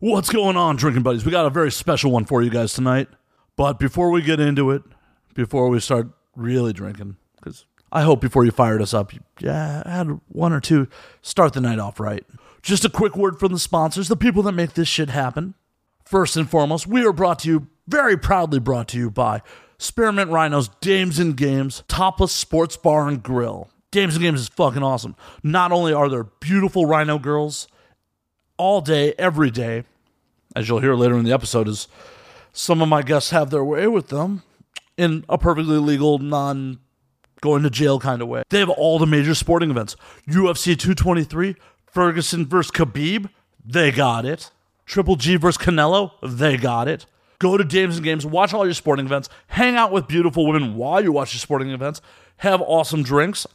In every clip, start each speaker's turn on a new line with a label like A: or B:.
A: What's going on, drinking buddies? We got a very special one for you guys tonight. But before we get into it, before we start really drinking, because I hope before you fired us up, you, yeah, had one or two, start the night off right. Just a quick word from the sponsors, the people that make this shit happen. First and foremost, we are brought to you, very proudly brought to you by Spearmint Rhinos, Dames and Games, Topless Sports Bar and Grill. Dames and Games is fucking awesome. Not only are there beautiful rhino girls all day, every day, as you'll hear later in the episode, is some of my guests have their way with them in a perfectly legal, non going to jail kind of way. They have all the major sporting events UFC 223, Ferguson versus Khabib, they got it. Triple G versus Canelo, they got it. Go to Dames and Games, watch all your sporting events, hang out with beautiful women while you watch your sporting events, have awesome drinks.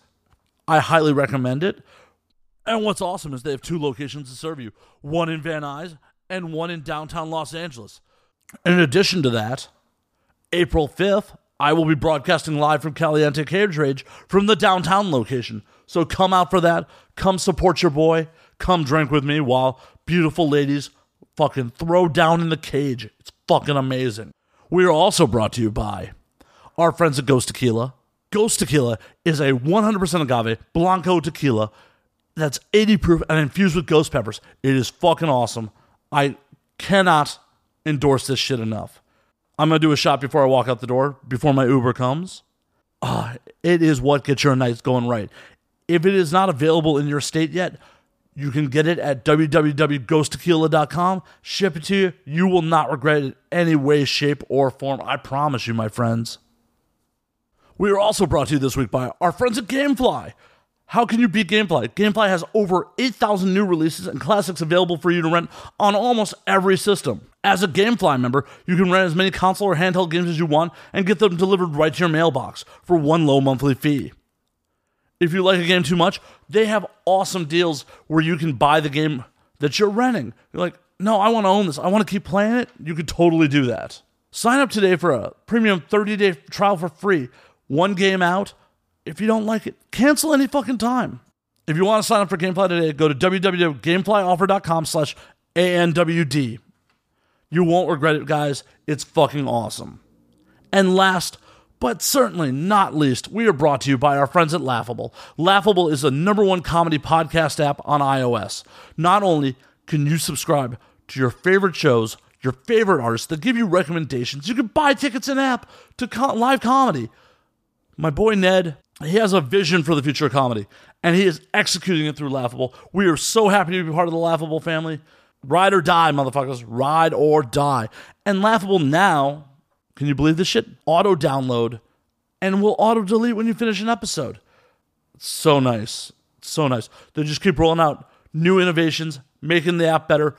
A: I highly recommend it. And what's awesome is they have two locations to serve you one in Van Nuys and one in downtown Los Angeles. In addition to that, April 5th, I will be broadcasting live from Caliente Cage Rage from the downtown location. So come out for that. Come support your boy. Come drink with me while beautiful ladies fucking throw down in the cage. It's fucking amazing. We are also brought to you by our friends at Ghost Tequila. Ghost Tequila is a 100% agave Blanco tequila that's 80 proof and infused with ghost peppers. It is fucking awesome. I cannot endorse this shit enough. I'm gonna do a shot before I walk out the door, before my Uber comes. Ah, it is what gets your nights going right. If it is not available in your state yet, you can get it at www.ghosttequila.com. Ship it to you. You will not regret it in any way, shape, or form. I promise you, my friends. We are also brought to you this week by our friends at Gamefly. How can you beat Gamefly? Gamefly has over 8,000 new releases and classics available for you to rent on almost every system. As a Gamefly member, you can rent as many console or handheld games as you want and get them delivered right to your mailbox for one low monthly fee. If you like a game too much, they have awesome deals where you can buy the game that you're renting. You're like, no, I want to own this. I want to keep playing it. You could totally do that. Sign up today for a premium 30 day trial for free. One game out. If you don't like it, cancel any fucking time. If you want to sign up for Gamefly today, go to www.gameflyoffer.com slash ANWD. You won't regret it, guys. It's fucking awesome. And last, but certainly not least, we are brought to you by our friends at Laughable. Laughable is the number one comedy podcast app on iOS. Not only can you subscribe to your favorite shows, your favorite artists that give you recommendations, you can buy tickets in app to co- live comedy. My boy Ned, he has a vision for the future of comedy, and he is executing it through Laughable. We are so happy to be part of the Laughable family. Ride or die, motherfuckers. Ride or die. And Laughable now, can you believe this shit? Auto download and will auto delete when you finish an episode. It's so nice. It's so nice. They just keep rolling out new innovations, making the app better.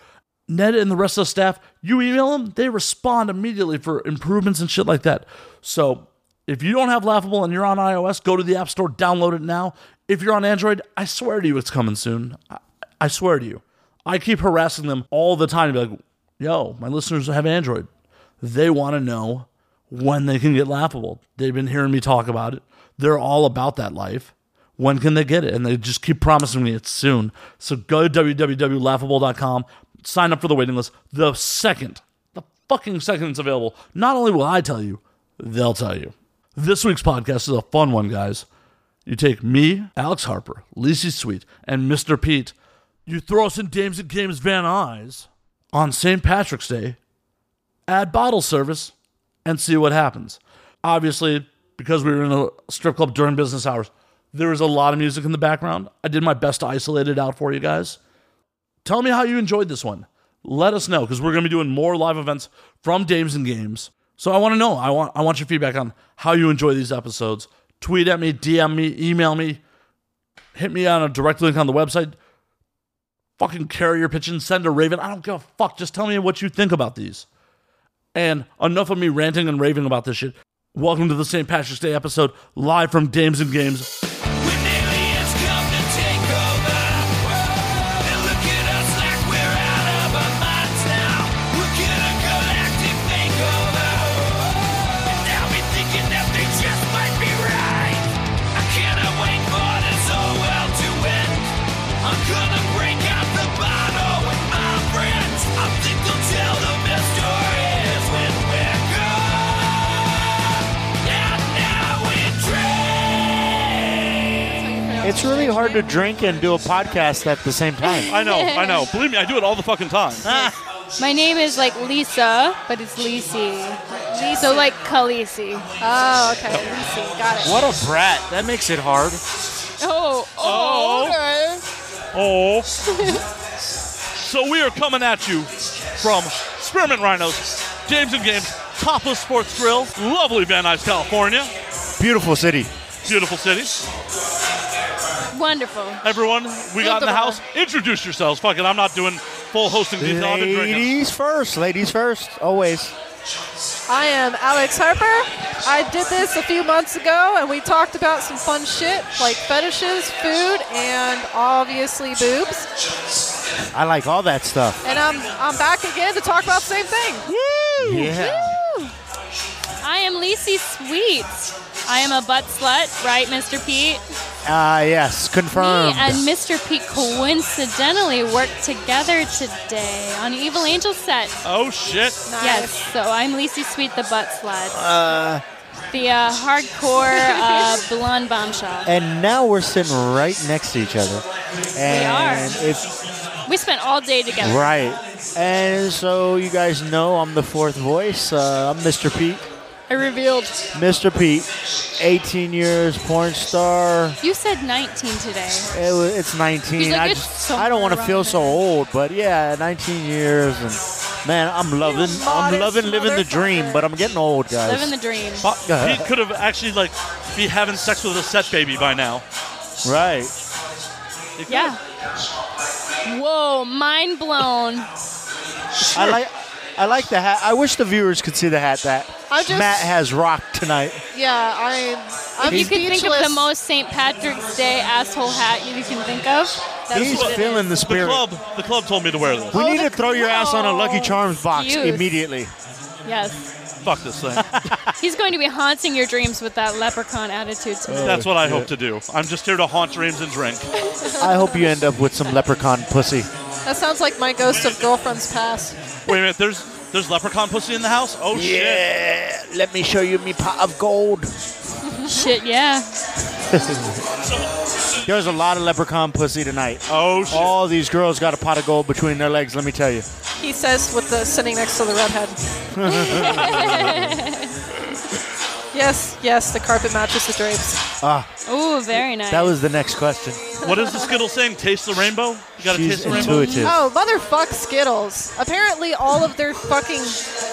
A: Ned and the rest of the staff, you email them, they respond immediately for improvements and shit like that. So if you don't have Laughable and you're on iOS, go to the App Store, download it now. If you're on Android, I swear to you, it's coming soon. I, I swear to you. I keep harassing them all the time. Be like, yo, my listeners have Android. They want to know when they can get Laughable. They've been hearing me talk about it. They're all about that life. When can they get it? And they just keep promising me it's soon. So go to www.laughable.com, sign up for the waiting list. The second, the fucking second it's available, not only will I tell you, they'll tell you. This week's podcast is a fun one, guys. You take me, Alex Harper, Lisi Sweet, and Mr. Pete. You throw us in Dames and Games Van Eyes on St. Patrick's Day, add bottle service, and see what happens. Obviously, because we were in a strip club during business hours, there was a lot of music in the background. I did my best to isolate it out for you guys. Tell me how you enjoyed this one. Let us know because we're going to be doing more live events from Dames and Games. So I want to know. I want I want your feedback on how you enjoy these episodes. Tweet at me, DM me, email me, hit me on a direct link on the website. Fucking carrier pigeon, send a raven. I don't give a fuck. Just tell me what you think about these. And enough of me ranting and raving about this shit. Welcome to the St. Patrick's Day episode, live from Dames and Games.
B: When aliens come to take over, they look at us like we're out of our minds now. We're gonna galactic makeover, and now we're thinking that they just might be right. I cannot wait for this whole world to end. I'm gonna break out the bottle with my friends. I'm the
C: It's really hard to drink and do a podcast at the same time.
A: I know, I know. Believe me, I do it all the fucking time.
D: My name is like Lisa, but it's Lisi. So like Khaleesi. Oh, okay. Lisi. Got it.
C: What a brat. That makes it hard.
D: Oh, oh, okay.
A: Oh. so we are coming at you from Spearmint Rhinos, James and Games, Topless Sports Grill, lovely Van Nuys, California.
C: Beautiful city.
A: Beautiful city.
D: Wonderful.
A: Everyone, we got in the house. Introduce yourselves. Fuck it, I'm not doing full hosting duties. I've been drinking.
C: Ladies first. Ladies first. Always.
E: I am Alex Harper. I did this a few months ago, and we talked about some fun shit like fetishes, food, and obviously boobs.
C: I like all that stuff.
E: And I'm I'm back again to talk about the same thing.
C: Yeah.
D: Woo. I am Lisi Sweet. I am a butt slut, right, Mr. Pete?
C: Uh, yes. Confirmed.
D: Me and Mr. Pete coincidentally worked together today on Evil Angel set.
A: Oh shit.
D: Yes, so I'm Lisi Sweet, the butt slut. the uh, hardcore uh, blonde bombshell.
C: And now we're sitting right next to each other. And it's
D: We spent all day together.
C: right. And so you guys know I'm the fourth voice. Uh, I'm Mr. Pete.
D: I revealed.
C: Mr. Pete, 18 years, porn star.
D: You said 19 today.
C: It wa- it's 19.
D: He's like,
C: I
D: "It's
C: just
D: somewhere
C: I don't want to
D: around
C: feel
D: there."
C: so old, but yeah, 19 years and man, I'm loving I'm
E: modest
C: loving living the dream,
E: motherfucker.
C: but I'm getting old, guys.
D: Living the dream.
A: Fuck, Pete could have actually like be having sex with a set baby by now.
C: right.
A: He could.
D: Yeah. Whoa, mind blown.
C: I like I like the hat. I wish the viewers could see the hat that
E: I just-
C: Matt has rocked tonight.
E: Yeah, I'm. I'm
D: If you could think of the
E: speechless.
D: most St. Patrick's Day asshole hat you can think of, that's
C: He's
D: what it
C: feeling
D: is.
C: the
A: The
C: spirit.
A: club, the club told me to wear this.
C: We
E: Oh,
C: need
E: the
C: to throw your ass on a Lucky Charms box
D: Cute.
C: immediately.
D: Yes.
A: Fuck this thing.
D: He's going to be haunting your dreams with that leprechaun attitude tonight.
A: That's what I hope to do. I'm just here to haunt dreams and drink.
C: I hope you end up with some leprechaun pussy.
E: That sounds like my ghost of girlfriend's past.
A: Wait a minute, there's there's leprechaun pussy in the house. Oh shit.
C: Yeah, Eh, let me show you me pot of gold.
D: Shit, yeah.
C: There's a lot of leprechaun pussy tonight.
A: Oh shit.
C: All these girls got a pot of gold between their legs, let me tell you.
E: He says with the sitting next to the redhead. yes, yes, the carpet matches the drapes.
D: Ooh, very nice.
C: That was the next question.
A: What is the Skittle saying? Taste the rainbow? You gotta
C: She's
A: taste the rainbow.
C: intuitive.
E: Oh, motherfuck Skittles. Apparently all of their fucking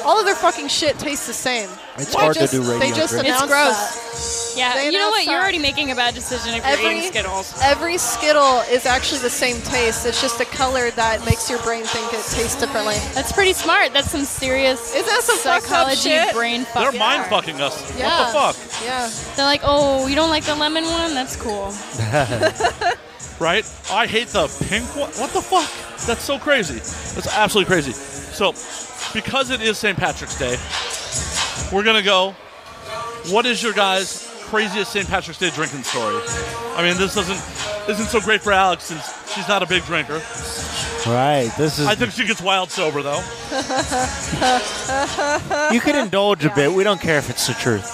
E: all of their fucking shit tastes the same.
C: It's
E: They
C: hard
E: just-
C: to do radio.
E: They just
C: drip.
E: announced
D: gross.
E: that.
D: yeah.
E: they
D: You know what?
E: announced
D: You're
E: that.
D: already making a bad decision if you're eating Skittles.
E: every Skittle is actually the same taste. It's just a color that makes your brain think it tastes differently.
D: That's pretty smart. That's some serious
E: Is that some fucked up
D: psychology
E: shit?
D: brain fuck.
A: They're mind fucking us.
E: Yeah.
A: What the
E: Yeah.
D: They're like, oh, you don't like the lemon one? That's cool.
A: fuck? Right? I hate the pink one. What the fuck? That's so crazy. That's absolutely crazy. So, because it is St. Patrick's Day, we're gonna go. What is your guys' craziest St. Patrick's Day drinking story? I mean, this doesn't isn't so great for Alex since she's not a big drinker.
C: Right. This is
A: I think she gets wild sober though.
C: you can indulge a bit. We don't care if it's the truth.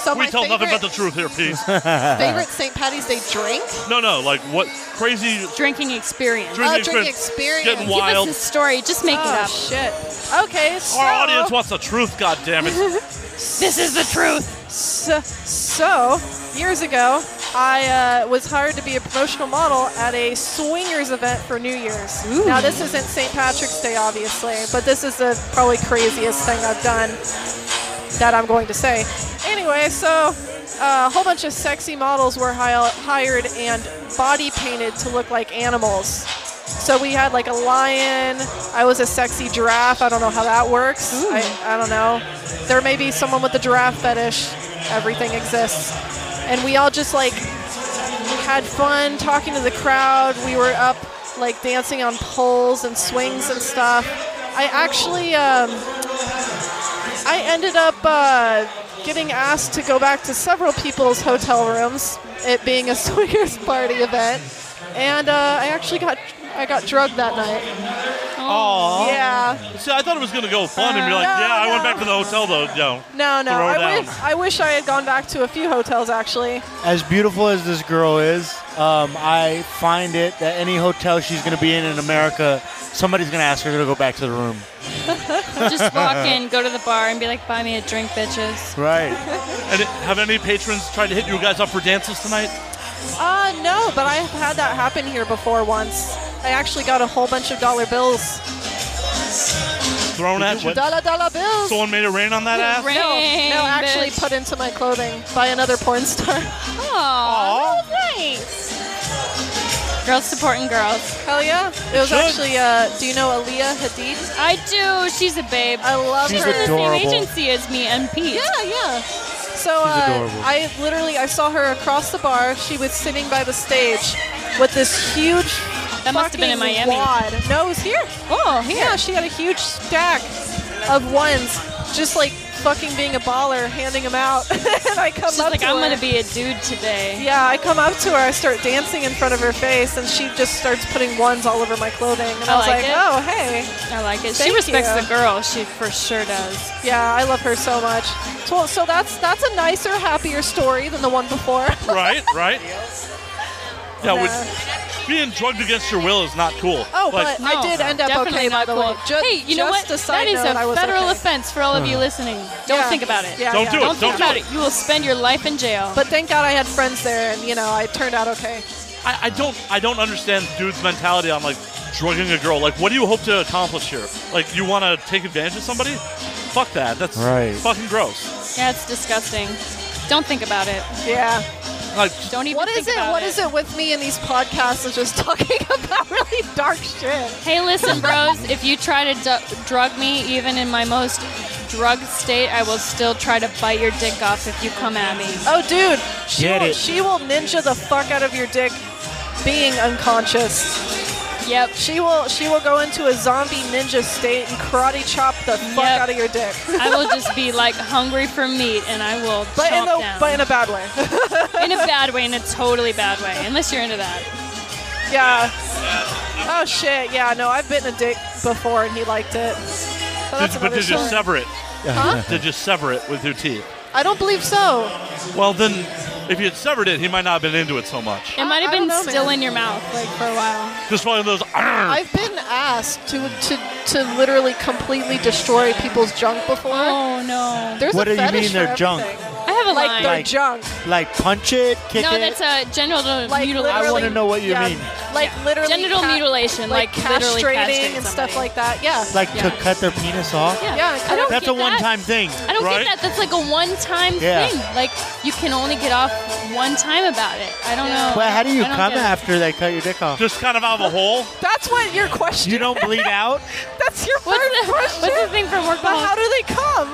E: So
A: We
E: my
A: tell nothing but the
E: favorite,
A: truth here, Pete.
E: favorite St. Patty's Day drink?
A: No, no, like what crazy
D: Drinking experience.
A: drinking,
E: Oh, drinking experience.
A: Getting
E: Give
D: Give us
A: wild.
D: the story. Just make
E: Oh
D: it
E: shit. Okay, so
A: Our audience wants the truth, goddammit.
D: up. This is the truth.
E: So, so years ago, I uh, was hired to be a promotional model at a swingers event for New Year's. Now, this isn't St. Patrick's Day, obviously, but this is the probably craziest thing I've done that I'm going to say. Anyway, so uh, a whole bunch of sexy models were hi- hired and body painted to look like animals. So we had like a lion. I was a sexy giraffe. I don't know how that works. I, I don't know. There may be someone with a giraffe fetish. Everything exists. And we all just like had fun talking to the crowd. We were up like dancing on poles and swings and stuff. I actually, um, I ended up uh, getting asked to go back to several people's hotel rooms, it being a swingers party event, and uh, I actually got I got drugged that night.
D: Oh.
E: Yeah, Yeah.
F: See, I thought it was going to go fun and be like,
E: No,
F: yeah, I went
E: no.
F: back to the hotel though. No.
E: No, no.
F: Throw
E: I
F: down.
E: wish, I wish I had gone back to a few hotels actually.
C: As beautiful as this girl is, um, I find it that any hotel she's going to be in in America, somebody's going to ask her to go back to the room.
D: Just walk in, go to the bar, and be like, buy me a drink, bitches.
C: Right.
F: And it- have any patrons tried to hit you guys up for dances tonight?
E: Uh, no, but I have had that happen here before once. I actually got a whole bunch of dollar bills.
F: Thrown at what?
E: Dollar dollar bills.
F: Someone made it rain on that ass?
D: Rain,
E: No, no, actually
D: bitch.
E: put into my clothing by another porn star.
D: Aw, Girls supporting girls.
E: Hell yeah. It was actually, uh, do you know Aaliyah Hadid?
D: I do. She's a babe.
E: I love
C: She's
E: her.
D: the same
C: adorable.
D: agency as me and Pete.
E: Yeah, yeah. So uh,
C: adorable.
E: I literally I saw her across the bar. She was sitting by the stage with this huge.
D: That must have been in
E: fucking
D: Miami.
E: Wad. No, it was here.
D: Oh, here.
E: Yeah, she had a huge stack of ones, just like fucking being a baller, handing them out. and I come
D: She's
E: up
D: like,
E: to
D: I'm
E: her.
D: gonna be a dude today.
E: Yeah, I come up to her, I start dancing in front of her face, and she just starts putting ones all over my clothing. And I,
D: I
E: was
D: like
E: like,
D: it.
E: oh, hey.
D: I like it. she
E: Thank
D: respects
E: you.
D: the girl. She for sure does.
E: Yeah, I love her so much. So, so that's that's a nicer, happier story than the one before.
F: Right, right. Yeah,
E: No.
F: would- being drugged against your will is not cool.
E: Oh,
F: Like,
E: but I
D: No,
E: did end up
D: definitely
E: okay, by
D: not
E: the
D: cool.
E: way. Ju-
D: hey, you know
E: just
D: what?
E: A side
D: That is
E: note, I
D: a
E: was
D: federal
E: okay. Hmm.
D: offense for all of you listening. Don't
E: Yeah.
D: think about it.
E: Yeah,
F: Don't
E: yeah.
F: do it.
D: Don't think
F: Don't do
D: about
F: it.
D: it. You will spend your life in jail.
E: But thank God I had friends there, and you know, I turned out okay.
F: I, I don't I don't understand dude's mentality on like drugging a girl. Like what do you hope to accomplish here? Like you wanna take advantage of somebody? Fuck that. That's
C: Right.
F: fucking gross.
D: yeah, it's disgusting. Don't think about it.
E: Yeah.
F: Like
D: Don't even
E: What
D: think
E: is it?
D: about
E: What
D: it.
E: is it with me in these podcasts of just talking about really dark shit?
D: Hey, listen, bros. if you try to d- drug me, even in my most drugged state, I will still try to bite your dick off if you come at me.
E: Oh, dude, she
C: Get
E: will,
C: it.
E: she will ninja the fuck out of your dick, being unconscious.
D: Yep.
E: She will she will go into a zombie ninja state and karate chop the fuck
D: Yep.
E: out of your dick.
D: I will just be like hungry for meat, and I will
E: But in
D: chomp
E: the
D: down
E: but in a bad way.
D: in a bad way, in a totally bad way. Unless you're into that.
E: yeah. Oh shit. Yeah. No, I've bitten a dick before and he liked it. But that's
F: did, but
E: another
F: did you
E: story.
F: sever it?
E: Huh?
F: Did you sever it with your teeth?
E: I don't believe so.
F: Well then if you had severed it, he might not have been into it so much.
D: It might have
E: I don't
D: been
E: know,
D: still
E: man.
D: in your mouth, like for a while.
F: Just one of those "Arr!"
E: I've been asked to to to literally completely destroy people's junk before.
D: Oh no!
E: There's
C: What
E: a
C: do you
E: fetish
C: mean they're
E: for
C: junk?
E: everything.
D: I have a
E: Like
D: line.
E: their
C: Like-
E: junk.
C: Like punch it, kick
D: no,
C: it.
D: that's a genital
E: Like
D: mutilation.
E: literally.
C: I wanna know what you
E: yeah,
C: mean.
E: Like literally.
D: Genital
E: ca-
D: mutilation,
E: Like,
D: like literally
E: castrating
D: castrate
E: and
D: somebody.
E: stuff like that. Yeah.
C: like to
D: yeah.
C: cut their penis off.
D: Yeah,
E: Yeah,
D: I don't
C: That's
D: get
C: a one-time thing.
D: That. I don't
F: Right?
D: get that. That's like a one-time
C: Yeah.
D: thing. Like you can only get off one time about it. I don't know.
C: But how do you
D: I don't
C: come
D: get it.
C: after they cut your dick off?
F: just kind of out of a hole.
E: That's what your question.
C: You don't bleed out.
E: That's your
D: What's
E: first
D: the, what's the Oh.
E: question.
D: thing from work?
E: But how do they come?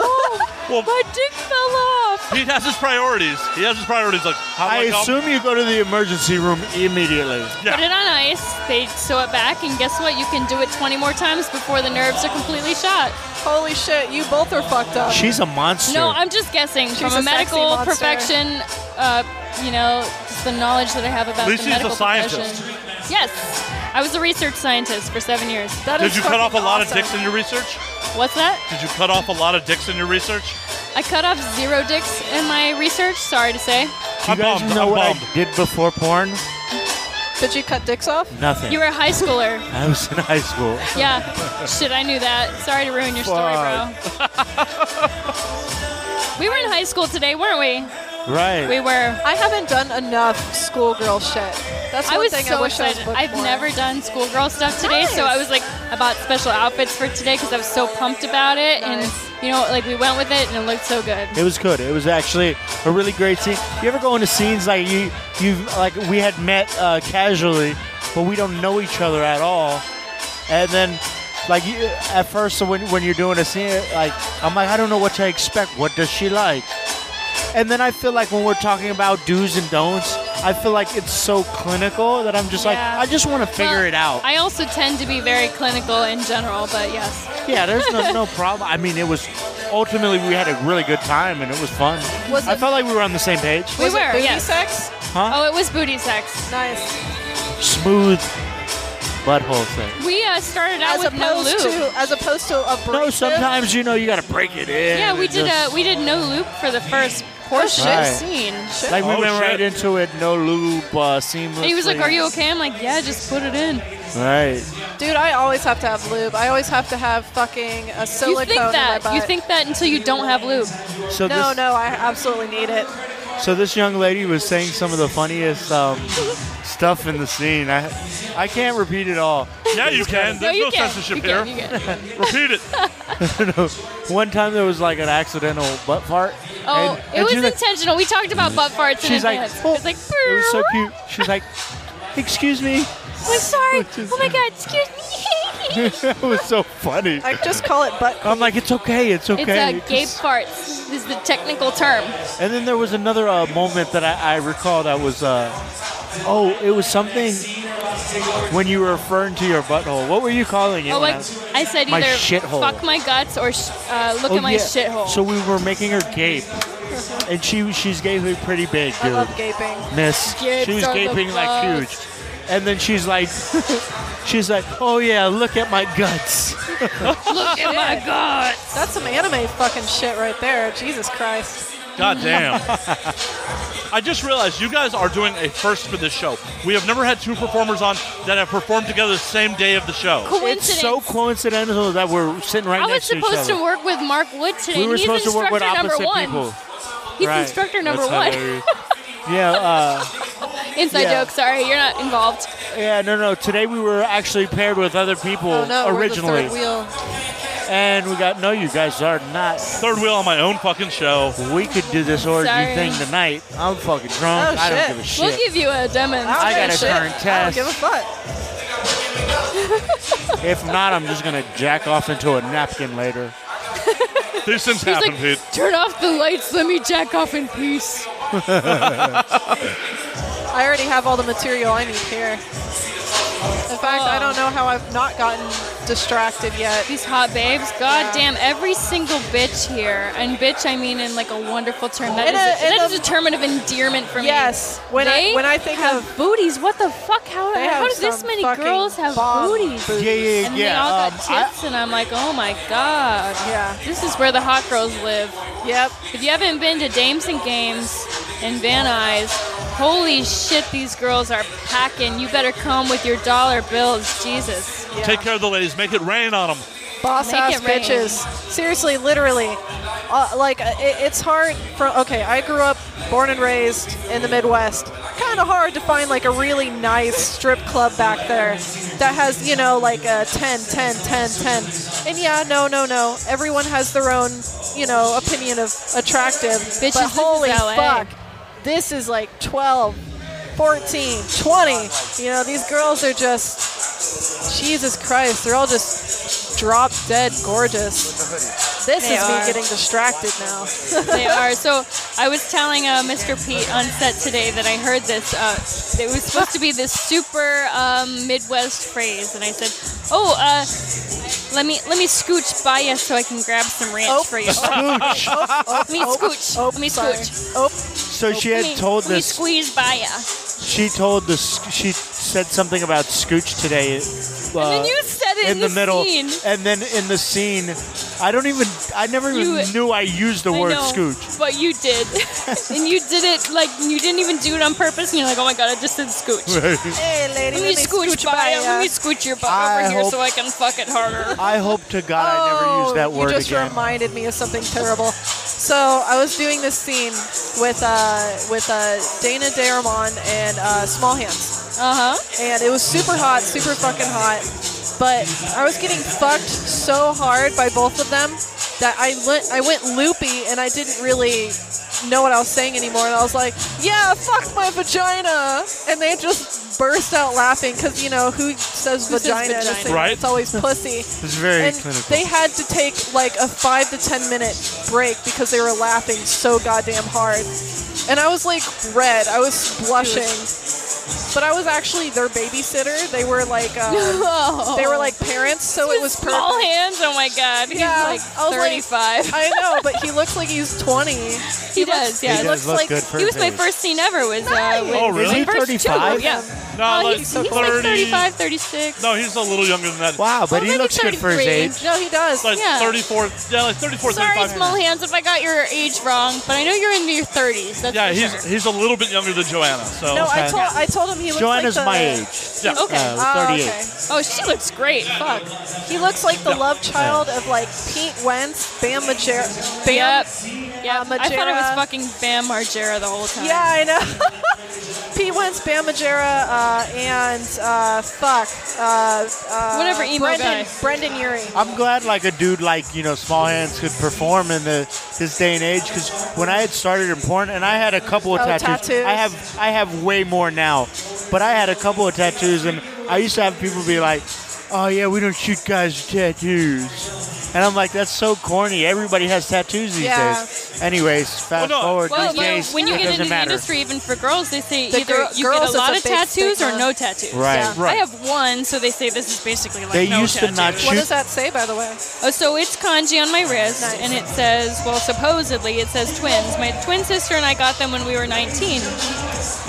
F: Well
D: My dick fell off.
F: he has his priorities. He has his priorities like how do
C: I
F: I come?
C: assume you go to the emergency room immediately.
F: Yeah.
D: Put it on ice. They sew it back, and guess what? You can do it 20 more times before the nerves are completely shot.
E: Holy shit, you both are fucked up.
C: She's a monster.
D: No, I'm just guessing
E: She's
D: from
E: a
D: a
E: sexy
D: medical
E: monster.
D: profession. Uh, you know, just the knowledge that I have about
F: least
D: the
F: she's a
D: medical
F: scientist.
D: profession. Yes, I was a research scientist for seven years.
E: That
F: Did
E: is
F: you cut off a
E: fucking
F: lot of
E: awesome.
F: dicks in your research?
D: What's that?
F: Did you cut off a lot of dicks in your research?
D: I cut off zero dicks in my research. Sorry to say.
C: Do you
F: I'm
C: guys
F: bummed.
C: know
F: I'm
C: what
F: bummed.
C: I did before porn?
E: Did you cut dicks off?
C: Nothing.
D: You were a high schooler.
C: I was in high school.
D: Yeah. Shit, I knew that. Sorry to ruin your story, bro. we were in high school today, weren't we?
C: Right.
D: We were.
E: I haven't done enough schoolgirl shit. That's
D: I
E: one
D: was
E: thing
D: so
E: I wish
D: excited.
E: I was booked
D: I've
E: for.
D: never done schoolgirl stuff today, so
E: Nice.
D: I was like, I bought special outfits for today because I was so pumped about it,
E: Nice.
D: and you know, like we went with it, and it looked so good.
C: It was good. It was actually a really great scene. You ever go into scenes like you, you like we had met uh, casually, but we don't know each other at all, and then like you, at first when when you're doing a scene, like I'm like I don't know what to expect. What does she like? And then I feel like when we're talking about do's and don'ts, I feel like it's so clinical that I'm just
D: Yeah.
C: like I just want to figure
D: Well,
C: it out.
D: I also tend to be very clinical in general, but yes.
C: yeah, there's no, no problem. I mean, it was ultimately we had a really good time and it was fun.
E: Was
C: I
E: it-
C: felt like we were on the same page.
D: We
E: Was
D: were,
E: it booty
D: yes.
E: sex?
C: Huh?
D: Oh, it was booty sex.
E: Nice.
C: smooth. butthole thing.
D: We uh, started out
E: As
D: with no
E: opposed
D: loop.
E: to as opposed to abrasive.
C: No, sometimes you know you gotta break it in.
D: yeah, we
C: and
D: did
C: just-
D: uh, we did no loop for the first portion
C: Right.
D: scene.
C: Like we
F: Oh,
C: went
F: shit.
C: right into it, no lube, uh, seamless.
D: He was like, "Are you okay?" I'm like, "Yeah, just put it in."
C: Right.
E: dude, I always have to have lube. I always have to have fucking
D: You
E: a silicone
D: think
E: in my
D: that
E: butt.
D: you think that until you don't have lube.
C: So
E: No,
C: this,
E: no, I absolutely need it.
C: so this young lady was saying some of the funniest um, stuff in the scene. I, I can't repeat it all.
F: Yeah, you can.
D: No,
F: There's
D: you
F: no
D: can.
F: censorship
D: you
F: here.
D: Can, you can.
F: Repeat it.
C: One time there was like an accidental butt fart.
D: Oh,
C: and-
D: it
C: and
D: was
C: she's like-
D: intentional. We talked about butt farts in
C: She's like,
D: advance.
C: "Oh."
D: it's like,
C: It was so cute. She's like, "Excuse me."
D: I'm sorry.
C: Just-
D: Oh my god, excuse me.
C: it was so funny.
E: I just call it butt.
C: I'm like, "It's okay. It's
D: It's uh,
C: okay."
D: a gape farts. Is the technical term.
C: And then there was another uh, moment that I, I recall that was, uh, oh, it was something when you were referring to your butthole. What were you calling it?
D: Oh,
C: when
D: like
C: I was-
D: I said,
C: My
D: either
C: shithole.
D: fuck my guts or sh- uh, look
C: Oh,
D: at my
C: yeah.
D: shithole.
C: So we were making her gape, and she she's gaping pretty big,
E: I
C: dude.
E: love gaping.
C: Miss,
D: Gapes
C: she was
D: are the
C: gaping like huge,
D: best.
C: and then she's like, she's like, oh yeah, look at my guts.
D: look at Oh my guts.
E: That's some anime fucking shit right there. Jesus Christ.
F: God damn. I just realized you guys are doing a first for this show. We have never had two performers on that have performed together the same day of the show.
D: Coincidence.
C: It's so coincidental that we're sitting right
D: I was
C: next to each other.
D: supposed to work with Mark Wood today.
C: we
D: and
C: were
D: He's
C: supposed to work with
D: instructor number
C: opposite
D: one.
C: people.
D: He's
C: Right.
D: instructor number
C: That's
D: one.
C: hilarious. yeah, uh,
D: Inside
C: Yeah.
D: joke. Sorry, you're not involved.
C: yeah, no, no. Today we were actually paired with other people
E: Oh no, we're
C: originally,
E: the third wheel.
C: and we got no. You guys are not.
F: Third wheel on my own fucking show.
C: We could do this orgy
D: Sorry.
C: thing tonight. I'm fucking drunk.
E: Oh,
C: I don't
E: shit.
C: give a shit.
D: We'll give you a demo.
E: don't
C: I
E: give
C: got a
E: shit.
C: current
E: I don't
C: test.
E: give a fuck.
C: if not, I'm just gonna jack off into a napkin later.
F: These things
D: He's
F: happen,
D: like,
F: Pete.
D: turn off the lights. Let me jack off in peace.
E: I already have all the material I need here. In fact, I don't know how I've not gotten distracted yet.
D: These hot babes. God damn, every single bitch here. And bitch, I mean in like a wonderful term. That
E: In
D: is
E: a-
D: a,
E: in
D: that is
E: a-
D: a term of endearment for me.
E: Yes, when I
D: They
E: when I think
D: have
E: of
D: booties. What the fuck? How,
E: They
D: how
E: have
D: does this
E: some
D: many
E: fucking
D: girls have
E: bomb
D: booties?
E: booties.
C: Yeah, yeah,
D: And they all
C: yeah.
D: got
C: um, I-
D: tits, and I'm like, oh my god.
E: Yeah.
D: This is where the hot girls live.
E: yep,
D: If you haven't been to Dames and Games in Van Nuys, holy shit, these girls are packing. You better come with your dollar bills, Jesus.
E: yeah.
F: Take care of the ladies. Make it rain on them.
E: boss
D: Make
E: ass
D: it rain.
E: bitches. Seriously, literally, uh, like uh, it, it's hard. For okay, I grew up, born and raised in the Midwest. Kind of hard to find like a really nice strip club back there that has you know like a 10, 10, 10, 10. And yeah, no, no, no. Everyone has their own you know opinion of attractive.
D: Bitches,
E: but
D: this is
E: holy
D: LA.
E: fuck, this is like 12. 14, 20. You know, these girls are just, Jesus Christ, they're all just drop dead gorgeous. This
D: They
E: is
D: are.
E: me getting distracted now.
D: They are. So I was telling uh, Mr. Pete on set today that I heard this. Uh, it was supposed to be this super um, Midwest phrase, and I said, "Oh, uh, let me let me scooch by you so I can grab some ranch
E: Oh.
D: for you. let me scooch.
E: Oh,
D: let me
E: sorry.
D: scooch.
E: Oh,
C: so she
D: Let
C: had
D: me-
C: told
D: let me
C: this.
D: squeeze by you.
C: She told this. She said something about Scooch today. Uh,
D: and then you said it
C: in
D: in,
C: the, middle,
D: Scene.
C: and then in the scene, I don't even. I never even
D: You-
C: knew I used the
D: I
C: word
D: know,
C: Scooch.
D: But you did. and you did it like you didn't even do it on purpose and you're like, oh my god, I just did scooch.
E: hey, lady,
D: Let me scooch, by ya.
E: uh,
D: Let me scooch your butt
C: I
D: over here
C: hope-
D: so I can fuck it harder.
C: I hope to God I never
E: Oh,
C: use that word
E: you just
C: again.
E: reminded me of something terrible. So I was doing this scene with uh, with uh, Dana Daramon and uh, Small Hands.
D: Uh huh.
E: and it was super hot, super fucking hot. But I was getting fucked so hard by both of them that I went, I went loopy and I didn't really know what I was saying anymore. And I was like, "Yeah, fuck my vagina," and they just burst out laughing because you know who says
D: Who says
E: vagina? in a
D: vagina?
E: sentence?
F: Right.
E: It's always pussy.
C: It's very
E: and
C: clinical.
E: they had to take like a five to ten minute break because they were laughing so goddamn hard. And I was like red. I was blushing. But I was actually their babysitter. They were like um,
D: Oh.
E: they were like parents, so it was perfect.
D: Small hands. Oh my god. He's
E: Yeah,
D: like
E: I was like-
D: 35.
E: I know, but he looks like he's 20.
D: he, does. Yeah.
C: he
E: looks
C: does look
E: like-
C: good for
D: He was
C: his
D: my
C: age.
D: first scene ever. Was uh, with
F: Oh,
C: Is
F: really?
C: he
D: first two,
C: 35?
D: yeah.
F: No,
D: oh,
F: like
D: he's, he's like 35, 36.
F: No, he's a little younger than that.
C: Wow, but
D: Oh,
C: he
D: maybe
C: looks good for his
D: 33.
C: age.
E: No, he does.
F: Like
D: yeah.
F: 34. Yeah, like 34,
D: Sorry,
F: 35.
D: small hands, if I got your age wrong, but I know you're in your 30s. That's
F: yeah,
D: for
F: he's
D: sure.
F: he's a little bit younger than Joanna. So
E: No,
C: Okay.
E: I told I told him he looks
C: Joanna's
E: like
C: my
E: the,
C: age.
F: yeah.
D: Okay.
C: Uh,
E: Oh,
C: 38.
E: okay.
D: oh, she looks great. Fuck.
E: He looks like the love child of like Pete Wentz, Bam Majera. Bam. uh,
D: Yep. Yep. I thought it was
E: Majera.
D: fucking Bam Margera the whole time.
E: Yeah, I know. Pete Wentz, Bam Majera, uh, and uh, fuck, uh, uh,
D: Whatever emo
E: Brendan,
D: guy.
E: Brendan Urie.
C: I'm glad like a dude like you know Small Hands could perform in the this day and age because when I had started in porn and I had a couple of
E: Oh,
C: tattoos,
E: tattoos.
C: I have I have way more now, but I had a couple of tattoos and I used to have people be like, "Oh yeah, we don't shoot guys with tattoos," and I'm like, "That's so corny. Everybody has tattoos these
E: Yeah.
C: days." Anyways, fast
F: no,
C: forward
D: Well,
C: these
D: you-
C: days,
D: when you
C: it
D: get
C: doesn't
D: into
C: matter.
D: the industry, even for girls, they say
E: The
D: either
E: gir-
D: you
E: girls,
D: get
E: it's
D: a
E: a
D: lot of
E: big
D: tattoos or
E: stigma.
D: no tattoos.
C: Right,
E: Yeah.
C: right.
D: I have one, so they say this is basically like
C: They
D: no
C: used to
D: tattoo.
C: not
E: What
C: Shoot-
E: does that say, by the way?
D: Oh, so it's kanji on my wrist,
E: Nice.
D: and it says, well, supposedly it says twins. My twin sister and I got them when we were 19,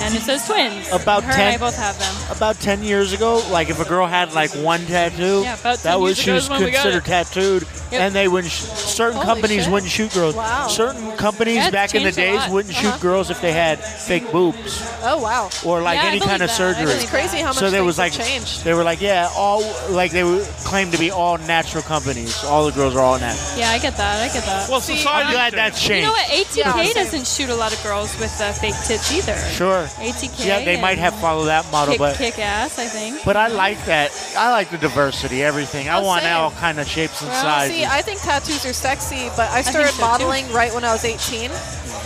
D: and it says twins.
C: About
D: her and I
C: 10
D: both have them.
C: about 10 years ago, like if a girl had like one tattoo,
D: Yeah, about 10
C: that was
D: years
C: she
D: ago
C: was
D: is when we got
C: considered tattooed,
D: Yep.
C: and they wouldn't. Sh- certain
E: Holy
C: companies
E: shit.
C: wouldn't shoot girls.
E: Wow.
C: Certain companies
D: Yeah, it's
C: back in the
D: changed a
C: days
D: lot.
C: wouldn't
D: Uh-huh.
C: shoot girls if they had fake boobs
E: Oh wow,
C: or like
D: Yeah, I
C: any
D: believe
C: kind of
D: that. I
C: surgery.
D: believe
E: crazy how much
C: So there
E: things
C: was like
E: have changed.
C: they were like yeah all like they were claimed to be all natural companies. All the girls are all natural.
D: Yeah, I get that. I get that.
F: Well,
C: I'm
F: society.
C: glad that's
D: you
C: changed.
D: know what? ATK
E: Yeah, same.
D: doesn't shoot a lot of girls with uh, fake tits either.
C: Sure.
D: ATK.
C: Yeah, they might
D: and
C: have followed that model,
D: kick,
C: but
D: kick ass. I think.
C: but I like that. I like the diversity, everything. I
E: Oh,
C: want
E: same.
C: all kind of shapes and
D: Well,
C: sizes.
E: See, I think tattoos are sexy, but I started
D: so, too.
E: modeling right when I was 18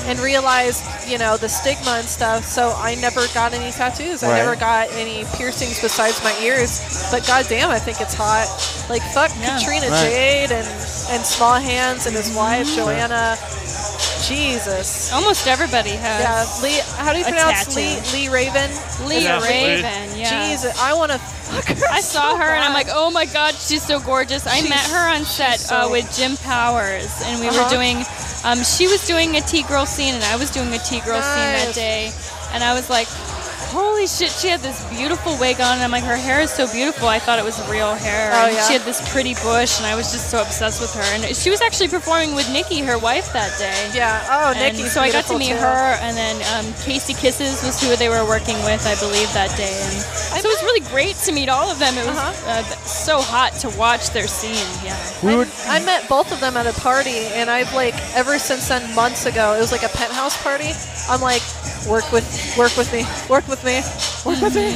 E: and realized, you know, the stigma and stuff. So I never got any tattoos.
C: Right.
E: I never got any piercings besides my ears. But goddamn, I think it's hot. Like fuck
D: Yeah. Mm-hmm.
E: Katrina
C: Right.
E: Jade and and Small Hands and his wife Joanna. Jesus.
D: Almost everybody
E: Yeah,
D: has.
E: Lee. How do you
D: A
E: pronounce
D: tattoo.
E: Lee? Lee Raven.
D: Leah
F: Yeah.
D: Raven. Yeah.
E: Jesus, I want to fuck her.
D: I saw
E: so
D: her and I'm like,
E: bad.
D: oh my god, she's so gorgeous. I
E: She's-
D: met her on set
E: she's
D: uh,
E: so-
D: with Jim Powers, and we were
E: Uh-huh.
D: doing. Um, she was doing a T girl scene, and I was doing a T girl scene that
E: Nice.
D: day, and I was like. Holy shit, she had this beautiful wig on, and I'm like, her hair is so beautiful. I thought it was real hair.
E: Oh,
D: And
E: yeah?
D: She had this pretty bush, and I was just so obsessed with her. And she was actually performing with Nikki, her wife, that day.
E: Yeah. Oh,
D: And
E: Nikki.
D: so I got to meet her, and then um, Casey Kisses was who they were working with, I believe, that day. And so it was really great to meet all of them. It was uh
E: Uh-huh.
D: so hot to watch their scene. Yeah.
C: we would
E: I met both of them at a party, and I've like ever since then, months ago, it was like a penthouse party. I'm like, work with, work with me, work with me, work with me,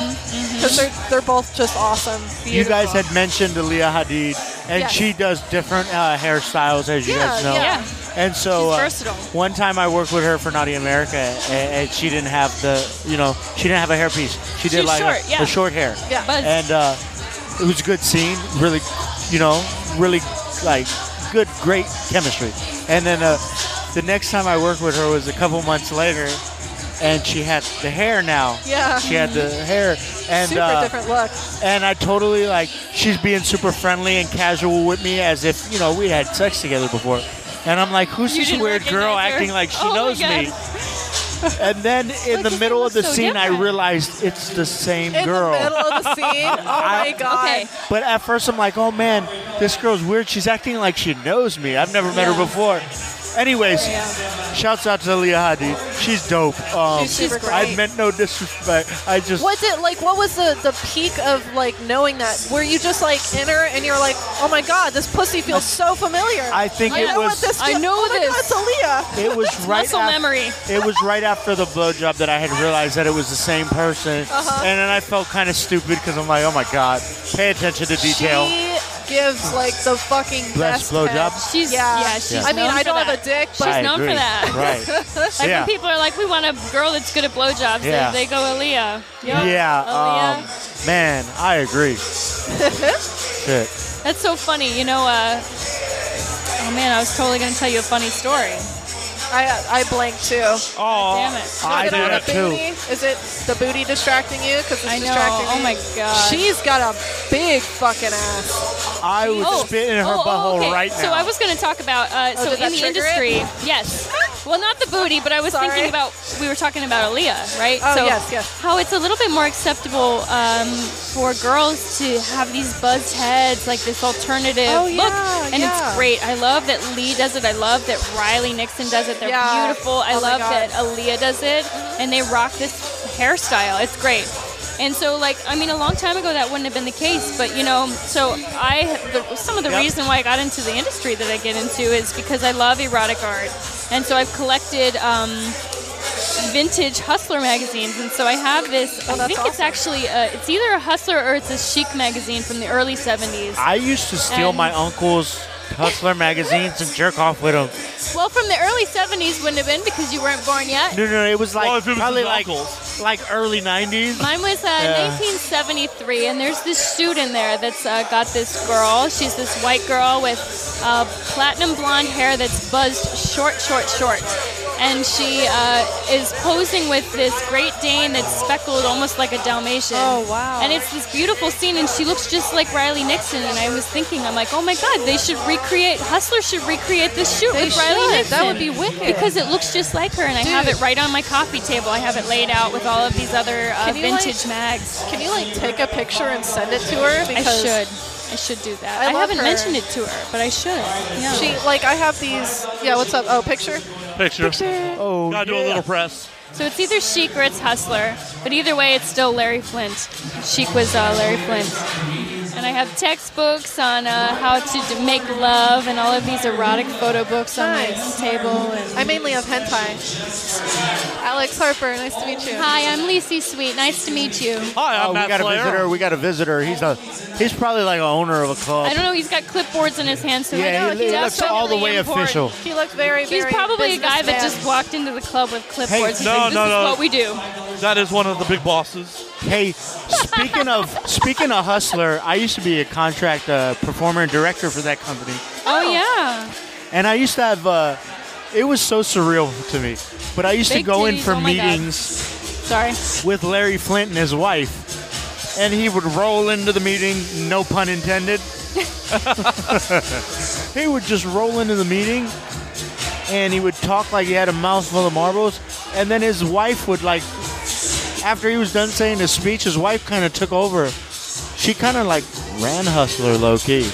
E: because they're they're both just awesome.
C: Mm-hmm, You guys had mentioned Leah Hadid, and
E: Yes.
C: she does different uh, hairstyles, as you
E: Yeah,
C: guys know.
E: yeah.
C: And so,
D: She's
C: uh,
D: versatile.
C: one time I worked with her for Naughty America, and, and she didn't have the, you know, she didn't have a hairpiece. She did
D: was
C: like
D: short,
C: a,
D: yeah.
C: a short hair.
E: Yeah.
D: But
C: And uh, it was a good scene, really, you know, really like good, great chemistry. And then uh, the next time I worked with her was a couple months later, and she had the hair now.
E: Yeah.
C: She had the hair, and
E: Super
C: uh,
E: different look.
C: and I totally like she's being super friendly and casual with me as if you know we had sex together before. And I'm like, who's
D: You
C: this
D: didn't
C: weird
D: recognize
C: girl
D: her?
C: acting like she
D: Oh my
C: knows me? And then in
D: Like,
C: the
D: this
C: middle of
D: looks
C: the
D: so
C: scene, I
D: different.
C: realized it's the same
E: In
C: girl.
E: the middle of the scene. Oh my god.
D: okay.
C: But at first, I'm like, oh man, this girl's weird. She's acting like she knows me. I've never met her
D: Yeah.
C: before. Anyways, shouts out to Leah Hadid. She's dope. Um,
E: She's super
C: I
E: great.
C: meant no disrespect. I just
E: Was it like what was the the peak of like knowing that? Were you just like in her and you're like, oh my god, this pussy feels so familiar.
C: I think
E: I
C: it
E: know
C: was
E: what this.
D: I
E: feel-
D: know
E: oh My god,
D: this.
E: it's Aaliyah.
C: It was right
D: muscle
C: af-
D: memory.
C: It was right after the blowjob that I had realized that it was the same person,
D: Uh-huh.
C: and then I felt kind of stupid because I'm like, oh my god, pay attention to detail.
E: She gives like the fucking
C: Bless
E: best head.
C: blowjobs.
D: she's yeah.
E: Yeah.
D: she's
C: Yeah.
E: I mean,
D: known
E: I
D: for
E: don't
D: that.
E: have a dick,
D: She's
E: but
C: I
D: known for
C: agree.
D: that.
C: Right.
D: Like
C: yeah.
D: when people are like, we want a girl that's good at blowjobs, they-
C: Yeah.
D: they, go Aaliyah. Yup.
C: yeah.
D: Aaliyah.
C: Um, man, I agree. Shit.
D: That's so funny. You know, uh, oh man, I was totally going to tell you a funny story.
E: I I blanked too.
F: Oh,
D: Damn it.
C: I
E: Is it
C: did
E: on
C: it
E: the
C: too.
E: booty? Is it the booty distracting you? Because it's
D: I know.
E: distracting
D: Oh
E: me.
D: my god.
E: She's got a big fucking ass.
C: I would spit in her
D: oh,
C: butthole
D: oh, okay.
C: right now.
D: So I was going to talk about uh,
E: Oh,
D: so
E: did that
D: in the
E: trigger
D: industry. Yes. Well, not the booty, but I was
E: Sorry.
D: thinking about we were talking about Aaliyah, right?
E: Oh,
D: so
E: yes, yes.
D: How it's a little bit more acceptable um, for girls to have these buzzed heads, like this alternative
E: Oh,
D: look,
E: yeah,
D: and
E: yeah.
D: it's great. I love that Lee does it. I love that Riley Nixon does it. They're
E: Yeah.
D: beautiful. I
E: Oh, my
D: love
E: God. Mm-hmm.
D: that Aaliyah does it, and they rock this hairstyle. It's great. And so, like, I mean, a long time ago that wouldn't have been the case, but you know, so I, the, some of the
F: Yep.
D: reason why I got into the industry that I get into is because I love erotic art, and so I've collected um, vintage Hustler magazines, and so I have this. I
E: Oh, that's
D: think it's
E: awesome.
D: actually uh, it's either a Hustler or it's a Chic magazine from the early '70s.
C: I used to steal
D: And-
C: my uncle's Hustler magazines and jerk off with them.
D: Well, from the early '70s wouldn't have been because you weren't born yet.
C: No, no, no, it was like
F: Well, if it was
C: probably
F: his
C: like
F: uncle's.
C: like early '90s.
D: Mine was uh,
C: Yeah.
D: 1973, and there's this shoot in there that's uh, got this girl. She's this white girl with uh, platinum blonde hair that's buzzed short, short, short. And she uh, is posing with this Great Dane that's speckled almost like a Dalmatian.
E: Oh, wow.
D: And it's this beautiful scene, and she looks just like Riley Nixon. And I was thinking, I'm like, oh my God, they should recreate, Hustler should recreate this shoot
E: They
D: with Riley
E: should.
D: Nixon.
E: That would be wicked.
D: Because it looks just like her, and I have
E: Dude.
D: it right on my coffee table. I have it laid out with all of these other uh,
E: Can you, like-
D: vintage mags.
E: Can you like take a picture and send it to her?
D: I
E: Because
D: should. I should do that.
E: I
D: I,
E: love
D: haven't
E: her.
D: mentioned it to her, but I should. Yeah.
E: She like I have these. Yeah, what's up? Oh, picture.
F: picture.
C: Oh,
F: Gotta do a
C: yeah.
F: little press.
D: so it's either Chic or it's Hustler, but either way, it's still Larry Flint. Chic was uh, Larry Flint. And I have textbooks on uh, how to d- make love and all of these erotic photo books on
E: Nice.
D: my table. And
E: I mainly have hentai. Alex Harper, nice to meet you.
D: Hi, I'm Lacey Sweet. Nice to meet you.
F: Hi, I'm
C: Oh, we
F: Matt
C: got a
F: Flair.
C: visitor. We got a visitor. He's a he's probably like a owner of a club.
D: I don't know. He's got clipboards in his hand, so
C: yeah,
D: I know
C: he, he looks all the
D: definitely
C: way
D: important.
C: official.
E: He looked very,
D: He's
E: very
D: probably a guy that
E: businessman.
D: just walked into the club with clipboards. He's
F: no,
D: like, this
F: no,
D: is
F: no.
D: what we do.
F: That is one of the big bosses.
C: Hey, speaking of speaking of hustler, I used to be a contract uh, performer and director for that company.
D: Oh, yeah.
C: And I used to have, uh, it was so surreal to me. But I used to
D: Big
C: go in
D: titties,
C: for
D: oh my God.
C: meetings
D: Sorry.
C: with Larry Flint and his wife. And he would roll into the meeting, no pun intended. he would just roll into the meeting and he would talk like he had a mouthful of marbles. And then his wife would, like, after he was done saying his speech, his wife kind of took over. She kind of like ran hustler low key.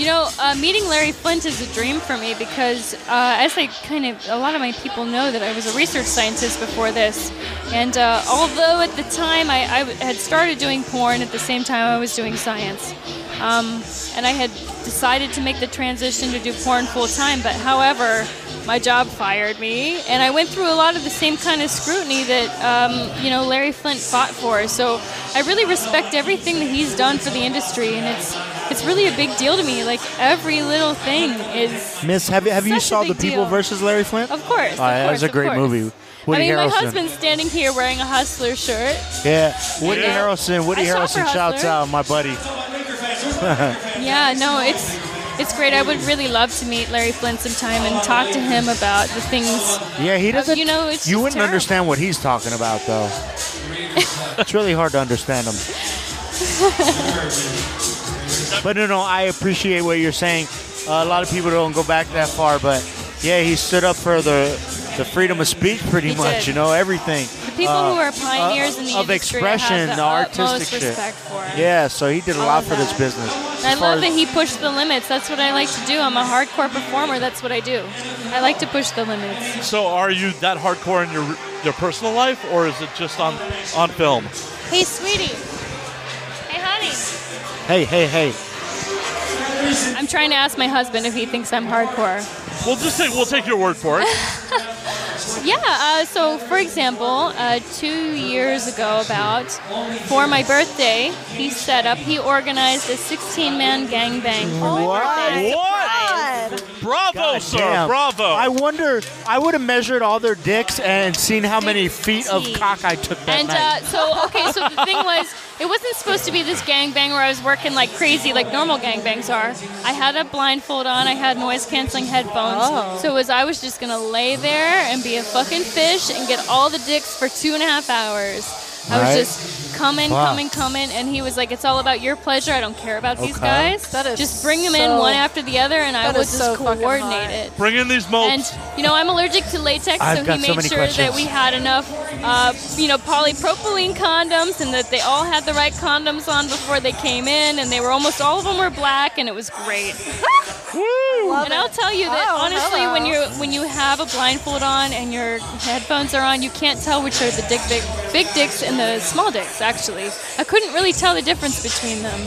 D: You know, uh, meeting Larry Flint is a dream for me because, uh, as I kind of, a lot of my people know that I was a research scientist before this. And uh, although at the time I, I w- had started doing porn, at the same time I was doing science. Um, and I had decided to make the transition to do porn full time, but however, my job fired me, and I went through a lot of the same kind of scrutiny that um, you know Larry Flint fought for. So I really respect everything that he's done for the industry, and it's it's really a big deal to me. Like every little thing is,
C: Miss, have, you- have you
D: Such a
C: saw the
D: big
C: people
D: deal.
C: versus Larry Flint?
D: of course. of
C: Oh, that
D: course,
C: was a
D: of
C: great
D: course.
C: movie. Woody
D: I mean,
C: Harrelson.
D: my husband's standing here wearing a hustler shirt.
C: Yeah, Woody
D: Yeah.
C: Harrelson. Woody
D: I saw
C: Harrelson
D: for
C: shouts
D: Hustler.
C: out, my buddy.
D: Yeah, no, it's it's great. I would really love to meet Larry Flint sometime and talk to him about the things
C: Yeah, he doesn't.
D: Uh, you know, it's
C: you
D: just
C: wouldn't
D: terrible.
C: understand what he's talking about, though. it's really hard to understand him. but no, no, I appreciate what you're saying. Uh, a lot of people don't go back that far, but yeah, he stood up for the the freedom of speech, pretty
D: He
C: much.
D: did.
C: You know, everything.
D: The people
C: Uh,
D: who are pioneers
C: uh,
D: in the
C: of
D: industry
C: expression,
D: I have
C: the
D: the
C: artistic
D: utmost
C: shit.
D: respect for.
C: Yeah, so he did a
D: I
C: lot
D: love
C: for this
D: that.
C: business.
D: I
C: As far
D: love
C: as-
D: that he pushed the limits. That's what I like to do. I'm a hardcore performer. That's what I do. I like to push the limits.
F: So, are you that hardcore in your your personal life, or is it just on on film?
D: Hey, sweetie. Hey, honey.
C: Hey, hey, hey.
D: I'm trying to ask my husband if he thinks I'm hardcore.
F: We'll just take we'll take your word for it.
D: Yeah, uh, so for example, uh, two years ago, about for my birthday, he set up, he organized a 16 man gangbang for my
C: Wow.
D: birthday.
F: What? Bravo Bravo, sir.
C: damn.
F: Bravo.
C: I wonder. I would have measured all their dicks and seen how many feet of
D: 16.
C: cock I took that
D: And
C: night.
D: uh, so, okay, so the thing was, it wasn't supposed to be this gangbang where I was working like crazy, like normal gangbangs are. I had a blindfold on, I had noise canceling headphones.
E: Oh.
D: So it was I was just gonna lay there and be a fucking fish and get all the dicks for two and a half hours. I was
C: Right.
D: just coming,
C: Wow.
D: coming, coming, and he was like, "It's all about your pleasure. I don't care about these
C: Okay.
D: guys.
E: That is
D: just bring them
E: so-
D: in one after the other, and I
E: that
D: will
E: is
D: just
E: so fucking hot.
D: coordinate it."
F: Bring in these
D: And
F: molds.
D: you know, I'm allergic to latex,
C: I've
D: so
C: got
D: he
C: so
D: made
C: many
D: sure
C: questions.
D: that we had enough, uh, you know, polypropylene condoms, and that they all had the right condoms on before they came in, and they were almost all of them were black, and it was great.
E: Love
D: and
E: it.
D: I'll tell you that
E: Oh,
D: honestly,
E: hello.
D: when you when you have a blindfold on and your headphones are on, you can't tell which are the dick, big big dicks and the small dicks. Actually, I couldn't really tell the difference between them.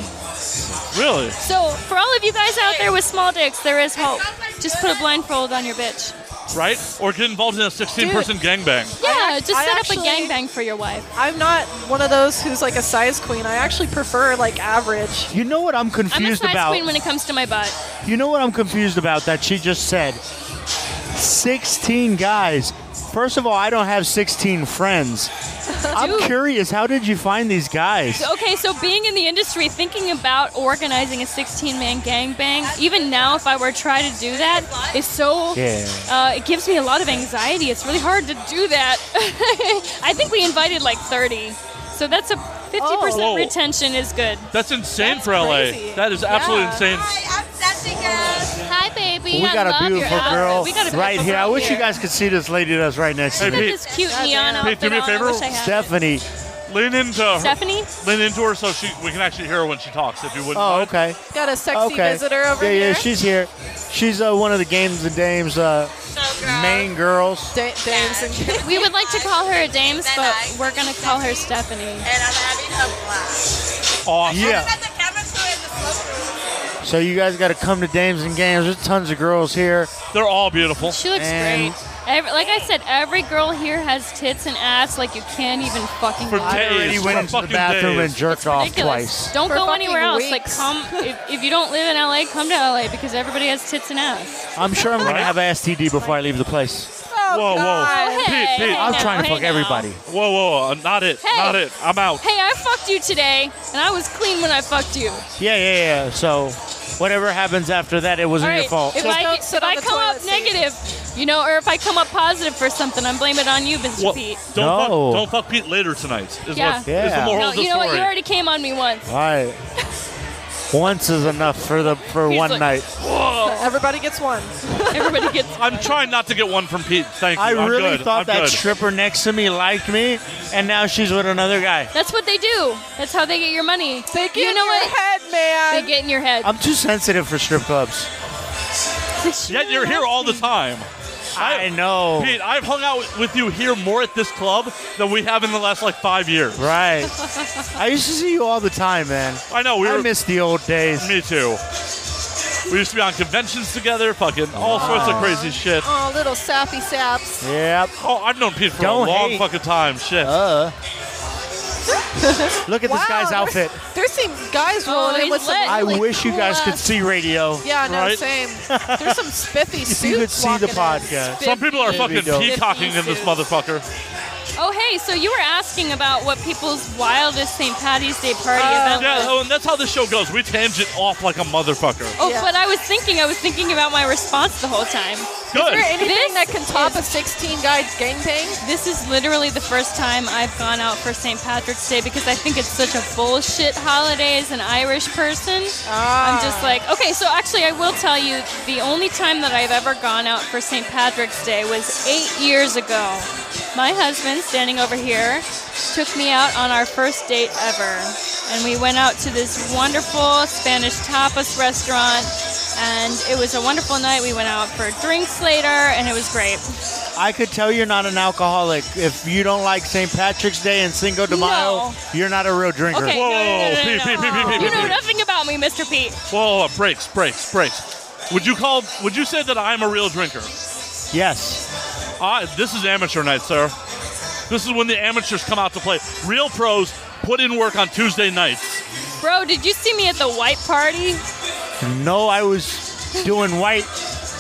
F: really?
D: So for all of you guys out there with small dicks, there is hope. Just put a blindfold on your bitch.
F: Right? Or get involved in a 16
D: Dude.
F: person gangbang.
D: Yeah, just
E: I
D: set
E: actually-
D: up a gangbang for your wife.
E: I'm not one of those who's like a size queen. I actually prefer like average.
C: you know what I'm
D: I'm a
C: confused
D: size
C: about?
D: queen when it comes to my butt.
C: You know what I'm confused about that she just said? 16 guys. First of all, I don't have 16 friends. I'm
D: Dude.
C: curious, how did you find these guys?
D: Okay, so being in the industry, thinking about organizing a 16-man gangbang, even now, if I were to try to do that, is so.
C: Yeah.
D: Uh, it gives me a lot of anxiety. It's really hard to do that. I think we invited like 30, so that's a 50%
F: Oh. Whoa.
D: retention is good.
F: That's insane
E: That's
F: for LA.
E: crazy.
F: That is absolutely
E: Yeah.
F: insane.
B: I'm Jessica.
D: Hi, baby.
C: we got a beautiful girl
D: We got a
C: right
D: beautiful
C: here. I
D: girl
C: wish you guys could see this lady that's right next to
F: Hey,
C: me.
D: She's got
F: Pete.
D: this cute
E: Goddamn.
D: neon
F: Pete,
D: outfit
F: do me a
D: on.
F: favor?
D: I wish I had it.
C: Stephanie.
F: Lean into her.
D: Stephanie.
F: Lean into her so she we can actually hear her when she talks, if you wouldn't
C: Oh,
F: mind.
C: okay.
E: Got a sexy
C: Okay.
E: visitor over
C: yeah,
E: here.
C: yeah, she's here. She's uh, one of the games and dames uh, main girls.
E: Da- dames and
D: We would like to call her a dames, but we're gonna call her Stephanie.
B: And I'm having a blast.
F: Awesome.
C: Yeah.
B: the camera crew in the smoke room.
C: So you guys got to come to Dames and Games. There's tons of girls here.
F: They're all beautiful.
D: She looks
C: And-
D: great. Every, like I said, every girl here has tits and ass like you can't even fucking
F: For
D: lie.
F: days.
C: I already
F: for
C: went into the
F: fucking
C: bathroom
F: days.
C: and jerked off twice.
D: Don't
E: For
D: go
E: fucking
D: anywhere else. Like
E: weeks.
D: come if, if you don't live in LA, come to LA because everybody has tits and ass.
C: I'm sure I'm going
F: Right?
C: to have an STD before I leave the place.
E: Oh,
F: Whoa, whoa.
E: God.
D: Oh, hey,
F: Pete, Pete.
D: hey
C: I'm
D: now,
C: trying to
D: hey
C: fuck
D: now.
C: everybody.
F: Whoa, whoa, whoa. Not it.
D: Hey.
F: Not it. I'm out.
D: Hey, I fucked you today, and I was clean when I fucked you.
C: Yeah, yeah, yeah. So whatever happens after that, it wasn't
D: All right.
C: your fault.
D: If
E: Just
D: I,
E: don't
D: if
E: sit on
D: I
E: the
D: come up
E: toilet seat.
D: negative, you know, or if I come up positive for something, I'm blaming it on you, Mr.
F: Wha-
D: Pete.
F: Don't,
C: No.
F: fuck, don't fuck Pete later tonight. Is
D: Yeah.
F: what, is the
C: Yeah.
F: moral
D: No,
F: of the
D: you know what?
F: story.
D: You already came on me once.
C: All right. Once is enough for the for
D: He's
C: one
D: like-
C: night.
E: Everybody gets one.
D: Everybody gets.
F: I'm trying not to get one from Pete. Thank you.
C: I
F: I'm
C: really
F: good.
C: thought
F: I'm
C: that
F: good.
C: stripper next to me liked me, and now she's with another guy.
D: That's what they do. That's how they get your money.
E: They get
D: you know
E: in your
D: what?
E: head, man.
D: They get in your head.
C: I'm too sensitive for strip clubs.
F: Yet you're here all the time.
C: I know.
F: Pete, I've hung out with you here more at this club than we have in the last like five years.
C: Right. I used to see you all the time, man.
F: I know. We
C: I
F: were,
C: miss the old days.
F: me too. We used to be on conventions together, fucking all sorts
C: Ah.
F: of crazy shit.
E: oh, little sappy saps.
C: Yep.
F: Oh, I've known Pete for
C: Don't
F: a long
C: hate.
F: fucking time. Shit.
C: Uh. Look at this guy's
E: there's-
C: outfit.
E: There's some guys rolling in
D: he's
E: with some.
D: lit.
E: really
C: I wish you
E: cool
C: guys could
E: ass-
C: see radio.
E: Yeah, no,
F: Right?
E: same. There's some spiffy
C: If
E: suits.
C: you could see the
E: walking in.
C: podcast.
F: Some people are
D: There
C: we
F: fucking
C: go.
F: peacocking in this motherfucker.
D: Oh, hey, so you were asking about what people's wildest St. Patty's Day party
E: Um,
D: event
F: Yeah,
D: was.
F: oh, and that's how this show goes. We tangent off like a motherfucker.
D: Oh,
E: Yeah.
D: but I was thinking, I was thinking about my response the whole time.
E: Is there
F: Good.
E: anything
D: This
E: that can top a 16 guy gangbang?
D: This is literally the first time I've gone out for St. Patrick's Day because I think it's such a bullshit holiday as an Irish person.
E: Ah.
D: I'm just like, okay, so actually, I will tell you the only time that I've ever gone out for St. Patrick's Day was eight years ago. My husband, standing over here, took me out on our first date ever. And we went out to this wonderful Spanish tapas restaurant. And it was a wonderful night. We went out for drinks later, and it was great.
C: I could tell you're not an alcoholic. If you don't like St. Patrick's Day and Cinco de Mayo,
D: No.
C: you're not a real drinker.
D: Okay.
F: Whoa,
D: No, no, no, no,
F: Pete,
D: no.
F: Pete, Pete, Pete, Pete,
D: You
F: Pete,
D: know
F: Pete.
D: nothing about me, Mr. Pete.
F: Whoa, whoa, whoa, breaks, breaks, breaks. Would you call? Would you say that I'm a real drinker?
C: Yes.
F: I, this is amateur night, sir. This is when the amateurs come out to play. Real pros put in work on Tuesday nights.
D: Bro, did you see me at the white party?
C: No, I was doing white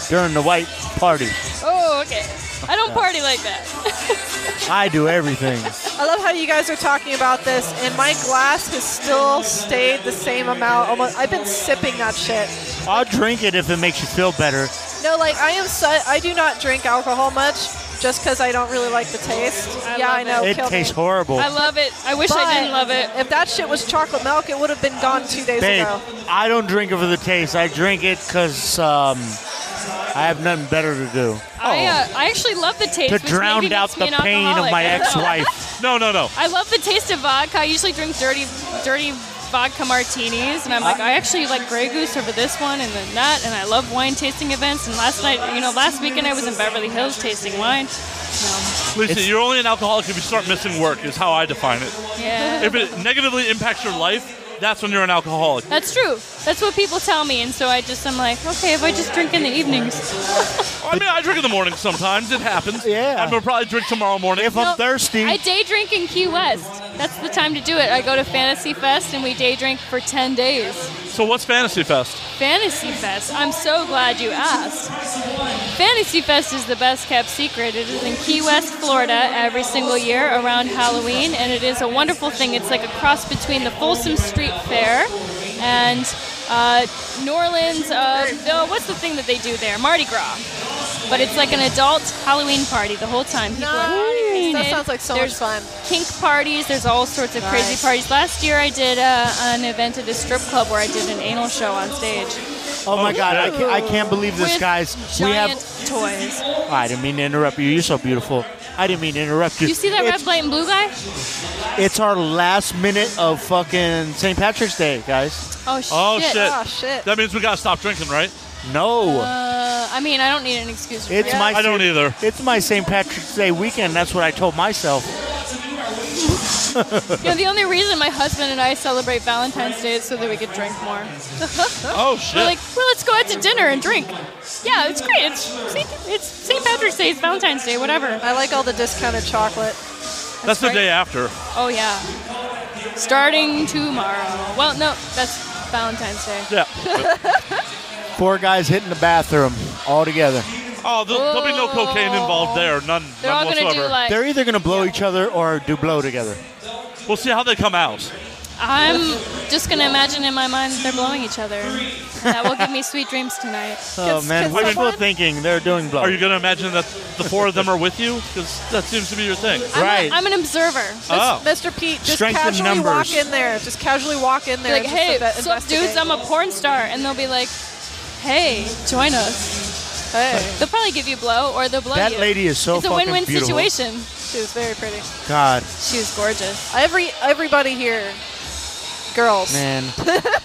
C: during the white party.
D: Oh, okay. I don't party like that.
C: I do everything.
E: I love how you guys are talking about this, and my glass has still stayed the same amount. Almost, I've been sipping that shit.
C: I'll drink it if it makes you feel better.
E: No, like I am. Su- I do not drink alcohol much, just because I don't really like the taste.
D: I
E: yeah,
D: love
E: I know.
C: it
E: kill
C: tastes
E: me.
C: horrible.
D: I love it. I wish I didn't love it.
E: If that shit was chocolate milk, it would have been gone two days
C: Babe,
E: ago.
C: I don't drink it for the taste. I drink it because um, I have nothing better to do.
D: I, uh, I actually love the taste.
C: Oh. To
D: which
C: drown
D: maybe
C: out
D: makes me
C: the
D: an
C: pain of
D: alcoholic.
C: my
D: I don't know.
C: ex-wife.
F: No, no, no.
D: I love the taste of vodka. I usually drink dirty, dirty vodka martinis, and I'm like, I actually like Grey Goose over this one and then that, and I love wine tasting events. And last night, you know, last weekend I was in Beverly Hills tasting wine. No,
F: Lisa,
C: It's-
F: you're only an alcoholic if you start missing work, is how I define it.
D: yeah,
F: If it negatively impacts your life, that's when you're an alcoholic.
D: that's true. That's what people tell me, and so I just I'm like, okay, if I just drink in the evenings,
F: I mean, I drink in the morning sometimes. It happens.
C: Yeah.
F: I'm going to probably drink tomorrow morning.
C: If
D: No,
C: I'm thirsty,
D: I day drink in Key West. That's the time to do it. I go to Fantasy Fest and we day drink for ten days.
F: so what's Fantasy Fest?
D: Fantasy Fest. I'm so glad you asked. Fantasy Fest is the best kept secret. It is in Key West, Florida, every single year around Halloween, and it is a wonderful thing. It's like a cross between the Folsom Street Fair and uh, New Orleans. Uh, no, what's the thing that they do there? Mardi Gras. But it's like an adult Halloween party the whole time. People are party
E: Nice. That
D: painted.
E: sounds like so
D: There's
E: much fun.
D: kink parties. There's all sorts of crazy
E: Nice.
D: parties. Last year I did uh, an event at a strip club where I did an anal show on stage.
C: oh my god, I can't, I can't believe this,
D: With
C: guys. We
D: giant
C: have.
D: toys.
C: I didn't mean to interrupt you. You're so beautiful. I didn't mean to interrupt you.
D: You see that
C: it's,
D: red, white, and blue guy?
C: It's our last minute of fucking St. Patrick's Day, guys.
D: Oh shit!
F: Oh, shit.
E: Oh shit.
F: That means we got to stop drinking, right?
C: No,
D: Uh, I mean, I don't need an excuse. For
C: it's
D: that.
C: my.
F: I don't either.
C: It's my St. Patrick's Day weekend. That's what I told myself.
D: You know, the only reason my husband and I celebrate Valentine's Day is so that we could drink more.
F: Oh,
D: We're
F: shit.
D: like, well, let's go out to dinner and drink. Yeah, it's great. It's St. It's St. Patrick's Day. It's Valentine's Day. Whatever.
E: I like all the discounted chocolate.
F: that's the
D: right.
F: day after.
D: Oh yeah. Starting tomorrow. Well, no, that's Valentine's Day.
F: Yeah.
C: Four guys hitting the bathroom all together.
F: Oh, there'll, there'll be no cocaine involved there. None,
D: They're all
F: none
D: gonna
F: whatsoever.
D: do like.
C: They're either gonna blow each other or do blow together.
F: we'll see how they come out.
D: I'm just gonna imagine in my mind that they're blowing each other. That will give me sweet dreams tonight.
C: Oh man,
E: kiss
C: wishful
E: someone?
C: thinking. They're doing blow.
F: Are you going to imagine that the four of them are with you? Because that seems to be your thing.
D: I'm a-
C: Right.
D: I'm an observer.
F: Oh.
E: Mr. Pete, just
C: Strength in
E: casually walk
C: numbers.
E: in there. Just casually walk in there.
D: Be like,
E: and just
D: hey,
E: inve-
D: sup, dudes,
E: investigate."
D: I'm a porn star, and they'll be like, hey, join us.
E: Hey,
D: They'll probably give you blow, or they'll blow
C: that
D: you.
C: lady is so
D: it's a
C: fucking
D: win-win
C: beautiful.
D: situation.
E: she was very pretty.
C: God,
D: She was gorgeous,
E: Every everybody here, girls.
C: man.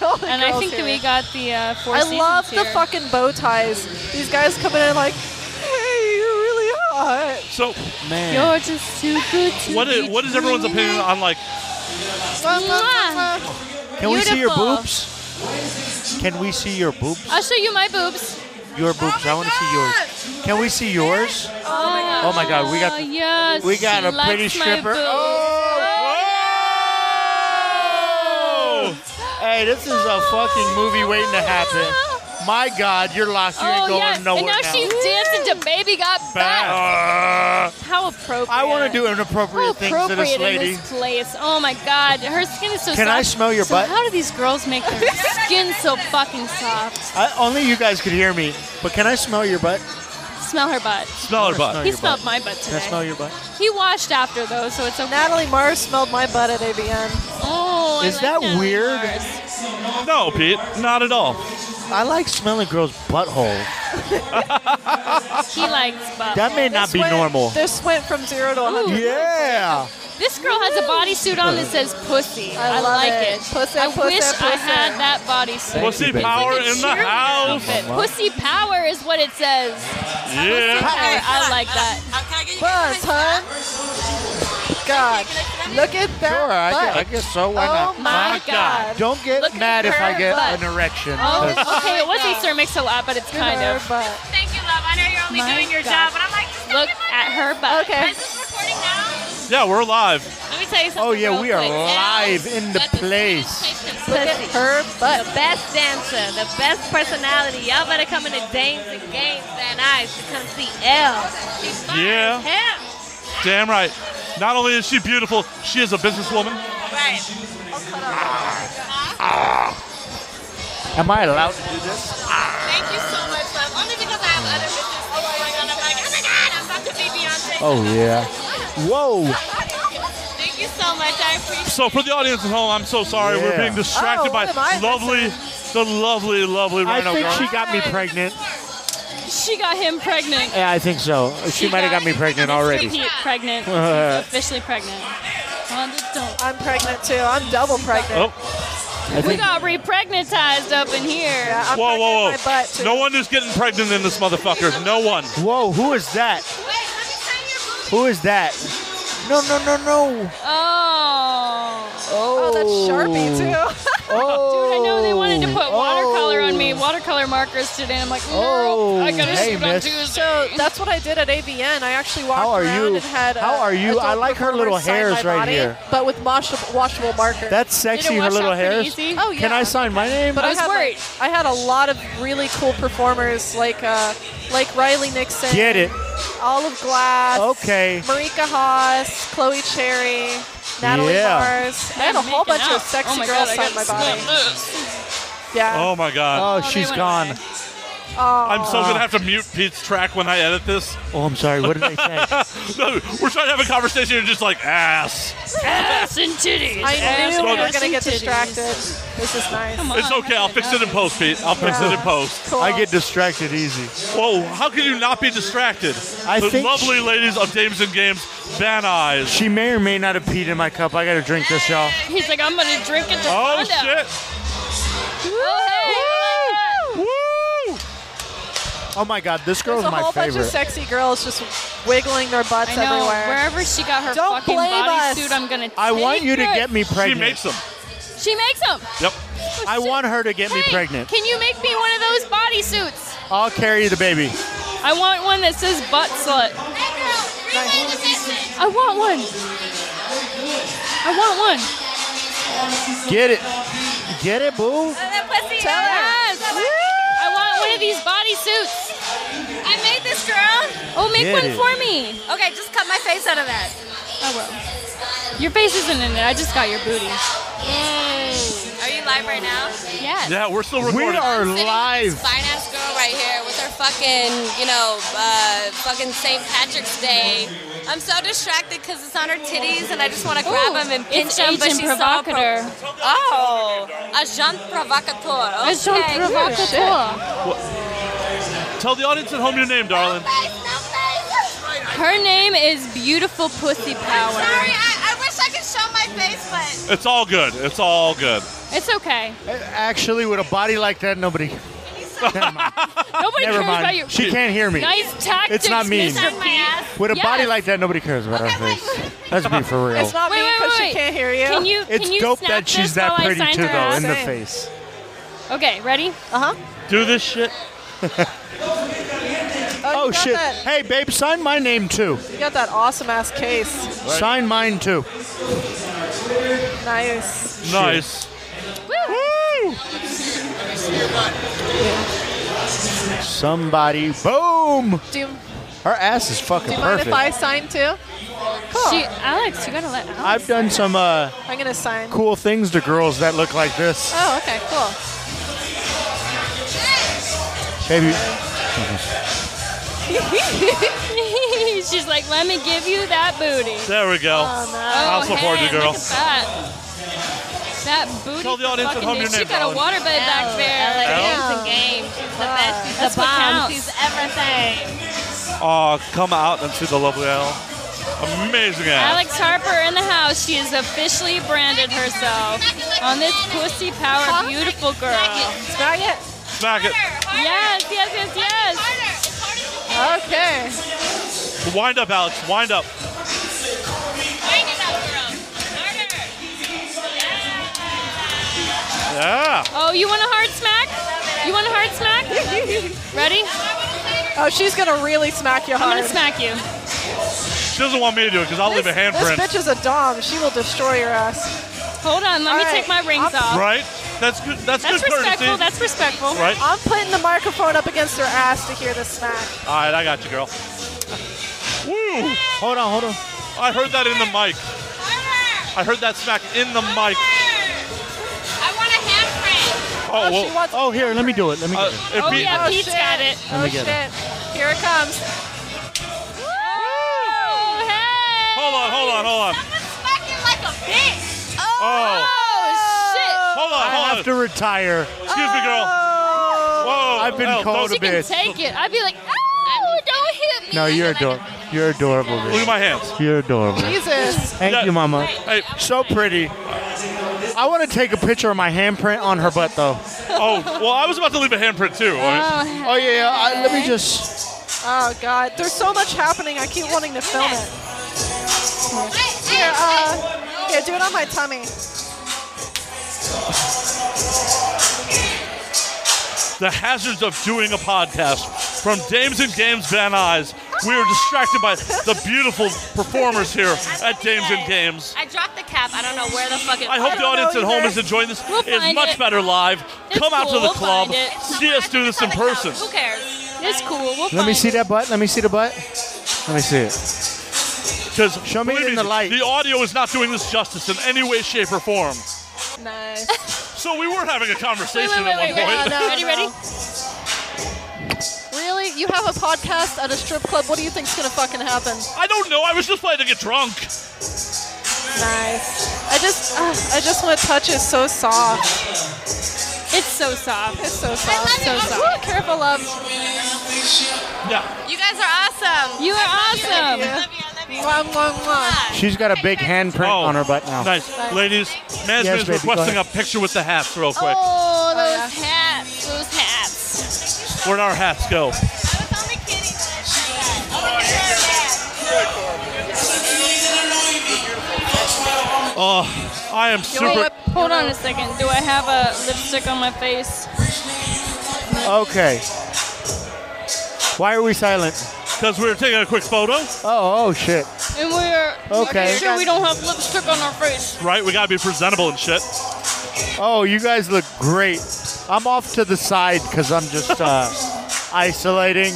E: All the
D: and I
E: girls
D: think that
E: here.
D: we got the uh, four
E: I
D: seasons
E: love the
D: here.
E: fucking bow ties. These guys coming in like, hey, you're really hot.
F: So,
C: Man.
D: You're just too good to
F: what is,
D: be
F: what is everyone's
D: true.
F: opinion on, like,
D: Mwah.
C: Can we see your
D: beautiful.
C: boobs? Can we see your boobs?
D: I'll show you my boobs.
C: Your boobs. I want to see yours. Can we see yours? Oh my God, we got
D: Oh,
C: the-
D: yes,
C: We got
D: she
C: a pretty
D: likes my
C: stripper.
D: boobs.
C: Oh! Hey, this is a fucking movie waiting to happen. My God, you're locked. You ain't
D: Oh,
C: going
D: yes.
C: nowhere
D: and now, she's dancing to Baby Got Back.
C: Back. Uh,
D: How appropriate.
C: Oh. I want to do inappropriate
D: How
C: things to this
D: appropriate in
C: lady.
D: this place. Oh my God, her skin is so soft.
C: Can I smell your
D: so
C: butt?
D: How do these girls make their skin so fucking soft?
C: I, only you guys could hear me, but can I smell your butt?
D: Smell her butt.
F: smell or
C: Or
F: butt?
C: smell
D: He
C: your
D: smelled
C: butt?
D: my butt
C: Can I smell
D: today.
C: your butt?
D: He washed after though, so it's okay.
E: Natalie Mars smelled my butt at ABN.
D: oh, I
C: Is
D: like
C: that
D: Natalie
C: weird?
D: Mars.
F: No, Pete, not at all.
C: I like smelling girls' butthole.
D: He likes butt.
C: That may not
E: This
C: be
E: went-
C: normal.
E: This went from zero to 100.
D: Ooh.
C: Yeah.
D: This girl has a bodysuit on that says pussy.
E: I
D: I,
E: love
D: like
E: it.
D: it.
E: Pussy,
D: I
E: pussy,
D: wish I
E: pussy.
D: had that bodysuit.
C: Thank
F: Pussy
C: you, baby.
F: power
D: Like a
F: in the
D: cheerleader
F: house.
D: outfit. Pussy power is what it says. Pussy
F: Yeah.
D: power. I like that.
B: Uh, Can I get you
D: oh
E: Buzz, huh? God, look at that
C: Sure, I
E: butt.
C: guess, I guess so. Why
E: Oh
C: not?
D: My
E: my
F: God.
E: God.
C: Don't get
D: Look at
C: mad if I
D: her
C: get
D: butt.
C: an erection.
D: Oh,
C: 'cause-
D: okay. It was a Sir Mix a Lot, but it's kind
E: Her
D: of.
E: butt.
G: Thank you, love. I know you're only
D: My
G: doing your
D: God.
G: job, but I'm like, just
D: Look
G: thinking about
D: at her butt.
E: Okay.
G: Is this recording now?
F: Yeah, we're live.
G: Let me tell you something.
C: Oh, yeah,
G: real
C: we are
G: quick.
C: live
G: Al's
C: in the
G: got
C: place.
G: same type of
E: Look at
G: pussy.
E: her butt.
G: The best dancer, the best personality. Y'all better come into Dames and Games Van Nuys to come see Elle. She's fine.
F: Yeah.
G: as hell.
F: Damn right. Not only is she beautiful, she is a businesswoman.
G: Right.
C: Am I allowed to do this?
G: Thank you so much, love. Only because I have other business going on. I'm like, oh my God, I'm about to be Beyonce.
C: Oh, yeah. Whoa.
G: Thank you so much. I appreciate
F: So for the audience at home, I'm so sorry. We're
C: Yeah.
F: being distracted
E: Oh,
F: by
E: what am I
F: lovely, the lovely, lovely
C: I
F: Rhino
C: think
F: girl.
C: she got me pregnant.
D: She got him pregnant.
C: Yeah, I think so. She might have got me pregnant already.
D: Pete pregnant. She's officially pregnant. On the don't.
E: I'm pregnant too. I'm double pregnant.
F: Oh,
C: I
D: We
C: think
D: got repregnantized up in here.
E: Yeah, I'm
F: whoa,
E: pregnant
F: whoa,
E: in My butt
F: whoa.
E: too.
F: No one is getting pregnant in this motherfucker. No one.
C: Whoa, who is that? Who is that? No, no, no, no.
D: Oh.
E: Oh, that's Sharpie too.
C: Oh.
D: Dude, I know they wanted to put watercolor on me, watercolor markers today. and I'm like, no,
C: Oh.
D: I gotta
C: Hey,
D: shoot on
C: miss.
D: Tuesday.
E: so that's what I did at AVN. I actually walked
C: How are
E: around
C: you?
E: and had. uh,
C: How are you?
E: adult
C: I like her little
E: performers sign
C: hairs
E: my
C: right
E: body,
C: here.
E: but with washable, washable marker.
C: That's
D: Did it
C: sexy, her
D: wash
C: little
D: out pretty
C: hairs.
D: easy?
E: oh yeah.
C: Can I sign my name?
E: But I,
D: was
E: had, like-
D: worried.
E: I had a lot of really cool performers like uh, like Riley Nixon.
C: Get it.
E: Olive Glass.
C: Okay.
E: Marika Haas, Chloe Cherry, Natalie
C: Yeah.
E: Mars. I had a whole bunch of sexy
D: oh my God,
E: girls
D: I
E: on my
D: gotta
E: body.
D: snap this.
E: Yeah. Um,
F: Oh my god.
C: Oh,
D: they
C: she's
D: went
C: gone.
D: away.
F: I'm
E: Oh.
F: so gonna have to mute Pete's track when I edit this.
C: Oh, I'm sorry. What did they say?
F: No, we're trying to have a conversation. You're just like ass.
D: Ass and titties.
E: I
D: ass
E: knew we were
D: and
E: gonna get
D: titties.
E: distracted. This is nice.
F: It's okay. I'll fix it in post, Pete. I'll fix it in post.
E: Cool.
C: I get distracted easy.
F: Whoa, how can you not be distracted?
C: I
F: the
C: think
F: lovely
C: she-
F: ladies of Dames and Games, Van Eyes.
C: She may or may not have peed in my cup. I gotta drink this, y'all.
D: He's like, I'm gonna drink it to
F: Oh
D: find out.
F: shit!
D: Oh, hey,
F: Woo!
C: Oh my God, this girl's
E: There's a
C: my
E: whole bunch
C: favorite.
E: of sexy girls just wiggling their butts
D: I know.
E: everywhere.
D: Wherever she got her
E: Don't
D: fucking
E: blame us.
D: bodysuit, I'm gonna.
C: I want
D: take
C: you to
D: it.
C: get me
F: She
C: pregnant.
F: makes them.
D: She makes Oh, them.
F: Yep.
C: I want her to get me
D: Hey,
C: pregnant.
D: Can you make me one of those bodysuits?
C: I'll carry the baby.
D: I want one that says butt slut. I want one. I want one.
C: Get it. Get it, boo.
E: Tell her.
D: Yes. I want one of these bodysuits.
G: I made this girl.
D: Oh, make
C: Get
D: one
C: it.
D: for me.
G: Okay, just cut my face out of that.
D: I will. Your face isn't in it. I just got your booty.
G: Are you live right now?
D: Yes.
F: Yeah, we're still
C: We
F: recording.
C: are
G: Sitting with
C: live.
G: this Fine ass girl right here with her fucking, you know, uh, fucking St. Patrick's Day. I'm so distracted because it's on her titties and I just want to grab them and pinch
D: it's
G: them, but
D: Agent
G: she's so.
D: Provocateur.
G: Pro- oh, agent provocateur. Okay.
D: Agent Provocateur.
F: Tell the audience at home your name, darling.
D: Her name is Beautiful Pussy Power.
G: Sorry, I, I wish I could show my face, but
F: It's all good. It's all good.
D: It's okay.
C: Actually, with a body like that, nobody. Never mind.
D: Nobody
C: Never
D: cares about
C: mind.
D: you.
C: She can't hear me.
D: Nice tactics,
C: It's not mean.
D: Mr. P.
C: With a
D: Yes.
C: body like that, nobody cares about her face. Let's be for real.
E: It's not
D: Wait,
E: me
D: wait,
E: because
D: wait,
E: she
D: wait.
E: can't hear you.
D: Can you?
C: It's
D: can you
C: dope
D: snap
C: that she's
D: this
C: that
D: while I
C: pretty
D: sign
C: too,
D: her
C: though, in
D: ass?
C: the
E: Same.
C: face.
D: Okay, ready?
E: Uh huh.
F: Do this shit.
E: Oh,
C: Oh
E: you got
C: shit!
E: That,
C: Hey, babe, sign my name too.
E: you got that awesome ass case.
C: Sign mine too.
E: Nice.
F: Nice.
C: Somebody, boom!
E: Do you,
C: Her ass is fucking
E: do you mind
C: perfect.
E: if I sign too? Cool.
D: She, Alex, you gotta let Alex.
C: I've done some uh,
E: I'm gonna sign.
C: cool things to girls that look like this,
E: Oh, okay, cool.
C: baby.
D: She's like, let me give you that booty.
F: There we go.
E: Oh,
D: I'll
F: support you, girl.
D: Look at that. That booty.
F: Tell the audience at
D: fucking
F: home your
D: dude. She
F: name,
D: got a
F: darling.
D: waterbed back there.
G: She's a game. She's the best. She's
D: That's
G: the
D: what
G: bomb.
D: counts.
G: She's everything.
F: Oh, come out and see the lovely Al. Amazing Al.
D: Alex Harper in the house. She has officially branded herself on this pussy power beautiful girl.
E: Snag it.
F: Smack it.
D: Yes, yes, yes, yes.
E: Okay.
F: Wind up, Alex. Wind up. Yeah.
D: Oh, you want a hard smack? You want a hard smack? Ready?
E: Oh, she's gonna really smack you
D: I'm
E: hard.
D: gonna smack you.
F: She doesn't want me to do it because I'll
E: This,
F: leave a
E: this
F: handprint.
E: bitch is a dom. She will destroy your ass.
G: Hold on, let me
E: All
G: take my
E: right,
G: rings
E: I'm-
G: off.
F: Right? That's good. That's,
G: That's
F: good courtesy.
G: respectful. That's respectful.
F: right?
E: I'm putting the microphone up against her ass to hear the smack.
F: All right, I got you, girl. Woo!
C: Hold on, hold on.
F: I heard that in the mic. I heard that smack in the mic.
G: I want a
F: Oh,
G: handprint.
E: she
F: well.
E: wants
C: Oh, here, let me do it. Let me
F: Uh,
C: do it.
F: if
G: Oh
F: he-
G: yeah,
E: Oh,
G: Pete's
E: shit.
G: got it.
C: Let
E: Oh
C: me get
E: shit!
C: it.
E: Here it comes.
G: Oh hey!
F: Hold on, hold on, hold on.
G: Someone's fucking like a bitch.
F: Oh,
G: Oh shit!
F: hold on,
C: I
F: hold on.
C: have to retire.
F: Excuse me, girl. Whoa.
C: I've been
F: Elle,
C: called a
F: don't-
C: bitch.
G: Take it. I'd be like, oh, don't hit me.
C: No, you're
G: I'd be like,
C: adorable. You're adorable,
F: Look at
C: bitch.
F: my hands.
C: You're adorable.
E: Jesus.
C: Thank
F: Yeah.
C: you, mama.
F: Hey,
C: So pretty. I want to take a picture of my handprint on her butt, though.
F: oh, well, I was about to leave a handprint too. I mean,
C: Oh yeah, yeah. I, let me just.
E: Oh God. There's so much happening. I keep wanting to film it. Here, uh, here, do it on my tummy.
F: the hazards of doing a podcast from Dames and Games Van Eyes. We were distracted by the beautiful performers here at Dames and Games.
G: I dropped the cap. I don't know where the fuck it
F: I hope the
E: don't
F: audience
E: know
F: at home
E: either.
F: is enjoying this.
G: We'll
F: it's
G: find
F: much
G: it.
F: better live.
G: It's
F: Come out to
G: cool,
F: the
G: we'll
F: club.
G: find it.
F: See us do this in person.
G: Who cares?
D: It's cool. We'll
C: Let me
D: find
C: see
D: it.
C: that butt. Let me see the butt. Let me see it.
F: Because
C: Show me it in the light.
F: The audio is not doing this justice in any way, shape, or form.
E: Nice.
F: So we were having a
D: Wait,
F: conversation
D: wait, wait, wait,
F: at one
D: wait.
F: point.
E: no,
D: ready, ready?
E: no. Really? You have a podcast at a strip club? What do you think's gonna fucking happen?
F: I don't know. I was just planning to get drunk.
E: Nice. I just, uh, I just want to touch it. So soft.
D: It's so soft.
E: It's so soft.
G: love it.
E: so soft. Careful, love.
F: Yeah.
G: You guys are awesome.
D: You are awesome.
E: Yeah.
G: you. I love
E: Mwah, mwah, mwah.
C: She's got a big handprint
F: Oh.
C: on her butt now.
F: Nice. Ladies,
C: Yes,
F: management is
C: baby, go
F: requesting a
C: ahead.
F: picture with the hats real quick.
G: Oh,
E: those
G: those hats. Those hats.
F: Where'd our hats go?
G: I was only kidding.
F: Oh, I am super.
D: Wait, hold on a second. Do I have a lipstick on my face?
C: Okay. Why are we silent?
F: Because we were taking a quick photo,
C: Oh, oh shit.
D: And we're
C: Okay.
D: making sure we don't have lipstick on our face.
F: right? We gotta be presentable and shit.
C: Oh, you guys look great. I'm off to the side because I'm just uh, isolating.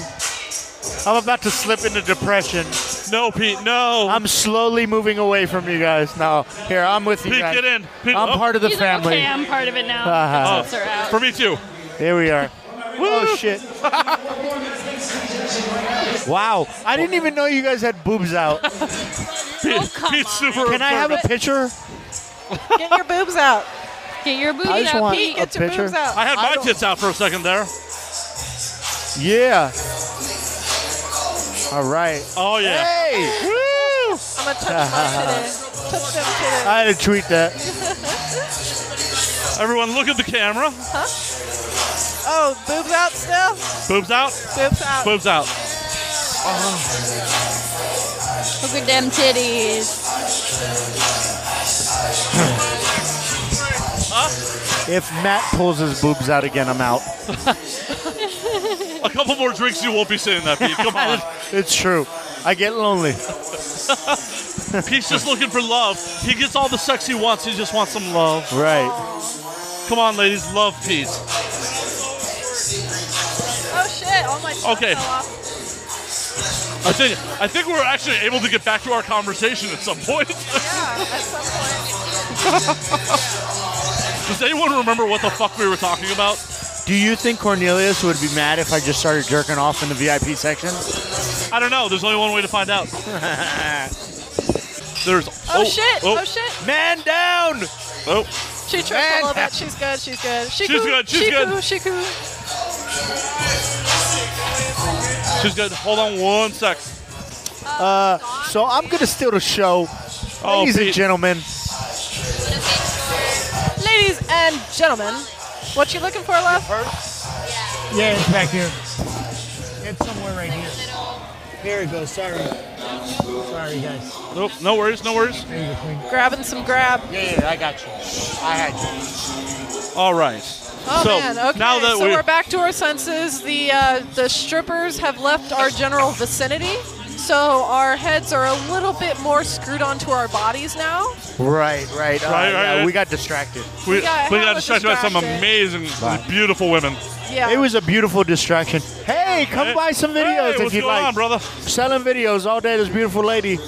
C: I'm about to slip into depression.
F: No, Pete. No.
C: I'm slowly moving away from you guys now. Here, I'm with you
F: Pete,
C: guys.
F: get in. Pete,
C: I'm
F: oh.
C: part of the
D: He's like,
C: family.
D: okay, I'm part of it now.
C: Uh-huh.
D: The lips are out.
F: For me too.
C: Here we are. Oh shit! wow, I didn't even know you guys had boobs out.
F: Pete,
D: come
F: Pete's
D: on.
F: super.
C: Can I have a
F: observant.
C: picture?
E: Get your boobs out.
D: Get your booty
C: I just
D: out,
C: want-
D: Pete.
E: Get
C: A
E: your
C: picture?
E: boobs out.
F: I had
C: I
F: my
C: don't-
F: tits out for a second there.
C: Yeah. All right.
F: Oh yeah.
C: Hey! Woo!
E: I'm gonna touch my titty. Touch them titty.
C: I had to tweet that. Eh.
F: Everyone, look at the camera.
E: Oh, boobs out still?
F: Boobs out.
E: Boobs out.
F: Boobs out.
D: Look at them titties.
C: If Matt pulls his boobs out again, I'm out.
F: A couple more drinks, you won't be saying that, Pete. Come on.
C: It's true. I get lonely.
F: Pete's just looking for love. He gets all the sex he wants. He just wants some love.
C: Right.
F: Come on, ladies, love Pete.
E: Oh shit, all my shit
F: Okay.
E: fell off.
F: I think I think we were actually able to get back to our conversation at some point.
E: Yeah, at some point.
F: Does anyone remember what the fuck we were talking about?
C: Do you think Cornelius would be mad if I just started jerking off in the VIP section?
F: I don't know. There's only one way to find out. There's
E: Oh, shit, oh,
F: oh,
E: shit.
C: Man down!
F: oh.
E: She tripped
C: Man.
E: a little bit. She's good, she's good. She
F: She's
E: coo,
F: good, she's
E: she
F: good.
E: Coo, she coo.
F: she's good. Hold on one sec.
C: So I'm gonna steal the show.
F: Oh,
C: Ladies and
F: Pete.
C: gentlemen,
E: Ladies and gentlemen, what you looking for, love?
H: Yeah, it's back here. It's somewhere right here. Here it goes. Sorry. Sorry, guys.
F: Nope, no worries, no worries.
E: Grabbing some grab.
H: Yeah, yeah, I got you. I had you.
F: All right.
E: Oh
F: so
E: man, okay.
F: now that
E: so
F: we
E: we're back to our senses. The uh, the strippers have left our general vicinity. So our heads are a little bit more screwed onto our bodies now.
C: Right, right, uh,
F: Right,
C: yeah,
F: right.
C: we got distracted.
F: We, we
E: got-
F: got,
E: I was
F: distracted by some
E: distracted.
F: amazing,
C: Right.
F: beautiful women.
E: Yeah.
C: It was a beautiful distraction. Hey, come
F: Hey,
C: buy some videos
F: hey,
C: if
F: what's
C: you
F: going
C: like.
F: on, brother?
C: Selling videos all day. This beautiful lady,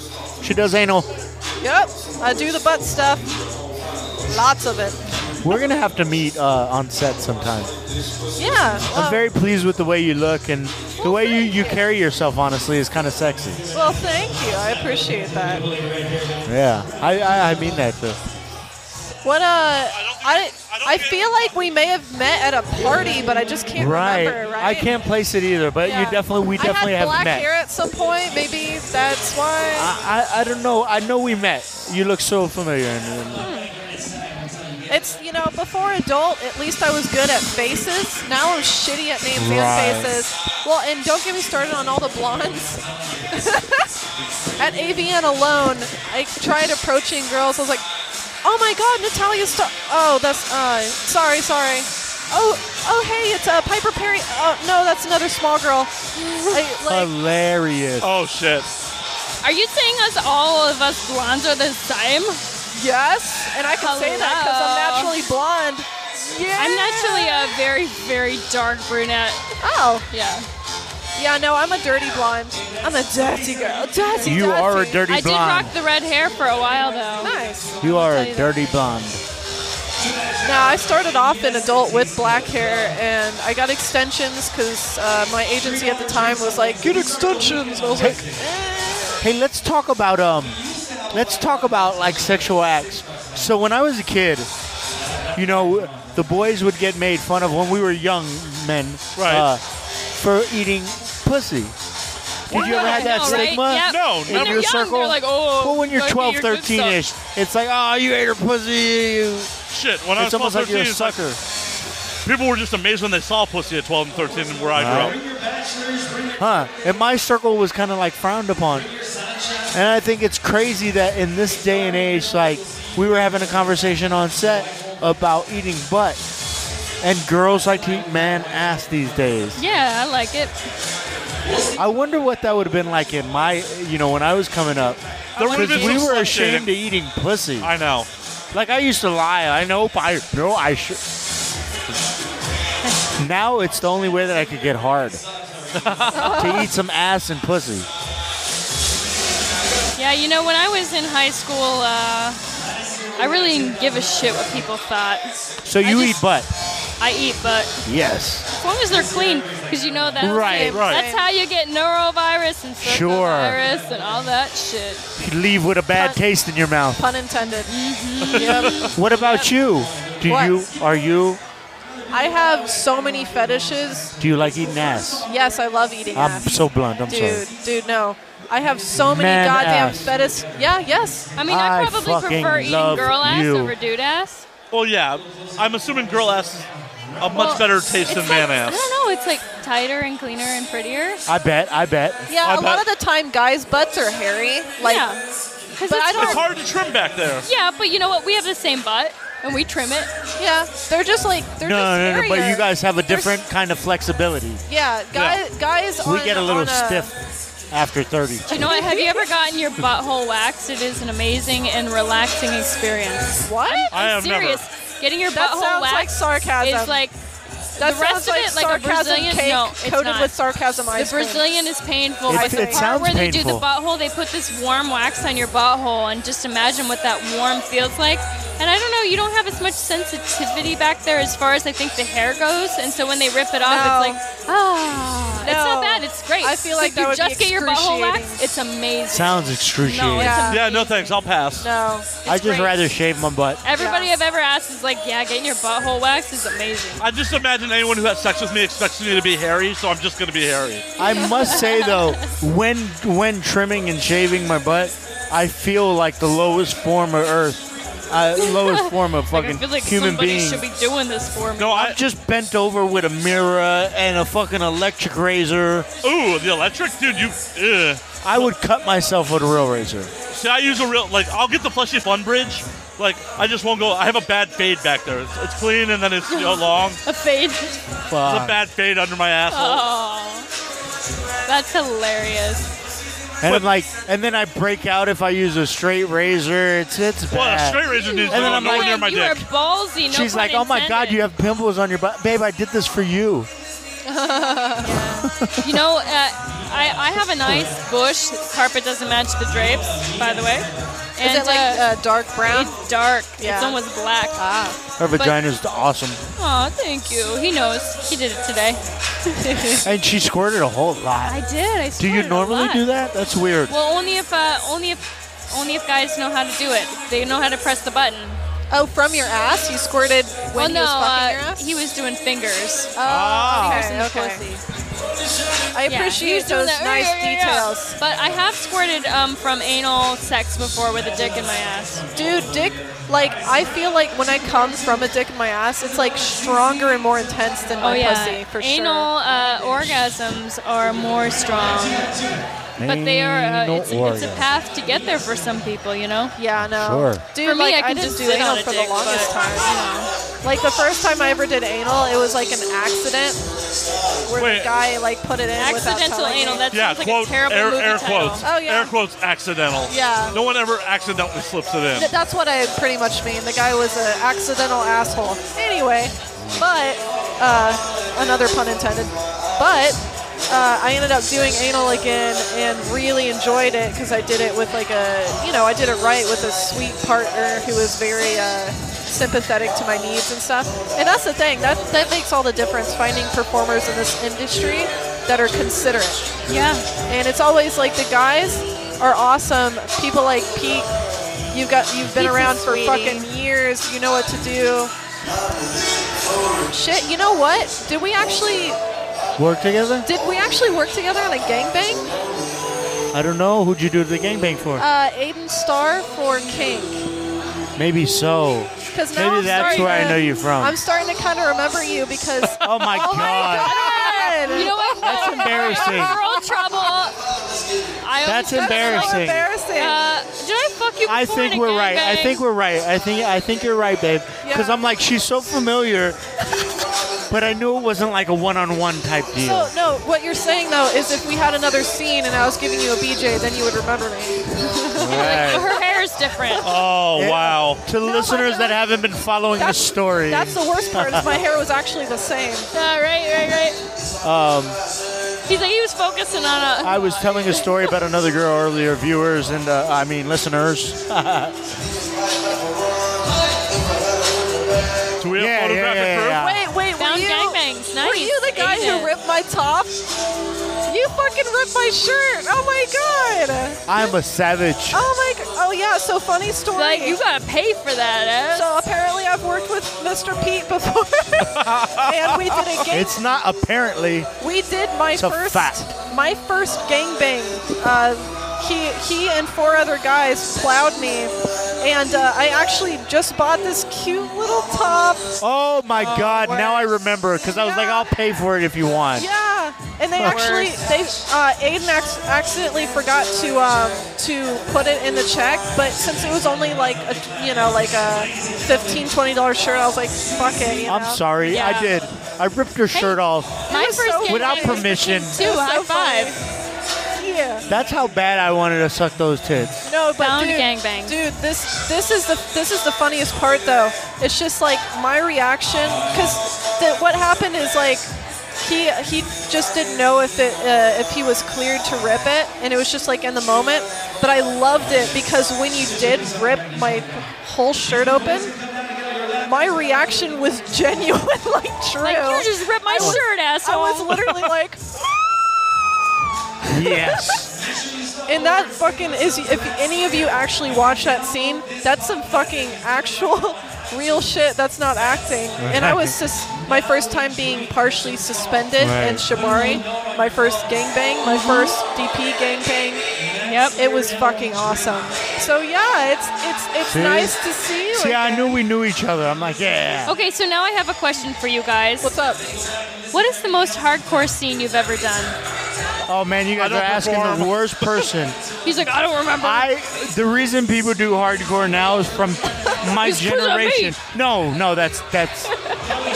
C: she does anal.
E: Yep. I do the butt stuff. Lots of it.
C: We're gonna have to meet uh, on set sometime.
E: Yeah. Um,
C: I'm
E: well,
C: very pleased with the way you look and the way you, you carry yourself. Honestly, is kind of sexy.
E: well, thank you. I appreciate that.
C: Yeah, I I, I mean that though.
E: What uh, I
F: I don't
E: I
F: get-
E: feel like we may have met at a party, but I just can't
C: Right.
E: remember. Right.
C: I can't place it either, but
E: Yeah.
C: you definitely we definitely
E: I had
C: have
E: black
C: met.
E: hair at some point. Maybe that's why.
C: I, I I don't know. I know we met. You look so familiar. And, and
E: It's you know before adult, at least I was good at faces. Now I'm shitty at names
C: Right.
E: and faces. Well, and don't get me started on all the blondes. at AVN alone, I tried approaching girls. I was like, "Oh my God, Natalia Star." Oh, that's uh, sorry, sorry. Oh, oh hey, it's uh, Piper Perry. Oh no, that's another small girl. I, like,
C: hilarious.
F: Oh shit!
D: Are you saying us all of us blondes are the same?
E: yes, and I can say that because I'm
D: Hello.
E: naturally blonde. Yeah.
D: I'm naturally a very, very dark brunette.
E: Oh.
D: Yeah.
E: Yeah, no, I'm a dirty blonde. I'm a dirty girl. Dirty,
C: You are a dirty
D: I did
C: blonde.
D: rock the red hair for a while though.
E: Nice.
C: You are
D: you
C: a dirty blonde.
E: Now, I started off an adult with black hair, and I got extensions because uh, my agency at the time was like, get extensions. And I was like,
C: Hey, let's talk about um, let's talk about like sexual acts. So when I was a kid, you know, the boys would get made fun of when we were young men,
F: Right.
C: Uh, for eating pussy. Did you ever
D: I
C: have that
D: know,
C: stigma?
D: Right? Yeah.
F: No,
D: When they're
F: no.
C: your
D: young,
C: circle?
D: They're like, oh.
C: Well, when you're
D: gotta get
C: 12,
D: your good
C: 13
D: stuff.
C: ish, it's like, oh, you ate her pussy. You.
F: Shit! When I was
C: It's almost
F: 12,
C: like
F: 13,
C: you're a
F: it's like
C: sucker.
F: people were just amazed when they saw pussy at 12 and 13, and where I grew up.
C: Huh. And my circle was kind of like frowned upon. And I think it's crazy that in this day and age, like, we were having a conversation on set about eating butt. And girls like to eat man ass these days.
D: Yeah, I like it.
C: I wonder what that would have been like in my, you know, when I was coming up.
F: There would've
C: Because
F: been
C: we
F: some
C: were
F: slut
C: ashamed of
F: shaming.
C: eating pussy.
F: I know.
C: Like I used to lie. I know. I no. I should. Now it's the only way that I could get hard to eat some ass and pussy.
D: Yeah, you know, when I was in high school, uh, I really didn't give a shit what people thought.
C: So you
D: just-
C: eat butt.
D: I eat, but
C: Yes.
D: as long as they're clean, because you know that.
C: Right,
E: right.
D: That's how you get neurovirus and
C: Sure.
D: circovirus and all that shit.
C: You leave with a bad
E: But-
C: taste in your mouth.
E: pun intended.
C: Mm-hmm.
E: Yep.
C: What about you? Do
E: What?
C: you are you
E: I have so many fetishes.
C: do you like eating ass?
E: Yes, I love eating
C: I'm
E: ass.
C: so blunt. I'm
E: dude,
C: sorry.
E: dude, no. I have so many
C: Man
E: goddamn
C: ass.
E: fetishes. Yeah, yes.
D: I mean, I,
C: I
D: probably
C: fucking
D: prefer eating
C: love
D: girl ass
C: you.
D: over dude ass.
F: Well, yeah. I'm assuming girl ass is a much
D: Well,
F: better taste
D: It's
F: than
D: like,
F: man
D: I
F: ass.
D: don't know. It's like tighter and cleaner and prettier.
C: I bet. I bet.
E: Yeah,
F: I
E: a lot of
F: bet-
E: the time guys' butts are hairy. Like,
D: yeah. 'Cause
E: but
D: it's-
E: I don't-
F: It's hard to trim back there.
D: Yeah, but you know what? We have the same butt and we trim it.
E: yeah, they're just like, they're
C: No,
E: just
C: no, no, But you
E: hairier.
C: guys have a
E: They're s-
C: different kind of flexibility.
E: Yeah, guys, guys
C: We
E: on-
C: get a little
E: on
C: stiff after 30.
D: Do you know what? Have you ever gotten your butthole waxed? It is an amazing and relaxing experience.
E: What?
F: I
D: I'm
F: have never.
D: serious. Getting your
E: That
D: butthole
E: sounds like
D: waxed
E: sarcasm.
D: is like
E: that
D: the rest of
E: sounds like
D: it, like a
E: sarcasm
D: Brazilian-
E: cake
D: no, it's
E: coated
D: not.
E: with sarcasm
D: the
E: ice cream.
D: Brazilian is painful.
C: It-
D: but the
C: it
D: part
C: sounds
D: where they do the
C: painful.
D: butthole, they put this warm wax on your butthole and just imagine what that warm feels like. And I don't know, you don't have as much sensitivity back there as far as I think the hair goes. And so when they rip it off,
E: No.
D: it's like, ah, it's
E: No.
D: not bad. It's great.
E: I feel like
D: if
E: that
D: you
E: would be
D: just get your butthole waxed.
E: excruciating.
D: It's amazing.
C: Sounds excruciating.
D: no, it's
E: Yeah.
D: amazing.
F: Yeah, no thanks. I'll pass.
E: No.
C: I just
D: great.
C: rather shave my butt.
D: Everybody
E: Yeah.
D: I've ever asked is like, yeah, getting your butthole waxed is amazing.
F: I just imagine anyone who has sex with me expects me to be hairy, so I'm just gonna be hairy.
C: I must say though, when when trimming and shaving my butt, I feel like the lowest form of earth, uh, lowest form of
D: Like, I
C: fucking
D: feel like
C: human
D: somebody
C: being.
D: should be doing this for me.
F: No, Oh, I.
C: I'm just bent over with a mirror and a fucking electric razor.
F: Ooh, the electric dude. You. Ugh.
C: I would cut myself with a real razor.
F: See, I use a real like. I'll get the fleshy fun bridge. Like, I just won't go. I have a bad fade back there. It's, it's clean and then it's you know, long. It's
D: a fade.
F: a
C: Fuck.
F: bad fade under my asshole.
D: Oh, that's hilarious.
C: And I'm like, and then I break out if I use a straight razor. It's it's Oh, bad.
F: Well, a straight razor needs to
C: And then
F: go
C: I'm
F: nowhere
C: like,
F: near my
D: you are
F: dick.
D: ballsy. No
C: She's
D: pun
C: like, oh my god,
D: intended."
C: you have pimples on your butt, babe. I did this for you.
D: You know, uh, I, I have a nice bush. Carpet doesn't match the drapes, by the way. And,
E: Is it like
D: uh,
E: uh, dark brown?
D: it's dark.
E: Yeah.
D: It's almost black.
E: Ah,
C: Her vagina's awesome,
D: Oh, thank you. He knows. He did it today.
C: and she squirted a whole lot.
D: I did. I
C: Do you
D: squirted a
C: normally
D: lot.
C: do that? That's weird.
D: Well, only if uh, only if only if guys know how to do it. They know how to press the button.
E: oh, from your ass? You squirted
D: well,
E: when
D: no,
E: he was fucking your
D: uh,
E: ass?
D: he was doing fingers.
E: oh,
C: Ah.
D: in
E: okay,
D: the
E: okay.
D: pussy.
E: I
D: Yeah, he was
E: appreciate
D: doing
E: those
D: that, "Yeah,
E: nice
D: yeah, yeah, yeah."
E: details,
D: But I have squirted um, from anal sex before with a dick in my ass.
E: dude. Dick, like I feel like when I come from a dick in my ass, it's like stronger and more intense than
D: Oh
E: my
D: yeah,
E: pussy for
D: anal
E: sure.
D: uh, orgasms are more strong, but they are. Uh,
C: Anal
D: it's, it's a
C: orgasm.
D: path to get there for some people, you know.
E: Yeah, no.
C: Sure.
E: Dude,
D: For me,
E: like,
D: I can
E: didn't
D: just
E: do
D: sit
E: anal
D: on a
E: for
D: dick,
E: the longest
D: but,
E: time.
D: you know.
E: Like the first time I ever did anal, it was like an accident where
F: Wait.
E: the guy like put it in without
D: Accidental
E: telling
D: anal.
E: me.
D: That
F: Yeah,
D: sounds like
F: quote
D: a terrible
F: air,
D: movie
F: air
D: title.
F: quotes.
E: Oh, yeah.
F: Air quotes accidental.
E: Yeah.
F: No one ever accidentally slips it in.
E: Th- That's what I pretty much mean. The guy was an accidental asshole. Anyway, but uh, another pun intended. But uh, I ended up doing anal again and really enjoyed it because I did it with like a, you know, I did it right with a sweet partner who was very uh, sympathetic to my needs and stuff. And that's the thing. That that makes all the difference. Finding performers in this industry that are considerate.
D: Yeah,
E: And it's always like the guys are awesome. People like Pete, you've got you've been
D: Pete's a
E: around for
D: sweetie.
E: fucking years. You know what to do. Shit, you know what? Did we actually
C: Work together?
E: did we actually work together on a gangbang?
C: I don't know. Who'd you do the gangbang for?
E: Uh, Aiden Starr for King.
C: Maybe so.
E: Because now
C: Maybe
E: I'm
C: that's
E: starting
C: where I
E: to-
C: know you from.
E: I'm starting to kind of remember you because.
C: Oh my
E: oh
C: god.
E: my god!
D: you know what?
C: That's embarrassing.
D: We're all trouble. I
C: That's
D: always-
E: That's so
C: embarrassing.
E: embarrassing.
D: Uh, did I fuck you?
C: I
D: before in
C: think
D: a
C: we're right. I
D: gangbang?
C: think we're right. I think I think you're right, babe. Because
E: Yeah.
C: I'm like she's so familiar, but I knew it wasn't like a one-on-one type deal.
E: so no, what you're saying though is if we had another scene and I was giving you a BJ, then you would remember me.
C: Right. Uh,
D: Her hair is different.
F: oh
C: Yeah.
F: wow.
C: To listeners
E: God.
C: that haven't been following the
E: That's-
C: story,
E: That's the worst part. Is my hair was actually the same.
D: Yeah, Uh, right, right, right. Um, He's like, he was focusing on a.
C: I was telling a story about another girl earlier, viewers and uh, I mean listeners.
F: Do we have
C: Yeah, yeah,
F: photographic
C: yeah,
F: proof?
C: yeah.
E: Wait, wait, were
D: Found
E: you?
D: gangbangs. Nice.
E: Were you the guy
D: Aiden.
E: who ripped my top? You fucking ripped my shirt. Oh my god.
C: I'm a savage.
E: Oh my. g- Oh yeah. So funny story.
D: Like, you gotta pay for that, eh? ass.
E: so apparently I've worked with Mr. Pete before, and we did a gang.
C: It's not apparently.
E: we did my
C: a
E: first
C: fact.
E: my first gangbang. Uh, he he and four other guys plowed me, and uh, I actually just bought this cute little top.
C: Oh my God! Now I
E: worse.
C: remember because I was like,
E: Yeah.
C: I'll pay for it if you want.
E: Yeah, and they actually they uh, Aiden ac- accidentally forgot to um, to put it in the check, but since it was only like a, you know like a 15 twenty dollar shirt, I was like fuck it. You know?
C: I'm sorry. I
D: Yeah.
C: did. I ripped her shirt off
D: My
E: was
D: first
E: so
D: gangbang
C: without
D: was
C: permission.
D: Two,
E: It was
D: high
E: so funny.
D: five.
E: Yeah.
C: That's how bad I wanted to suck those tits.
E: No, but
D: Bound
E: dude,
D: gangbang.
E: dude, this this is the this is the funniest part though. It's just like my reaction because th- what happened is like. He, he just didn't know if it uh, if he was cleared to rip it, and it was just like in the moment. But I loved it because when you did rip my whole shirt open, my reaction was genuine, like true.
D: Like, you just ripped my shirt,
E: I
D: asshole.
E: was literally like,
C: Yes.
E: And that fucking is. If any of you actually watch that scene, that's some fucking actual, real shit. That's not acting. And I was sus- my first time being partially suspended in
C: Right.
E: Shibari, my first gangbang, my first DP gangbang. Yep, it was fucking awesome. So yeah, it's it's it's
C: See?
E: nice to see you.
C: See, I
E: again.
C: knew we knew each other. I'm like, yeah.
D: okay, so now I have a question for you guys.
E: What's up?
D: What is the most hardcore scene you've ever done?
C: Oh man, you guys are
F: don't
C: asking the
F: perform.
C: worst person.
D: He's like, I don't remember.
C: I the reason people do hardcore now is from my
D: It's 'cause of
C: generation. No, no, that's that's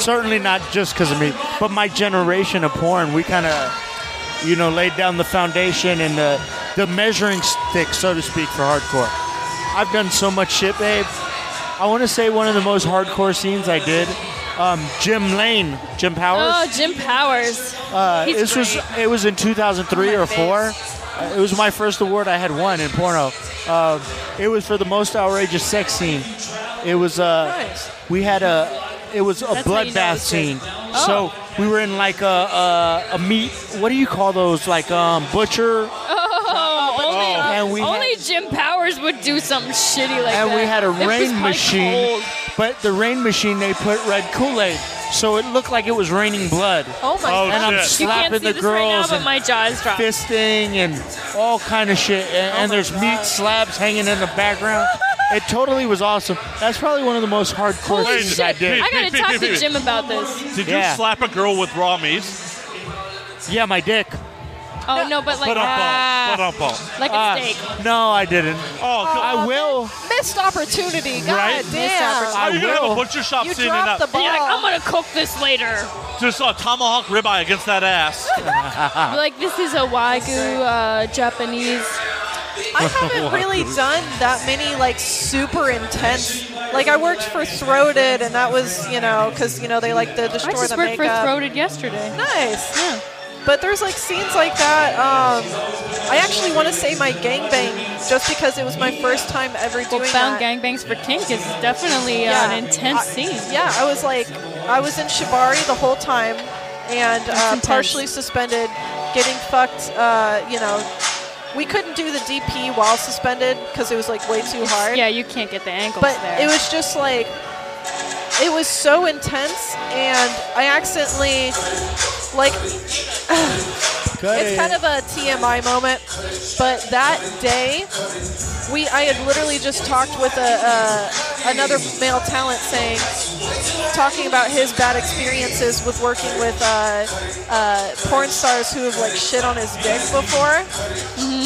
C: certainly not just because of me, but my generation of porn. We kind of, you know, laid down the foundation and the the measuring stick, so to speak, for hardcore. I've done so much shit, babe. I want to say one of the most hardcore scenes I did. Um, Jim Lane, Jim Powers.
D: Oh, Jim Powers.
C: Uh,
D: He's
C: this was
D: great.
C: it was in 2003
D: Oh, my
C: or four. Uh, It was my first award I had won in porno. Uh, it was for the most outrageous sex scene. It was uh,
E: Nice.
C: we had a it was a
D: how you know
C: bloodbath
D: it's
C: scene.
D: good. Oh.
C: So we were in like a, a a meat. What do you call those? Like um, butcher.
D: Oh, only,
C: And we
D: only
C: had-
D: Jim Powers would do something shitty like that.
C: and we had a
D: It was
C: rain
D: probably
C: machine,
D: cold.
C: but the rain machine they put red Kool Aid, so it looked like it was raining blood.
E: Oh my
F: Oh,
E: god.
C: and I'm
F: shit.
D: You can't
C: slapping
D: see
C: the
D: this right now,
C: girls
D: but
C: and
D: my jaw is dropped.
C: fisting and all kind of shit. And, and
E: my
C: there's meat
E: God.
C: slabs hanging in the background. it totally was awesome. That's probably one of the most hardcore
F: Holy
C: things
F: shit.
C: I did.
D: I
F: Pete,
D: gotta
F: Pete,
D: talk
F: Pete,
D: to
F: Pete.
D: Jim about this.
F: Did
C: Yeah.
F: you slap a girl with raw meat?
C: Yeah, my dick.
D: Oh no, but like
F: Put up
D: ah,
F: ball. Put up ball.
D: like
C: Uh,
D: a steak.
C: no, I didn't.
F: Oh, God.
C: I will.
E: Missed opportunity. God
F: Right?
E: damn.
F: How
C: I
F: are you gonna have a
C: will.
F: butcher shop
E: You
F: scene in
E: dropped the
F: that?
E: ball.
D: You're like, I'm gonna cook this later.
F: Just a tomahawk ribeye against that ass.
D: You're like, this is a wagyu uh, Japanese.
E: I haven't really done that many like super intense. Like I worked for Throated, and that was you know because you know they like to
D: I
E: destroy
D: just
E: the
D: worked
E: makeup.
D: for throated yesterday.
E: Nice.
D: Yeah.
E: But there's like scenes like that. Um, I actually want to say my gangbang just because it was my first time ever doing
D: Well, found
E: that.
D: gangbangs for kink is definitely uh,
E: Yeah.
D: an intense
E: I-
D: scene.
E: Yeah, I was like, I was in Shibari the whole time and uh,
D: intense.
E: partially suspended, getting fucked. Uh, you know, we couldn't do the DP while suspended because it was like way too hard.
D: Yeah, you can't get the ankles
E: but
D: there.
E: it was just like it was so intense and i accidentally like it's kind of a tmi moment but that day we i had literally just talked with a, a another male talent saying talking about his bad experiences with working with uh, uh, porn stars who have like shit on his dick before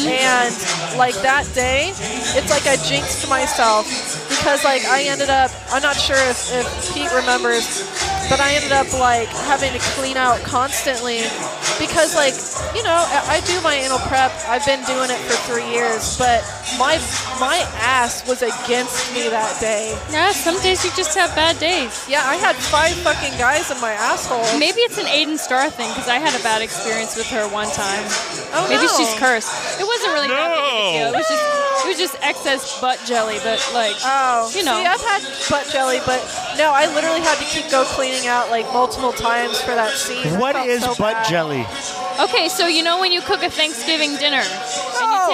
E: and like that day it's like i jinxed myself because like i ended up i'm not sure if, if pete remembers but i ended up like having to clean out constantly because like you know i, I do my anal prep i've been doing it for three years but my my ass was against me that day
D: yeah, some days you just have bad days.
E: yeah i had five fucking guys in my asshole
D: Maybe it's an Aiden Star thing because I had a bad experience with her one time.
E: oh,
D: Maybe
E: no.
D: she's cursed. It wasn't really that big of a deal. It was just it was just excess butt jelly, but like
E: Oh,
D: you know.
E: See, I've had butt jelly, but no, I literally had to keep go cleaning out like multiple times for that scene. I
C: What
E: felt
C: is
E: so
C: butt
E: bad.
C: jelly?
D: Okay, so you know when you cook a Thanksgiving dinner
E: No,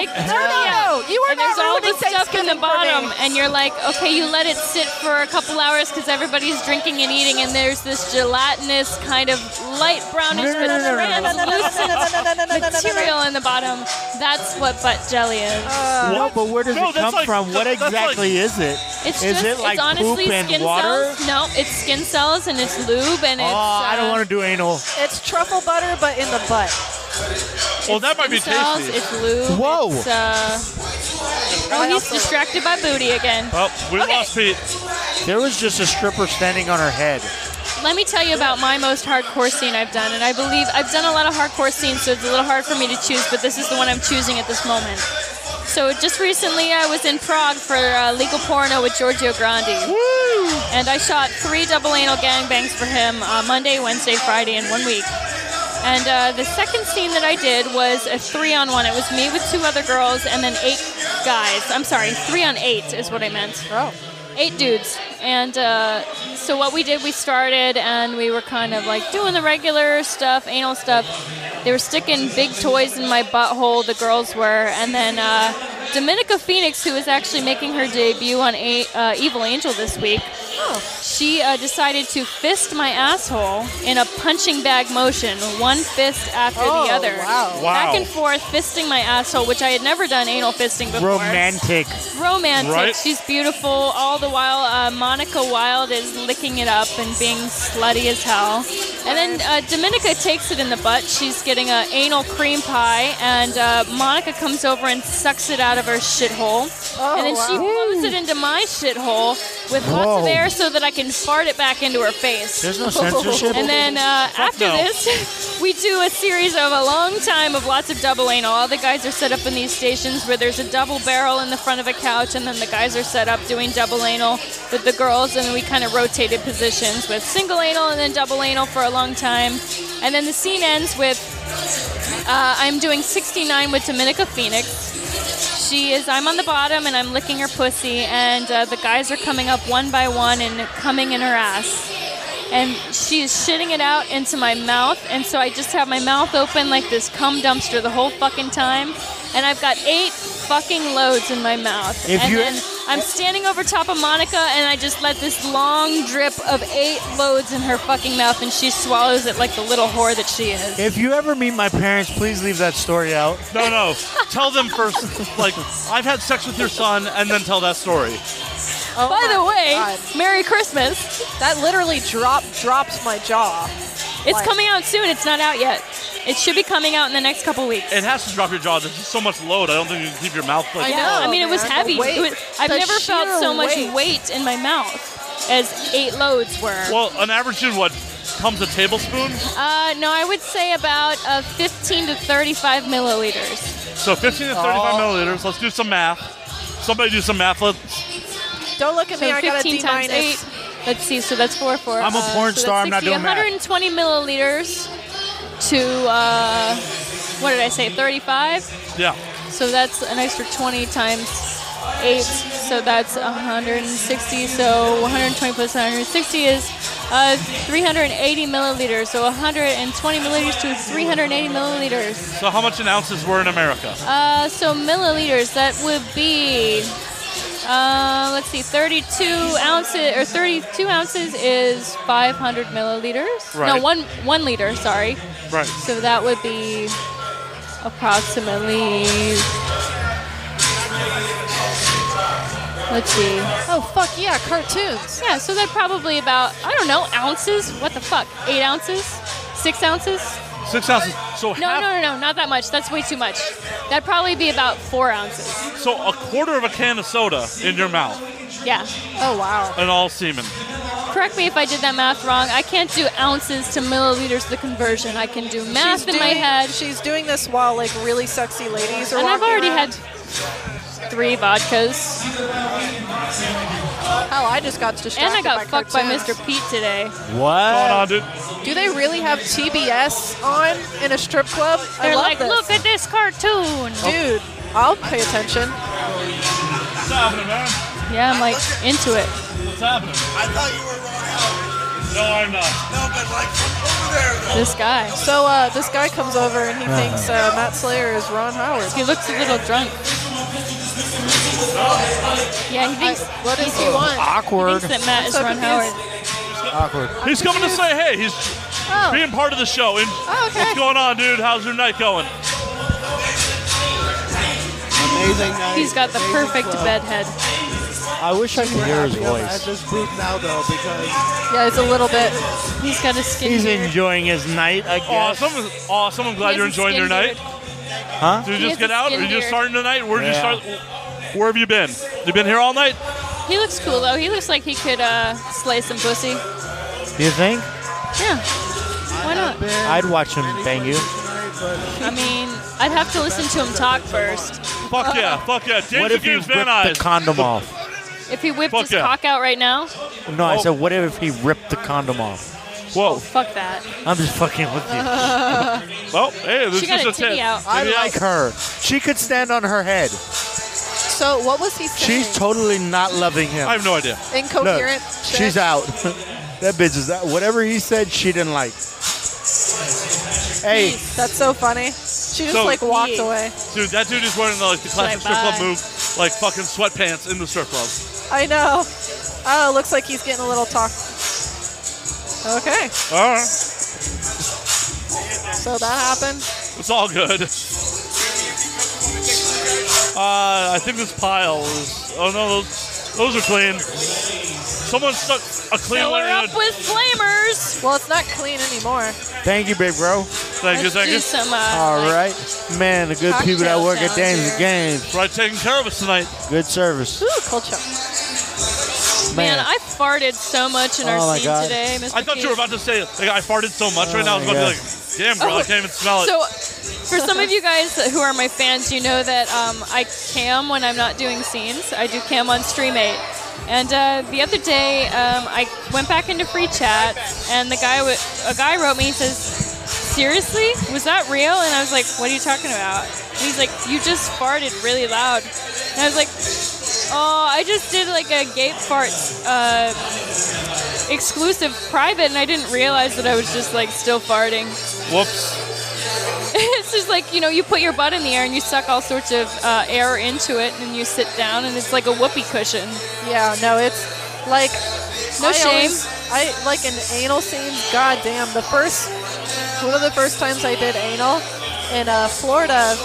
D: and you take the
E: no,
D: turkey
E: no,
D: out,
E: no. You are
D: and there's
E: not
D: all
E: ruining
D: the stuff in
E: Thanksgiving
D: the
E: for
D: bottom,
E: me.
D: and you're like, okay, you let it sit for a couple hours because everybody's drinking and eating, and there's this gelatinous kind of light brownish
C: No, no, no, no, no, no,
D: but translucent material in the bottom. That's what butt jelly is.
C: No, but where does
F: No,
C: it
F: that's
C: come
F: like-
C: from? What
F: that's like-
C: exactly is it?
D: It's
C: is
D: just
C: it like
D: it's honestly
C: poop and
D: skin
C: water?
D: cells. No, it's skin cells and it's lube and
C: Oh,
D: it's. uh,
C: I don't want to do anal.
E: It's truffle butter, but in the butt.
F: Well, that might be
D: Skin cells,
F: tasty.
D: it's lube.
C: Whoa.
D: It's, uh, oh, he's distracted by booty again.
F: Oh, we
D: Okay.
F: lost Pete.
C: There was just a stripper standing on her head.
D: Let me tell you about my most hardcore scene I've done, and I believe I've done a lot of hardcore scenes, so it's a little hard for me to choose, but this is the one I'm choosing at this moment. So just recently, I was in Prague for uh, legal porno with Giorgio Grandi, and I shot three double anal gangbangs for him uh, Monday, Wednesday, Friday, in one week. And uh, the second scene that I did was a three on one. It was me with two other girls and then eight guys. I'm sorry, three on eight is what I meant
E: Oh,
D: eight dudes. And uh, so what we did, we started and we were kind of like doing the regular stuff, anal stuff. They were sticking big toys in my butthole, the girls were. And then uh, Dominica Phoenix, who is actually making her debut on a- uh, Evil Angel this week,
E: Oh.
D: she uh, decided to fist my asshole in a punching bag motion, one fist after
E: Oh,
D: the other.
E: wow.
D: Back and forth, fisting my asshole, which I had never done anal fisting before
C: Romantic.
D: romantic.
F: Right?
D: She's beautiful. All the while, uh, Monica Wilde is licking it up and being slutty as hell. And then uh, Dominica takes it in the butt. She's getting a anal cream pie, and uh, Monica comes over and sucks it out of her shithole.
E: Oh,
D: and then she
E: wow.
D: blows it into my shithole with lots
H: Whoa.
D: of air so that I can fart it back into her face.
C: There's no censorship.
D: And then uh, after
F: no.
D: this, we do a series of a long time of lots of double anal. All the guys are set up in these stations where there's a double barrel in the front of a couch, and then the guys are set up doing double anal with the girls, and we kind of rotated positions with single anal and then double anal for a long time. And then the scene ends with uh, I'm doing 69 with Dominica Phoenix. She is, I'm on the bottom and I'm licking her pussy, and uh, the guys are coming up one by one and coming in her ass and she is shitting it out into my mouth and so i just have my mouth open like this cum dumpster the whole fucking time and i've got eight fucking loads in my mouth
C: If
D: and
C: you-
D: then i'm standing over top of monica and i just let this long drip of eight loads in her fucking mouth and she swallows it like the little whore that she is
C: If you ever meet my parents, please leave that story out.
F: No, no. tell them first. Like, I've had sex with your son, and then tell that story.
E: Oh
D: by
E: my
D: the way
E: God.
D: merry christmas
E: that literally dropped dropped my jaw.
D: it's
E: Why?
D: coming out soon it's not out yet it should be coming out in the next couple weeks
F: It has to drop your jaw. There's just so much load. I don't think you can keep your mouth like.
E: I
D: Yeah,
E: know,
D: I mean, it was
E: man.
D: heavy.
E: The weight.
D: It was- I've
E: The
D: never felt
E: sheer
D: so much
E: weight.
D: weight in my mouth as eight loads were.
F: Well, on average, dude, what comes a tablespoon?
D: Uh, no, I would say about uh, 15 to 35 milliliters.
F: So 15 to 35
E: Oh.
F: milliliters. Let's do some math. Somebody do some math. Let's,
E: Don't look at
D: So
E: me. I got a
D: 15
E: D
D: times
E: minus.
D: eight. Let's see. So that's four four.
C: I'm a
D: uh,
C: porn
D: so
C: star,
D: That's
C: I'm not
D: 60,
C: doing math.
D: 120 milliliters to uh, what did I say? 35.
F: yeah.
D: So that's an extra 20 times eight. So that's 160. So 120 plus 160 is uh, 380 milliliters. So 120 milliliters to 380 milliliters.
F: So how much in ounces were in America?
D: Uh, so milliliters, that would be, uh, let's see, 32 ounces, or 32 ounces is 500 milliliters.
F: Right.
D: No, one, one liter, sorry.
F: Right.
D: So that would be approximately, let's see.
E: Oh fuck yeah, cartoons.
D: Yeah, so they're probably about, I don't know, ounces? What the fuck? Eight ounces? Six ounces?
F: Six ounces. So
D: No,
F: half.
D: no, no, no, not that much. That's way too much. That'd probably be about four ounces.
F: So a quarter of a can of soda in your mouth,
D: Yeah.
E: Oh wow.
F: and all semen.
D: Correct me if I did that math wrong. I can't do ounces to milliliters the conversion. I can do math
E: She's
D: in my
E: doing-
D: head.
E: She's doing this while like really sexy ladies are
D: And I've
E: walking
D: already
E: around.
D: had three vodkas.
E: Hell, I just got distracted.
D: And I got
E: by
D: fucked by
E: cartoons.
D: Mr. Pete today.
F: Going
C: What?
F: on, dude.
E: Do they really have TBS on in a strip club? I
D: They're
E: love
D: like,
E: this. Oh.
D: look at this cartoon.
E: dude. I'll pay attention.
F: What's happening, man?
D: Yeah, I'm like into it.
F: What's happening?
B: I thought you were wrong out.
F: No, I'm not.
B: No, but like from over there though.
D: This guy.
E: So uh, this guy comes over and he thinks uh, Matt Slayer is Ron Howard.
D: He looks a little drunk. Yeah, he thinks,
E: What does he want?
C: Awkward.
D: thinks that Matt is
E: So
D: Ron
E: confused.
D: Howard.
C: Awkward.
F: He's coming to say, hey, he's
E: Oh,
F: being part of the show. And
E: Oh, okay.
F: what's going on, dude? How's your night going?
I: Amazing night.
D: He's got the
I: amazing
D: perfect
I: club.
D: bedhead.
C: I wish I could
I: We're
C: hear his
I: happy I'm At
C: voice.
I: this booth now, though, because
E: yeah, it's a little bit.
D: He's got a skin
C: He's
D: beard.
C: enjoying his night, I guess.
F: Awesome. Awesome. I'm glad
D: He
F: you're
D: has a
F: enjoying
D: skin
F: your night.
D: beard.
C: Huh?
F: Did you
D: He
F: just
D: has
F: get
D: a
F: out? Or
D: skin
F: you just
D: beard.
F: starting tonight? Where did you
C: Yeah.
F: start? Where have you been? You been here all night?
D: He looks cool though. He looks like he could uh, slay some pussy.
C: Do you think?
D: Yeah. Why not?
C: I'd watch him bang you.
D: I mean, I'd have to listen to him talk first.
F: Fuck yeah. Fuck yeah. Days
C: What if he
F: Games
C: ripped
F: Van
C: the
F: Nuys.
C: condom off?
D: If he whipped
F: Fuck
D: his
F: yeah.
D: cock out right now,
C: No, I
F: Oh.
C: said, what if he ripped the condom off?
F: Whoa.
D: fuck that.
C: I'm just fucking with you.
F: Well, hey, this
D: She
F: is
D: got a
F: just
D: titty
F: it.
D: out.
C: I
F: Titty out.
C: like her. She could stand on her head.
E: So what was he saying?
C: She's totally not loving him.
F: I have no idea.
C: Look,
E: incoherent. shit.
C: she's out. that bitch is out. Whatever he said, she didn't like. Hey,
E: That's so funny. She just
F: So-
E: like walked
D: Yeah.
E: away.
F: Dude, that dude is wearing the, like the classic
D: Bye-bye.
F: strip club move, like fucking sweatpants in the strip club.
E: I know. Oh, looks like he's getting a little talk. Okay,
F: All right,
E: so that happened.
F: it's all good. Uh, I think this pile is. Oh no, those those are clean. Someone stuck a clean
D: So
F: one
D: we're
F: in a.
D: up with flamers.
E: Well, it's not clean anymore.
C: Thank you, big bro.
F: Thank you,
D: Let's
F: thank
D: do
F: you.
D: some. Uh,
C: All
D: like-
C: right, man. The good people that
D: Cocktail
C: work at Dames
D: challenger.
C: Games,
F: Right, taking care of us tonight.
C: good service,
E: Ooh, cold shot.
D: Man,
C: man.
D: I farted so much in our
C: Oh my
D: scene
C: God.
D: today, Mr.
F: I thought you were about to say, like, I farted so much right now. I was
C: Oh,
F: about
C: yeah.
F: to be like, damn, bro, I can't even smell it.
D: So, for some of you guys who are my fans, you know that um, I cam when I'm not doing scenes. I do cam on Stream8. And uh, the other day, um, I went back into free chat, and the guy, w- a guy wrote me. He says, "Seriously, was that real?" And I was like, "What are you talking about?" And he's like, "You just farted really loud." And I was like, "Oh, I just did like a gape fart uh, exclusive private, and I didn't realize that I was just like still farting."
F: Whoops.
D: it's just like you know you put your butt in the air and you suck all sorts of uh, air into it and then you sit down and it's like a whoopee cushion
E: Yeah, no, it's like
D: No
E: I
D: shame.
E: always- I like in anal scenes. Goddamn, the first one of the first times I did anal in uh, Florida,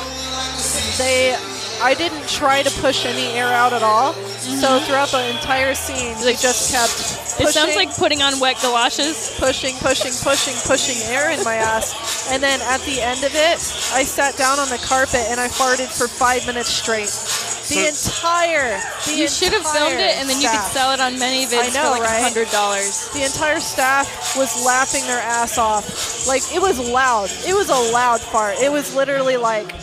E: they I didn't try to push any air out at all. So throughout the entire scene, we just kept. Pushing,
D: Mm-hmm. it sounds like putting on wet galoshes
E: pushing, pushing, pushing, pushing air in my ass. And then at the end of it, I sat down on the carpet and I farted for five minutes straight. The entire, the
D: you should have filmed it and then you could
E: staff,
D: sell it on many vids
E: I know,
D: for like
E: right?
D: hundred dollars
E: The entire staff was laughing their ass off. Like it was loud. It was a loud fart. It was literally like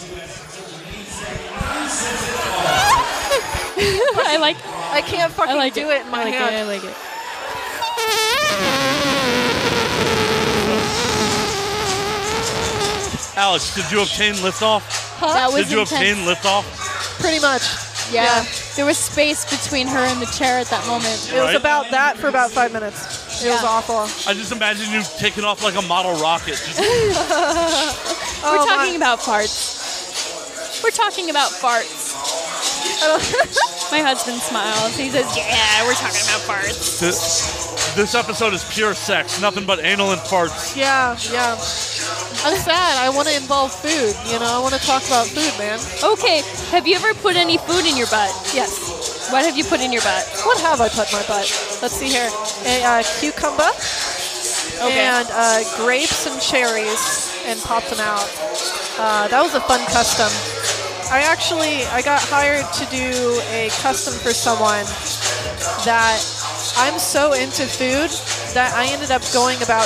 D: i like
E: I can't fucking
D: i like
E: do
D: it,
E: it, in my
D: I like
E: hand.
D: it i like it
F: Alex, did you obtain liftoff?
G: That was
F: Did you
G: intense.
F: obtain liftoff?
E: Pretty much.
G: Yeah. There was space between her and the chair at that moment.
E: It was
F: Right.
E: about that for about five minutes. It was
G: Yeah.
E: awful.
F: I just imagine you taking off like a model rocket. Just
G: We're
E: Oh, my-
G: talking about farts. We're talking about farts.
D: my husband smiles he says yeah we're talking about farts
F: This, this episode is pure sex, nothing but anal and farts.
E: Yeah, yeah. I'm sad. I want to involve food. You know, I want to talk about food, man.
D: okay have you ever put any food in your butt
E: Yes.
D: what have you put in your butt
E: What have I put in my butt? Let's see here. A uh, cucumber and uh, grapes and cherries, and popped them out. Uh, that was a fun custom. I actually I got hired to do a custom for someone that I'm so into food that I ended up going about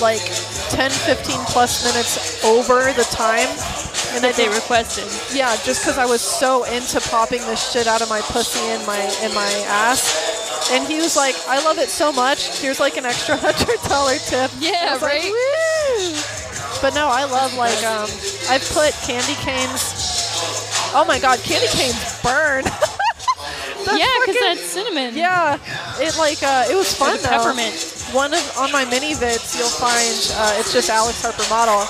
E: like 10, 15 plus minutes over the time. And I
D: that they
E: did-
D: requested
E: Yeah, just because I was so into popping the shit out of my pussy and my and my ass, and he was like, "I love it so much. Here's like an extra hundred dollar tip."
D: Yeah,
E: And I was like,
D: right?
E: "Woo!" But no, I love like um, I put candy canes. Oh my god, candy canes burn. The
D: yeah because
E: fucking-
D: that's cinnamon
E: yeah, it like uh, it was fun
D: the
E: though.
D: peppermint.
E: One of on my mini vids, you'll find uh, it's just Alex Harper model.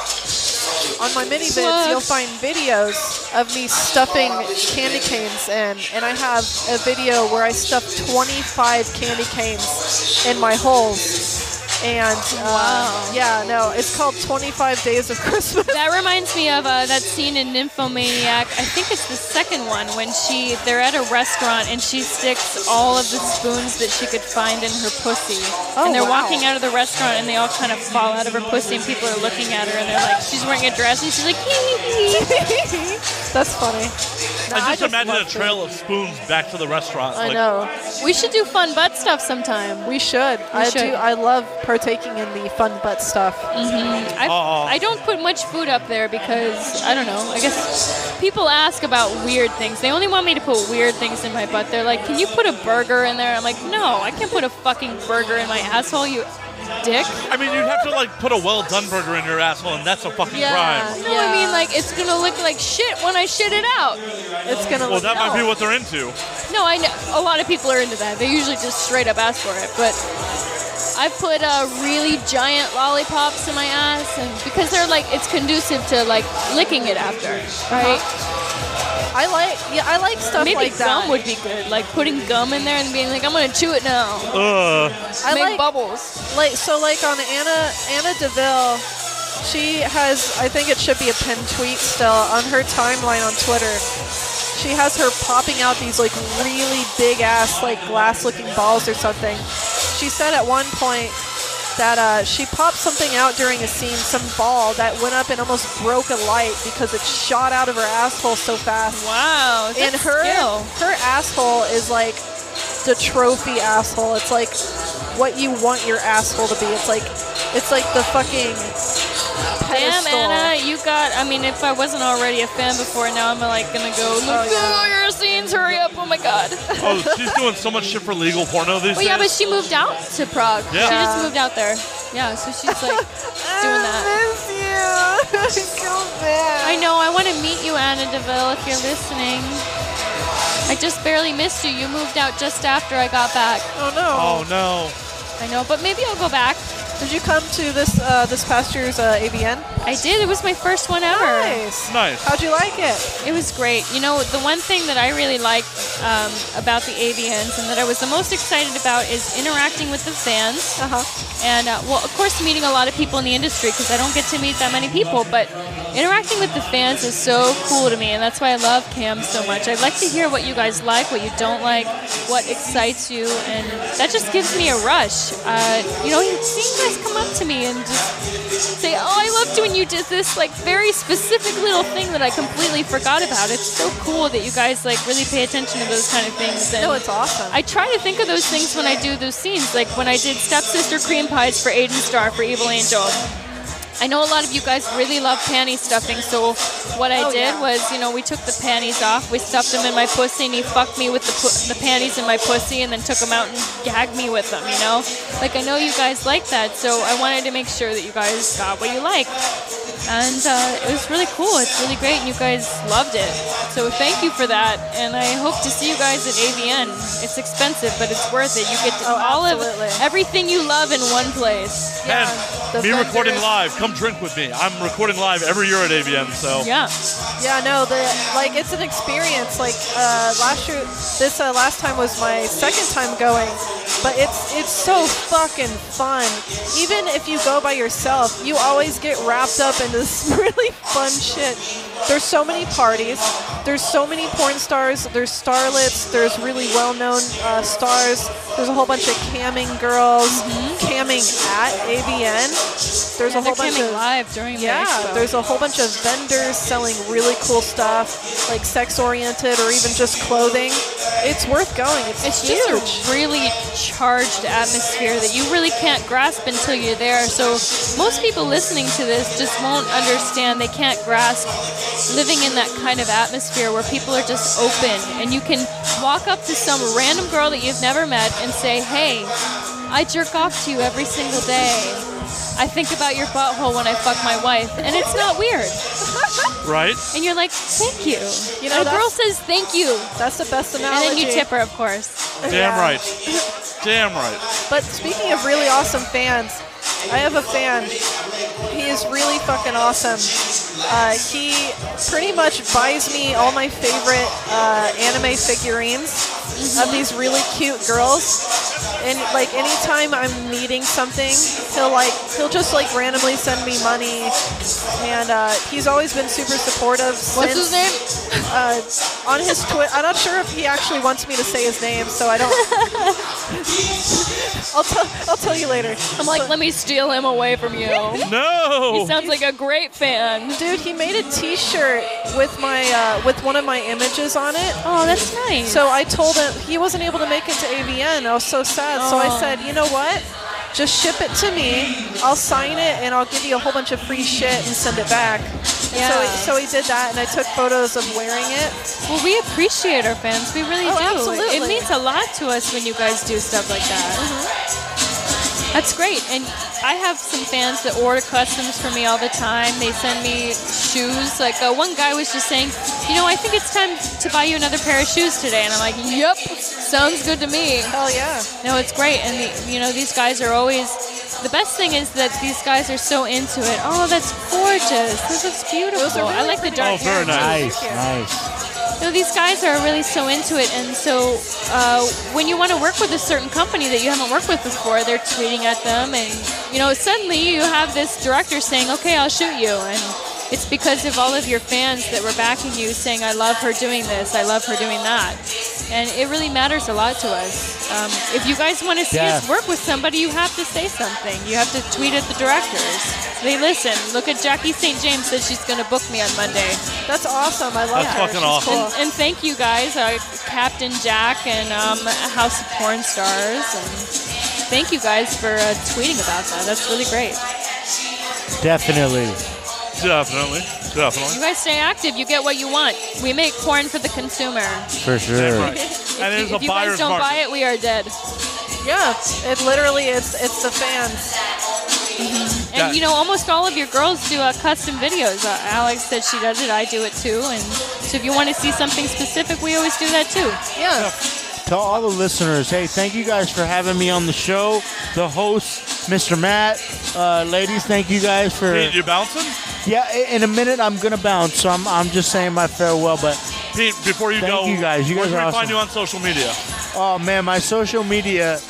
E: On my mini vids,
D: Plugs.
E: you'll find videos of me stuffing candy canes in, and I have a video where I stuffed 25 candy canes in my holes. And uh, yeah, no, it's called 25 Days of Christmas.
D: That reminds me of uh, that scene in Nymphomaniac. I think it's the second one when she they're at a restaurant and she sticks all of the spoons that she could find in her pussy.
E: Oh,
D: and they're
E: wow.
D: walking out of the restaurant and they all kind of fall out of her pussy and people are looking at her and they're like, she's wearing a dress and she's like, hee hee hee.
E: That's funny. No,
F: I just imagine
E: love
F: a trail of spoons back to the restaurant.
E: food. I
F: like,
E: know.
G: We should do fun butt stuff sometime.
E: We should. I
G: should.
E: do. I love partaking in the fun butt stuff.
D: I,
F: Oh.
D: I don't put much food up there because I don't know. I guess people ask about weird things. They only want me to put weird things in my butt. They're like, "Can you put a burger in there?" I'm like, "No, I can't put a fucking burger in my asshole, you dick."
F: I mean, you'd have to like put a well done burger in your asshole, and that's a fucking crime.
D: No, I mean like it's gonna look like shit when I shit it out.
E: It's gonna.
F: Well,
E: look
F: that might be
E: no.
F: what they're into.
D: No, I know a lot of people are into that. They usually just straight up ask for it, but
G: I put uh, really giant lollipops in my ass, and because they're like, it's conducive to like licking it after, right?
E: I like. Yeah, I like stuff
D: maybe
E: like that.
D: gum would be good. Like putting gum in there and being like, "I'm gonna chew it now."
F: Ugh.
E: I
D: Make
E: like,
D: bubbles.
E: like so like on Anna Anna Deville. She has. I think it should be a pinned tweet still on her timeline on Twitter. she has her popping out these like really big ass like glass looking balls or something. She said at one point that uh, she popped something out during a scene, some ball that went up and almost broke a light because it shot out of her asshole so fast.
D: Wow.
E: And
D: that's
E: her
D: skill.
E: her asshole is like the trophy asshole. It's like what you want your asshole to be. It's like it's like the fucking
D: Damn,
E: pedestal.
D: Anna, you got. I mean, if I wasn't already a fan before, now I'm like gonna go look
E: Oh,
D: at
E: yeah.
D: all your scenes. Hurry up! Oh my god.
F: Oh, she's doing so much shit for legal porno these
D: Well, yeah, but
F: days.
D: she moved out to Prague.
F: Yeah.
D: She just moved out there. Yeah, so she's like doing that.
E: I miss you. so bad.
D: I know. I want to meet you, Anna Deville, if you're listening. I just barely missed you. You moved out just after I got back.
E: Oh no.
F: oh no.
D: I know, but maybe I'll go back.
E: Did you come to this uh, this past year's uh, ABN?
D: I did. It was my first one ever.
E: Nice.
F: Nice.
E: How'd you like it?
D: It was great. You know, the one thing that I really liked um, about the AVNs and that I was the most excited about is interacting with the fans.
E: Uh huh.
D: and uh, well, of course, meeting a lot of people in the industry because I don't get to meet that many people. But interacting with the fans is so cool to me, and that's why I love Cam so much. I like to hear what you guys like, what you don't like, what excites you, and that just gives me a rush. Uh, you know, seeing guys come up to me and just say, "Oh, I loved when you did this," like very specific little thing that I completely forgot about. It's so cool that you guys like really pay attention to those kind of things. And
E: No, it's awesome.
D: I try to think of those things when I do those scenes. Like when I did Stepsister Cream Pies for Aiden Star for Evil Angel. I know a lot of you guys really love panty stuffing, so what I
E: Oh,
D: did
E: yeah.
D: was, you know, we took the panties off, we stuffed them in my pussy, and he fucked me with the, pu- the panties in my pussy, and then took them out and gagged me with them, you know? Like, I know you guys like that, so I wanted to make sure that you guys got what you like. And uh, it was really cool, it's really great, and you guys loved it. So thank you for that, and I hope to see you guys at AVN. It's expensive, but it's worth it. You get to
E: Oh,
D: all of
E: absolutely.
D: everything you love in one place.
E: Yeah, the
F: and me recording
E: vendors.
F: live. Come drink with me. I'm recording live every year at AVN, so
D: Yeah.
E: Yeah, no, the like it's an experience. Like uh, last year, this uh, last time was my second time going, but it's it's so fucking fun. Even if you go by yourself, you always get wrapped up in this really fun shit. There's so many parties. There's so many porn stars. There's starlets. There's really well-known uh, stars. There's a whole bunch of camming girls, camming at AVN. There's a
D: they're
E: whole bunch
D: coming
E: of
D: live during
E: Yeah,
D: the expo.
E: there's a whole bunch of vendors selling really cool stuff, like sex oriented or even just clothing. It's worth going. It's,
D: it's
E: huge.
D: just a really charged atmosphere that you really can't grasp until you're there. So most people listening to this just won't understand. They can't grasp living in that kind of atmosphere where people are just open and you can walk up to some random girl that you've never met and say, "Hey, I jerk off to you every single day." I think about your butthole when I fuck my wife, and it's not weird.
F: right?
D: And you're like, thank you.
E: You
D: You
E: know,
D: know, a girl
E: Oh, that's-
D: says thank you.
E: That's the best
D: And
E: analogy.
D: then you tip her, of course.
F: Damn
E: Yeah.
F: right. Damn right.
E: But speaking of really awesome fans, I have a fan. He is really fucking awesome. Uh, he pretty much buys me all my favorite uh, anime figurines
D: Mm-hmm.
E: of these really cute girls. And like anytime I'm needing something, he'll like he'll just like randomly send me money. And uh, he's always been super supportive.
D: What's his
E: since-
D: name?
E: uh, on his Twitter. I'm not sure if he actually wants me to say his name, so I don't. I'll tell. I'll tell you later.
D: I'm like, let me steal him away from you. He
F: No.
D: sounds like a great fan.
E: Dude, he made a T-shirt with my uh, with one of my images on it.
D: Oh, that's nice.
E: So I told him he wasn't able to make it to AVN. I was so sad. So I
D: Oh.
E: said, you know what? Just ship it to me. I'll sign it and I'll give you a whole bunch of free shit and send it back. And so,
D: Yeah.
E: he- so he did that, and I took photos of wearing it.
D: well, we appreciate our fans. We really
E: Oh,
D: do.
E: absolutely.
D: It means a lot to us when you guys do stuff like that. That's great. And I have some fans that order customs for me all the time. They send me shoes. Like uh, one guy was just saying, you know, I think it's time to buy you another pair of shoes today. And I'm like, yep, sounds good to me.
E: Hell yeah!
D: No, it's great, and the, you know these guys are always. The best thing is that these guys are so into it. Oh, that's gorgeous. This looks beautiful. I like the dark
F: Oh,
D: hair.
F: very nice.
H: Nice, nice.
D: No, these guys are really so into it, and so uh, when you want to work with a certain company that you haven't worked with before, they're tweeting at them, and you know suddenly you have this director saying, "Okay, I'll shoot you," and It's because of all of your fans that were backing you, saying, "I love her doing this. I love her doing that," and it really matters a lot to us. Um, if you guys want to see us
C: Yeah.
D: work with somebody, you have to say something. You have to tweet at the directors. They listen. Look at Jackie St. James said she's going to book me on Monday.
E: That's awesome. I love
F: That's
E: her.
F: fucking
E: She's
F: awesome.
E: cool.
D: And, and thank you guys, uh, Captain Jack and um, House of Porn Stars. And thank you guys for uh, tweeting about that. That's really great.
C: Definitely.
F: Definitely. Definitely.
D: You guys stay active. You get what you want. We make porn for the consumer.
C: For sure.
F: Right.
D: If
F: And
D: you,
F: there's a
D: if you guys
F: buyer's
D: don't
F: market.
D: buy it, we are dead.
E: Yeah, it literally it's it's the fans.
D: And
F: Yeah.
D: you know, almost all of your girls do uh, custom videos. Uh, Alex said she does it. I do it too. And so, if you want to see something specific, we always do that too.
E: Yeah,
C: To all the listeners, hey, thank you guys for having me on the show. The host, Mr. Matt. Uh, ladies, thank you guys for.
F: Pete, you bouncing?
C: Yeah, i- in a minute I'm gonna bounce, so I'm, I'm just saying my farewell. But
F: Pete, before you
C: Thank
F: go,
C: you guys. You
F: where
C: guys
F: can
C: are
F: we find
C: awesome.
F: you on social media?
C: oh man, my social media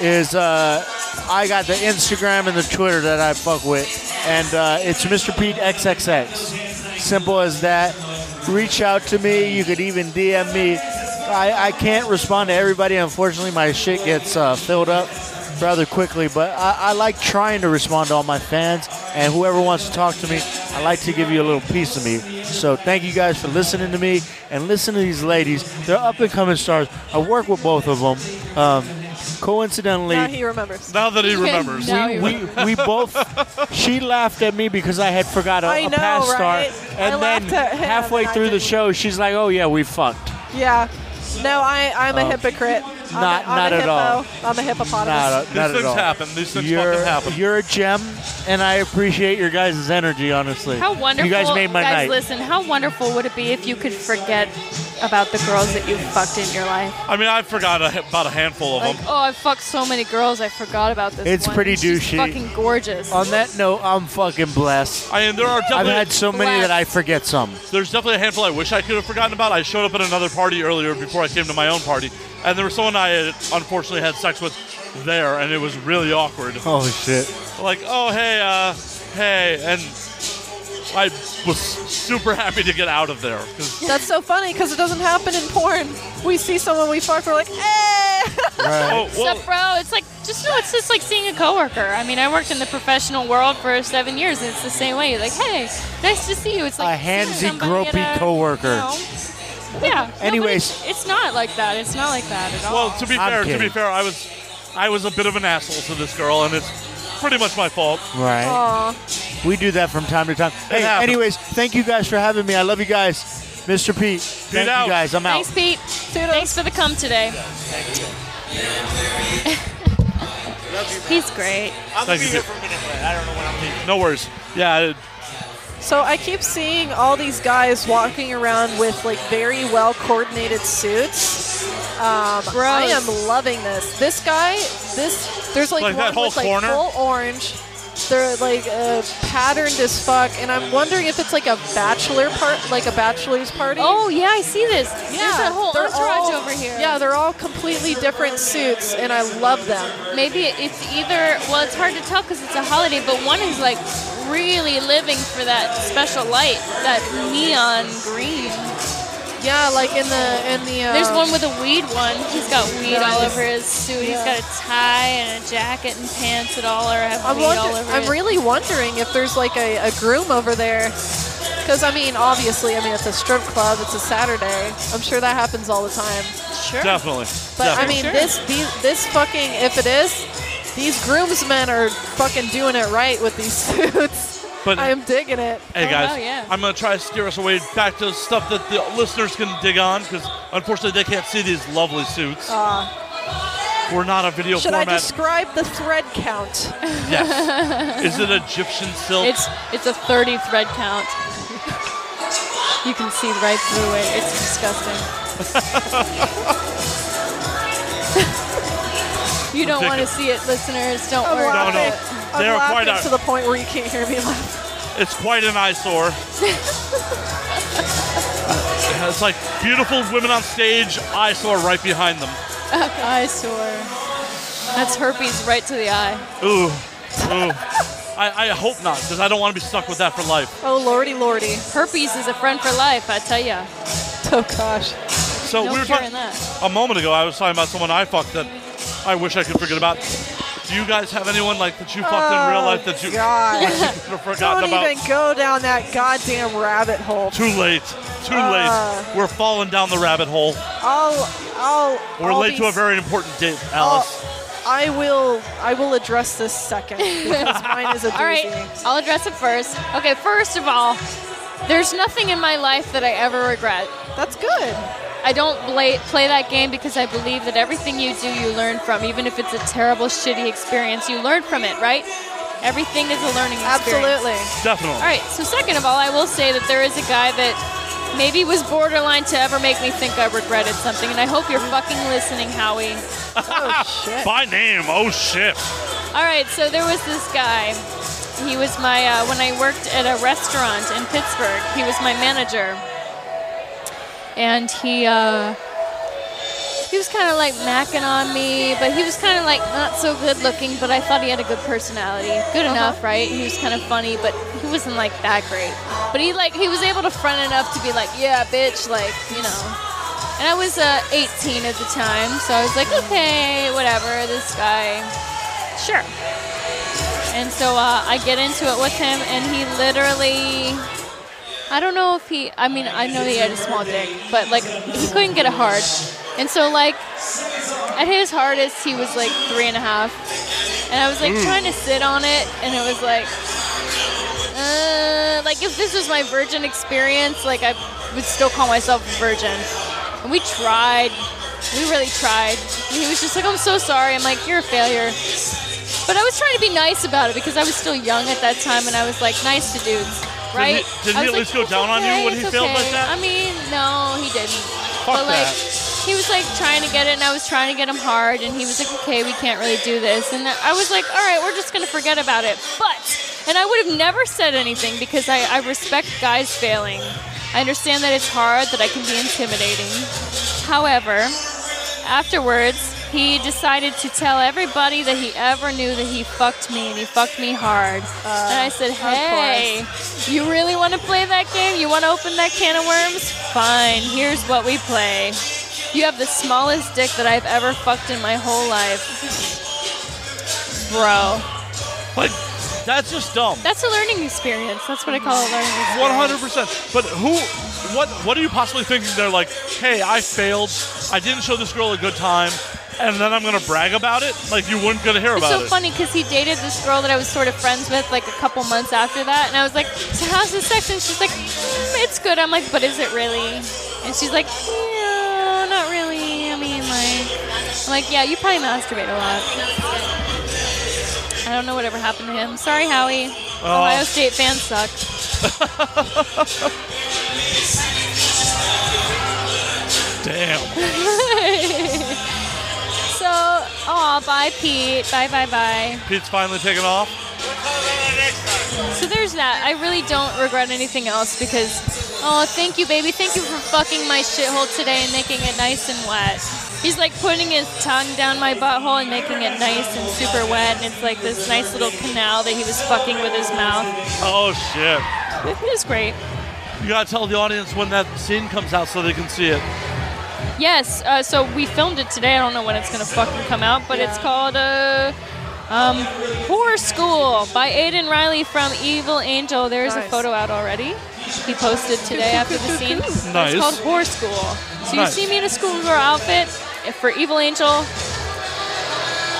C: is uh, I got the Instagram and the Twitter that I fuck with, and uh, it's Mr. Pete XXX. Simple as that. Reach out to me. You could even DM me. I, I can't respond to everybody. Unfortunately, my shit gets uh, filled up rather quickly, but I, I like trying to respond to all my fans and whoever wants to talk to me. I like to give you a little piece of me. So thank you guys for listening to me and listen to these ladies. They're up and coming stars. I work with both of them. Um, coincidentally,
E: now he remembers.
F: Now that he remembers.
D: Now you-
C: we, we both she laughed at me because I had forgot a,
E: I
C: a
E: know,
C: past
E: right?
C: star
E: I
C: and then
E: laughed at him,
C: halfway
E: and I
C: through the
E: didn't.
C: show she's like oh yeah we fucked
E: Yeah. No, I I'm a hypocrite. I'm
C: Oh. not-
E: a, I'm
C: not
E: a
C: at
E: hippo.
C: all.
E: I'm a hippopotamus.
C: not,
F: These
C: not at
F: things
C: all
F: happen. These things
C: you're,
F: fucking happen.
C: you're a gem and I appreciate your guys' energy honestly
D: How wonderful!
C: you guys made my
D: guys,
C: night
D: listen. How wonderful would it be if you could forget about the girls that you fucked in your life?
F: I mean, I forgot a, about a handful of
D: Like,
F: them.
D: oh, I fucked so many girls. I forgot about this.
C: Um, It's
D: one.
C: pretty
D: She's
C: douchey. Um,
D: Fucking gorgeous.
C: on that note I'm fucking blessed
F: I mean, there are
C: I've
F: definitely
C: had so many that I forget some
F: there's definitely a handful I wish I could have forgotten about. I showed up at another party earlier before I came to my own party, and there was someone I had unfortunately had sex with there, and it was really awkward.
C: oh shit
F: Like, oh hey, uh, hey, and I was super happy to get out of there. 'cause
E: That's so funny because it doesn't happen in porn. We see someone we fuck, we're like, eh.
F: Oh,
D: What's
F: whoa.
D: up, bro? It's like just no. It's just like seeing a coworker. I mean, I worked in the professional world for seven years, and it's the same way. You're like, hey, nice to see you. It's like
C: A
D: seeing
C: handsy,
D: somebody at
C: gropey
D: a-
C: coworker.
D: you know. yeah. no, but
C: Anyways.
D: it's, it's not like that. It's not like that at all.
F: Well, to be
C: I'm
F: fair, to be
C: kidding.
F: fair, I was I was a bit of an asshole to this girl, and it's pretty much my fault.
C: right
E: Aw.
C: We do that from time to time. Hey,
F: happens.
C: anyways, thank you guys for having me. I love you guys. Mr. Pete, thank
F: out.
C: you guys. I'm out.
D: Thanks, Pete. Thanks for the come today. He's great.
I: I'm gonna
F: Thank
I: be
F: you.
I: here for a minute, but I don't know when I'm leaving.
F: No worries. Yeah,
E: So I keep seeing all these guys walking around with like very well coordinated suits. Um, I am loving this. This guy, this there's like,
F: Like
E: one
F: that whole
E: with like
F: corner?
E: full orange. They're like uh, patterned as fuck, and I'm wondering if it's like a bachelor part, like a bachelor's party.
D: Oh yeah, I see this.
E: Yeah,
D: There's a whole
E: they're
D: entourage
E: all-
D: over here.
E: Yeah, they're all completely different suits, and I love them.
D: Maybe it's either well, it's hard to tell because it's a holiday, but one is like really living for that special light, that neon green.
E: Yeah, like in the in the. Um,
D: There's one with a weed one. He's got weed all
E: Nice.
D: over his suit.
E: Yeah.
D: He's got a tie and a jacket and pants that all are have
E: I'm,
D: weed all
E: wonder-
D: over
E: I'm
D: it.
E: really wondering if there's like a, a groom over there. Because, I mean, obviously, I mean, it's a strip club, it's a Saturday. I'm sure that happens all the time.
D: sure.
F: definitely.
E: But, I
F: definitely.
E: mean, this, these, this fucking, if it is, these groomsmen are fucking doing it right with these suits.
F: But-
E: I am digging it.
F: Hey
D: Oh,
F: guys,
D: wow, yeah.
F: I'm gonna try to steer us away back to stuff that the listeners can dig on because unfortunately they can't see these lovely suits. We're not a video
E: Should I
F: format.
E: describe the thread count?
F: Yes. Is it Egyptian silk?
D: It's it's a 30 thread count. you can see right through it. It's disgusting. you don't want to see it,
F: Ridiculous.
D: listeners. Don't
E: I'm
D: worry.
F: No,
E: laughing.
F: no.
E: I'm
F: They are
E: laughing
F: quite a-
E: to the point where you can't hear me laugh.
F: It's quite an eyesore. Yeah, it's like beautiful women on stage, eyesore right behind them.
D: Eyesore. That's herpes right to the eye.
F: Ooh, ooh. I, I hope not, because I don't want to be stuck with that for life.
E: Oh, lordy, lordy.
D: Herpes is a friend for life, I tell ya.
E: Oh, gosh.
A: Oh,
F: So
D: No
F: we were
D: cure
F: talking
D: in that.
F: a moment ago. I was talking about someone I fucked that I wish I could forget about. Do you guys have anyone like that you fucked in real
E: Oh,
F: life that you
E: God.
F: wish you could have
E: Don't
F: forgotten about?
E: even go down that goddamn rabbit hole.
F: Too late. Too
E: Uh.
F: late. We're falling down the rabbit hole.
E: I'll, I'll.
F: We're
E: I'll
F: late
E: be
F: to a very important date, Alice.
E: I will I will address this second because mine is a doozy.
D: All right, I'll address it first. Okay, first of all, there's nothing in my life that I ever regret.
E: That's good.
D: I don't play, play that game because I believe that everything you do, you learn from. Even if it's a terrible, shitty experience, you learn from it, right? Everything is a learning experience.
E: Absolutely.
F: Definitely.
D: All right, so second of all, I will say that there is a guy that maybe was borderline to ever make me think I regretted something, and I hope you're fucking listening, Howie.
E: Oh shit.
F: By name. Oh shit.
D: All right, so there was this guy. He was my uh, when I worked at a restaurant in Pittsburgh. He was my manager, and he uh, he was kind of like macking on me, but he was kind of like not so good looking. But I thought he had a good personality, good enough, right? He was kind of funny, but he wasn't like that great. But he like he was able to front it up to be like, yeah, bitch, like you know. And I was uh, 18 at the time, so I was like, okay, whatever, this guy, sure. And so uh, I get into it with him, and he literally, I don't know if he, I mean, I know he had a small dick, but like, he couldn't get a hard. And so, like, at his hardest, he was like three and a half. And I was like trying to sit on it, and it was like, uh, like if this was my virgin experience, like I would still call myself a virgin. And we tried, we really tried. And he was just like, I'm so sorry. I'm like, you're a failure. But I was trying to be nice about it because I was still young at that time, and I was like nice to dudes, right?
F: he- did
D: I
F: he
D: was
F: at
D: like,
F: least go
D: "It's
F: down on you
D: okay,
F: when he
D: it's
F: failed like
D: okay."
F: that?
D: I mean, no, he didn't. but like,
F: that.
D: he was like trying to get it, and I was trying to get him hard, and he was like, "Okay, we can't really do this." And I was like, "All right, we're just gonna forget about it." But, and I would have never said anything because I, I respect guys failing. I understand that it's hard, that I can be intimidating. However, afterwards, he decided to tell everybody that he ever knew that he fucked me and he fucked me hard. and I said, hey, you really want to play that game? You want to open that can of worms? Fine, here's what we play. You have the smallest dick that I've ever fucked in my whole life. Bro.
F: Like, that's just dumb.
D: That's a learning experience. That's what I call a learning experience.
F: One hundred percent. But who? What? What are you possibly thinking? They're like, hey, I failed. I didn't show this girl a good time, and then I'm gonna brag about it. Like you weren't gonna hear
D: It's
F: about
D: so
F: it.
D: funny because he dated this girl that I was sort of friends with like a couple months after that, and I was like, "So how's the sex?" And she's like, "Mm, "It's good." I'm like, "But is it really?" And she's like, "No, not really. I mean, like, I'm like, yeah, you probably masturbate a lot." I don't know whatever happened to him. Sorry, Howie.
F: Oh.
D: Ohio State fans suck.
F: Damn.
D: So, aw, bye, Pete. Bye, bye, bye.
F: Pete's finally taken off.
D: So there's that. I really don't regret anything else because, oh, thank you, baby. Thank you for fucking my shithole today and making it nice and wet. He's like putting his tongue down my butthole and making it nice and super wet, and it's like this nice little canal that he was fucking with his mouth.
F: Oh shit.
D: It was great.
F: You gotta tell the audience when that scene comes out so they can see it.
D: Yes, uh, so we filmed it today. I don't know when it's gonna fucking come out, but it's called uh, um, Poor School by Aiden Riley from Evil Angel. There's a
E: Nice.
D: photo out already. He posted today after the scene.
F: Nice.
D: It's called Poor School. So you
F: Nice.
D: see me in a schoolgirl outfit if for Evil Angel.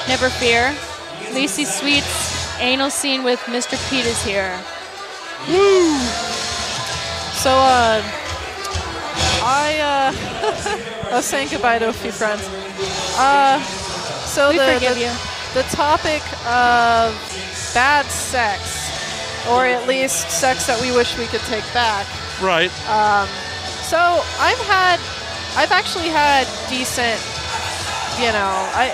D: Never fear. Lacey Sweet's anal scene with Mr. Pete is here.
E: So uh I uh I was saying goodbye to a few friends. Uh so
D: We
E: the,
D: forgive
E: the,
D: you.
E: the topic of bad sex or at least sex that we wish we could take back.
F: Right.
E: So I've had, I've actually had decent, you know, I.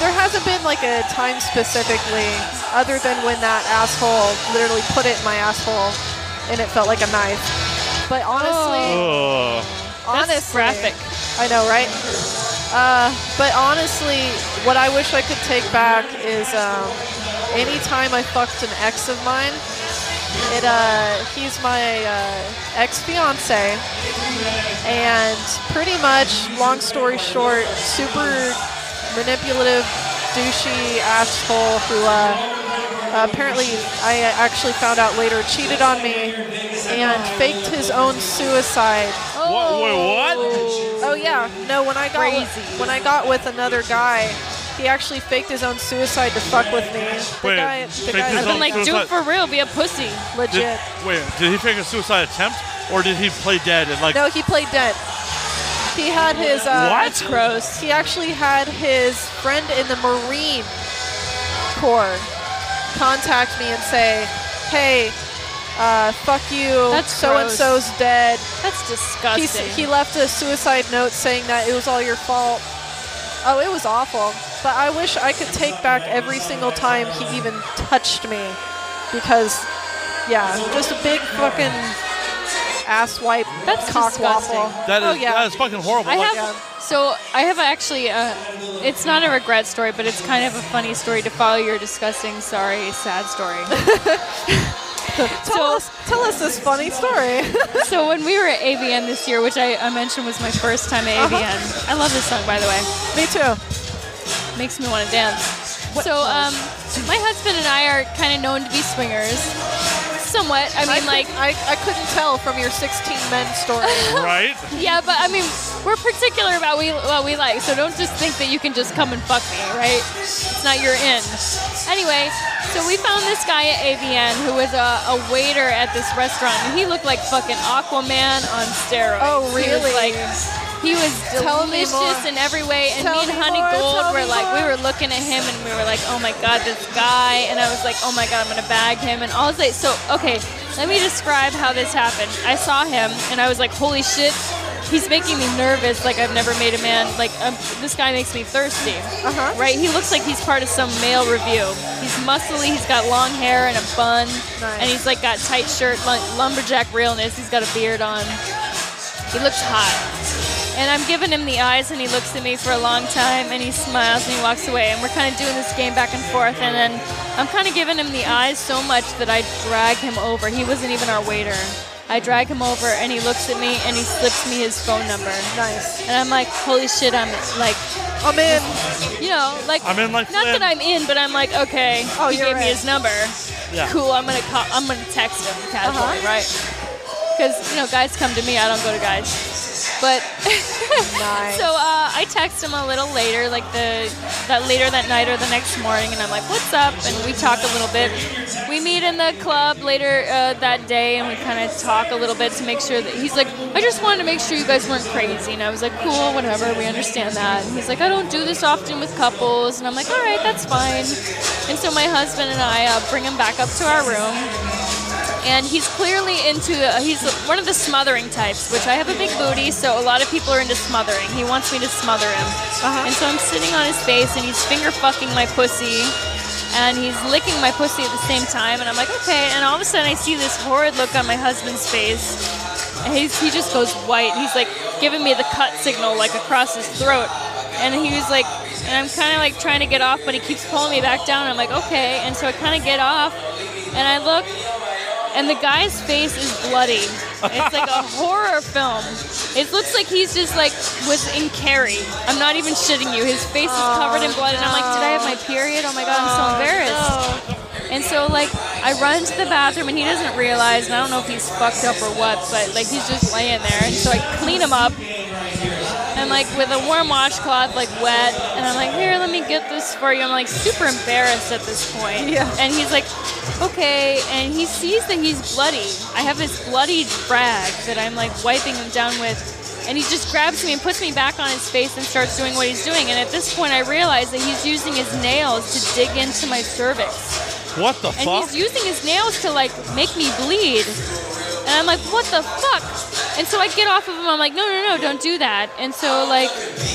E: There hasn't been like a time specifically, other than when that asshole literally put it in my asshole, and it felt like a knife. But honestly,
F: Ugh.
D: That's
E: honestly,
D: graphic.
E: I know, right? Uh, but honestly, what I wish I could take back is um, anytime I fucked an ex of mine, it uh, he's my uh, ex fiance, and pretty much, long story short, super manipulative, douchey asshole who uh, apparently I actually found out later cheated on me and faked his own suicide.
D: Oh,
F: What, wait, what?
E: Oh yeah, no. When I got
D: Crazy.
E: when I got with another guy, he actually faked his own suicide to fuck with me. The
F: Wait,
E: guy, the
F: faked
E: guy
F: his
E: that-
F: own
D: Like, do it
F: Suicide-
D: for real. Be a pussy.
E: legit.
F: Did, wait, did he fake a suicide attempt or did he play dead and like
E: No, he played dead. He had his. Uh,
F: What?
E: That's gross. He actually had his friend in the Marine Corps contact me and say, "Hey, uh, fuck you.
D: That's
E: so and so's dead.
D: That's
E: He
D: disgusting.
E: he left a suicide note saying that it was all your fault. Oh, it was awful. But I wish I could take back every single time he even touched me, because, yeah, just a big fucking asswipe
D: That's
E: cock
D: disgusting.
E: waffle.
F: that is
E: oh yeah.
F: that is fucking horrible.
D: I
F: Like,
D: have so I have actually uh it's not a regret story, but it's kind of a funny story to follow your disgusting, sorry, sad story.
E: tell us, tell us this funny story.
D: so when we were at AVN this year, which I, I mentioned was my first time at
E: Uh-huh.
D: AVN, I love this song by the way.
E: me too.
D: makes me want to dance. So, um, my husband and I are kind of known to be swingers, somewhat. I mean,
E: couldn't-
D: like,
E: I, I couldn't tell from your 16 men story.
F: right?
D: yeah, but I mean, we're particular about we, what we like, so don't just think that you can just come and fuck me, right? It's not your in. Anyway, so we found this guy at AVN who was a, a waiter at this restaurant, and he looked like fucking Aquaman on steroids.
E: Oh,
D: He was,
E: really?
D: like, he was
E: Tell me
D: delicious
E: more.
D: in every way, and
E: Tell
D: me and
E: me
D: Honey
E: more, tell
D: Gold were
E: me
D: like, we
E: more.
D: were looking at him, and we were like, oh my god, this guy, and I was like, oh my god, I'm gonna bag him, and all that. So okay, let me describe how this happened. I saw him, and I was like, holy shit, he's making me nervous. Like I've never made a man like um, this guy makes me thirsty.
E: Uh-huh.
D: Right? He looks like he's part of some male review. He's muscly. He's got long hair and a bun, and he's like got tight shirt, lum- lumberjack realness. He's got a beard on. He looks hot. And I'm giving him the eyes, and he looks at me for a long time, and he smiles and he walks away. And we're kind of doing this game back and forth, and then I'm kind of giving him the eyes so much that I drag him over. He wasn't even our waiter. I drag him over, and he looks at me, and he slips me his phone number.
E: Nice.
D: And I'm like, holy shit, I'm like,
E: I'm in.
D: you know, like
F: I'm in like
D: not
F: Flynn.
D: that I'm in, but I'm like, okay,
E: Oh,
D: he
E: you're
D: gave me
E: right.
D: his number.
F: Yeah.
D: Cool, I'm gonna call, I'm gonna text him casually,
E: Uh-huh.
D: right? Because you know, guys come to me, I don't go to guys. But
E: Nice.
D: so uh, I text him a little later, like the that later that night or the next morning, and I'm like, "What's up?" And we talk a little bit. We meet in the club later uh, that day, and we kind of talk a little bit to make sure that he's like, "I just wanted to make sure you guys weren't crazy," and I was like, "Cool, whatever, we understand that." And he's like, "I don't do this often with couples," and I'm like, "All right, that's fine." And so my husband and I uh, bring him back up to our room and he's clearly into uh, he's one of the smothering types which i have a big booty so a lot of people are into smothering he wants me to smother him and so i'm sitting on his face and he's finger fucking my pussy and he's licking my pussy at the same time and i'm like okay and all of a sudden i see this horrid look on my husband's face and he's, he just goes white. He's like giving me the cut signal, like across his throat. And he was like, and I'm kind of like trying to get off, but he keeps pulling me back down. I'm like, okay. And so I kind of get off, and I look, and the guy's face is bloody. It's like a horror film. It looks like he's just like was in Carrie. I'm not even shitting you. His face is covered in blood, and I'm like, did I have my period? Oh my god, I'm so embarrassed. And so, like, I run to the bathroom and he doesn't realize, and I don't know if he's fucked up or what, but like, he's just laying there. And so I clean him up and, like, with a warm washcloth, like, wet. And I'm like, here, let me get this for you. I'm like, super embarrassed at this point.
E: Yeah.
D: And he's like, okay. And he sees that he's bloody. I have this bloodied rag that I'm like wiping him down with. And he just grabs me and puts me back on his face and starts doing what he's doing. And at this point, I realize that he's using his nails to dig into my cervix
F: What the
D: and
F: fuck?
D: he's using his nails to like make me bleed. And I'm like, what the fuck? And so I get off of him. I'm like, no, no, no, don't do that. And so like,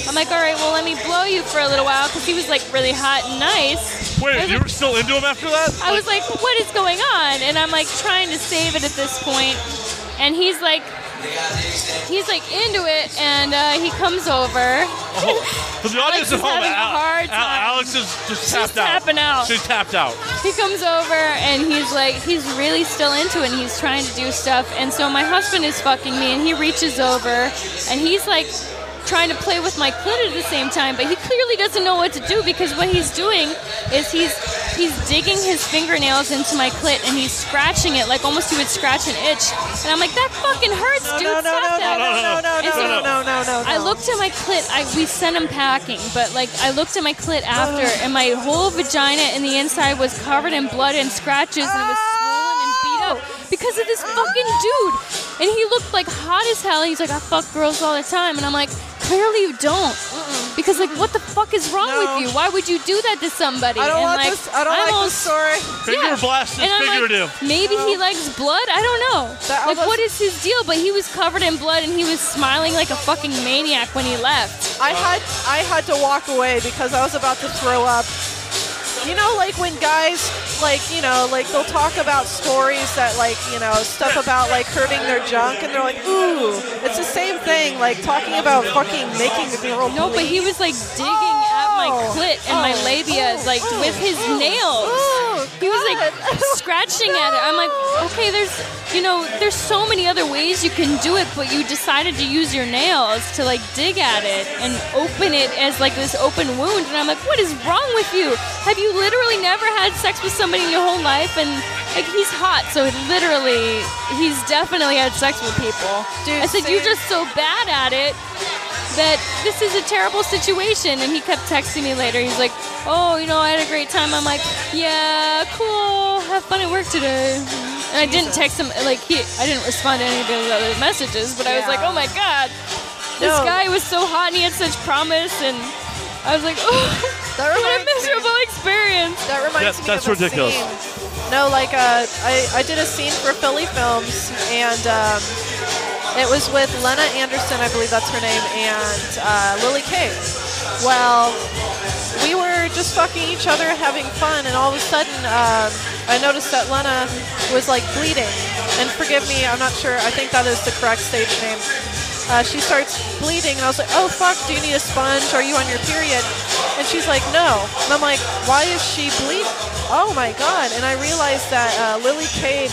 D: I'm like, all right, well, let me blow you for a little while because he was like really hot and nice. I
F: Wait,
D: was
F: you
D: like-
F: were still into him after that?
D: I was like, what is going on? And I'm like trying to save it at this point. And he's like, he's like into it, and uh, he comes over.
F: Oh, for the audience
D: is
F: at home,
D: having a
F: Al-
D: hard
F: Al-
D: time.
F: Alex is just tapped
D: tapping out.
F: She's tapped out.
D: He comes over and he's like, he's really still into it and he's trying to do stuff. And so my husband is fucking me and he reaches over and he's like trying to play with my clit at the same time, but he clearly doesn't know what to do because what he's doing is he's he's digging his fingernails into my clit and he's scratching it like almost he would scratch an itch. And I'm like, that fucking hurts, dude.
E: no, no, no,
D: Stop that.
E: no, no, no,
D: And so-
E: no, no, no, no, no, no.
D: I looked at my clit. I, we sent him packing, but like I looked at my clit after, and my whole vagina and the inside was covered in blood and scratches, and it was swollen and beat up because of this fucking dude. And he looked like hot as hell. He's like, I fuck girls all the time, and I'm like, clearly you don't, because like what the fuck is wrong
E: No.
D: with you? Why would you do that to somebody?
E: I don't
D: and,
E: want
D: like,
E: this. I don't
D: I'm
E: like
D: all
E: this story.
F: Figure blast is
D: and I'm
F: figurative.
D: Like, maybe he likes blood. I don't know.
E: That
D: like,
E: almost-
D: what is his deal? But he was covered in blood and he was smiling like a fucking maniac when he left.
E: I had I had to walk away because I was about to throw up. You know, like when guys, like you know, like they'll talk about stories that, like you know, stuff about like hurting their junk, and they're like, ooh, it's the same thing, like talking about fucking making the girl.
D: No, but he was like digging at my
E: Oh.
D: clit and my
E: Oh.
D: labia,
E: Oh.
D: like with his
E: Oh.
D: nails.
E: Oh,
D: he was like
E: God.
D: scratching at it. I'm like, okay, there's, you know, there's so many other ways you can do it, but you decided to use your nails to like dig at it and open it as like this open wound. And I'm like, what is wrong with you? Have you literally never had sex with somebody in your whole life? And like, he's hot, so literally, he's definitely had sex with people.
E: Dude,
D: I said, you're
E: seriously.
D: just so bad at it that this is a terrible situation. And he kept texting me later. He's like, oh, you know, I had a great time. I'm like, yeah, cool. Have fun at work today. And I didn't text him, like, he, I didn't respond to any of his other messages, but I was
E: Yeah.
D: like, oh my God, this
E: No.
D: guy was so hot and he had such promise. And I was like, oh,
E: That
D: what a
E: reminds me-
D: miserable experience.
E: That reminds
F: That-
E: me
F: that's
E: of a
F: ridiculous.
E: Scene. No, like uh, I, I did a scene for Philly Films, and um, it was with Lena Anderson, I believe that's her name, and uh, Lily Kay. Well, we were just fucking each other, having fun, and all of a sudden, um, I noticed that Lena was like bleeding. And forgive me, I'm not sure. I think that is the correct stage name. Uh, she starts bleeding, and I was like, "Oh fuck, do you need a sponge? Are you on your period?" And she's like, "No." And I'm like, "Why is she bleeding? Oh my god!" And I realized that uh, Lily Cade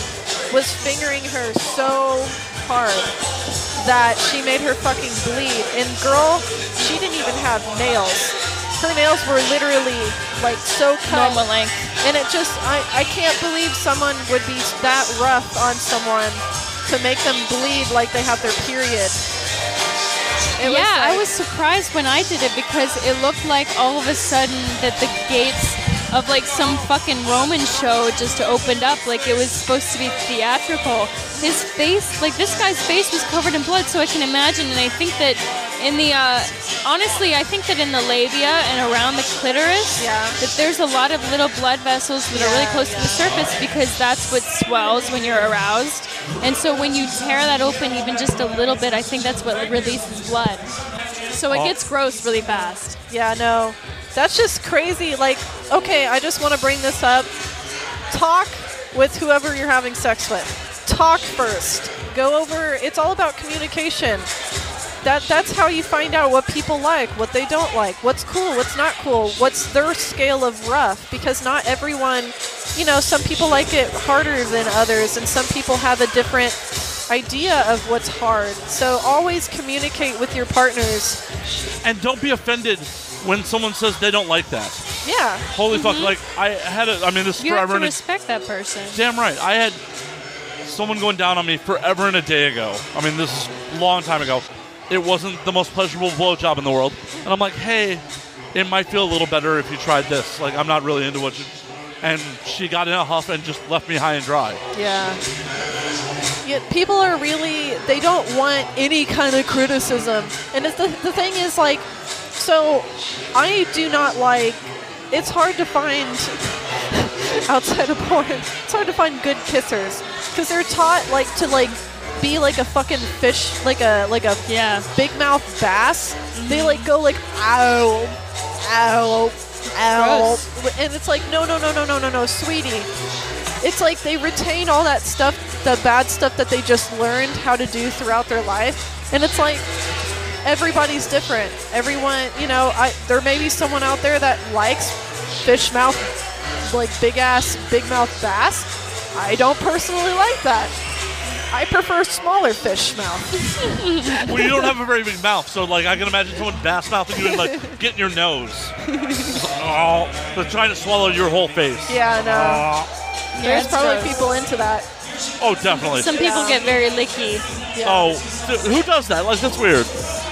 E: was fingering her so hard that she made her fucking bleed. And girl, she didn't even have nails. Her nails were literally like so cut
D: Normal length.
E: and it just, I, I can't believe someone would be that rough on someone to make them bleed like they have their period. It
D: yeah, I was
E: like-
D: surprised when I did it because it looked like all of a sudden that the gates of like some fucking Roman show just opened up. Like it was supposed to be theatrical. His face, like this guy's face, was covered in blood, so I can imagine. And I think that in the, uh, honestly, I think that in the labia and around the clitoris,
E: Yeah.
D: that there's a lot of little blood vessels that are really
E: Yeah,
D: close to the surface because that's what swells when you're aroused. And so when you tear that open even just a little bit, I think that's what releases blood. So it gets gross really fast.
E: Yeah, no. That's just crazy. Like, okay, I just want to bring this up. Talk with whoever you're having sex with. Talk first. Go over. It's all about communication. That that's how you find out what people like, what they don't like, what's cool, what's not cool, what's their scale of rough. Because not everyone, you know, some people like it harder than others, and some people have a different idea of what's hard. So always communicate with your partners.
F: And don't be offended when someone says they don't like that.
E: Yeah.
F: Holy fuck! Like I had a. I mean, this is
D: You have
F: forever
D: to
F: and a
D: respect that person.
F: Damn right. I had someone going down on me forever and a day ago. I mean, this is a long time ago. It wasn't the most pleasurable blowjob in the world. And I'm like, hey, it might feel a little better if you tried this. Like, I'm not really into what you. And she got in a huff and just left me high and dry.
E: Yeah. yeah. People are really, they don't want any kind of criticism. And it's the, the thing is, like, so I do not like, it's hard to find outside of porn, it's hard to find good kissers. Because they're taught, like, to, like, be like a fucking fish, like a, like a
D: Yeah.
E: big mouth bass. They, like, go, like, ow, ow, ow. And it's like, no, no, no, no, no, no, no, sweetie. It's like they retain all that stuff the bad stuff that they just learned how to do throughout their life. And it's like everybody's different. Everyone, you know, I there may be someone out there that likes fish mouth, like big ass, big mouth bass. I don't personally like that. I prefer smaller fish mouth.
F: Well, you don't have a very big mouth, so like I can imagine someone bass mouthing you and like getting your nose. oh, they're trying to swallow your whole face.
E: Yeah, no. There's
D: it's
E: probably
D: gross.
E: people into that.
F: Oh, definitely.
D: Some people
E: Yeah.
D: get very licky.
F: Oh, th- who does that? Like that's weird.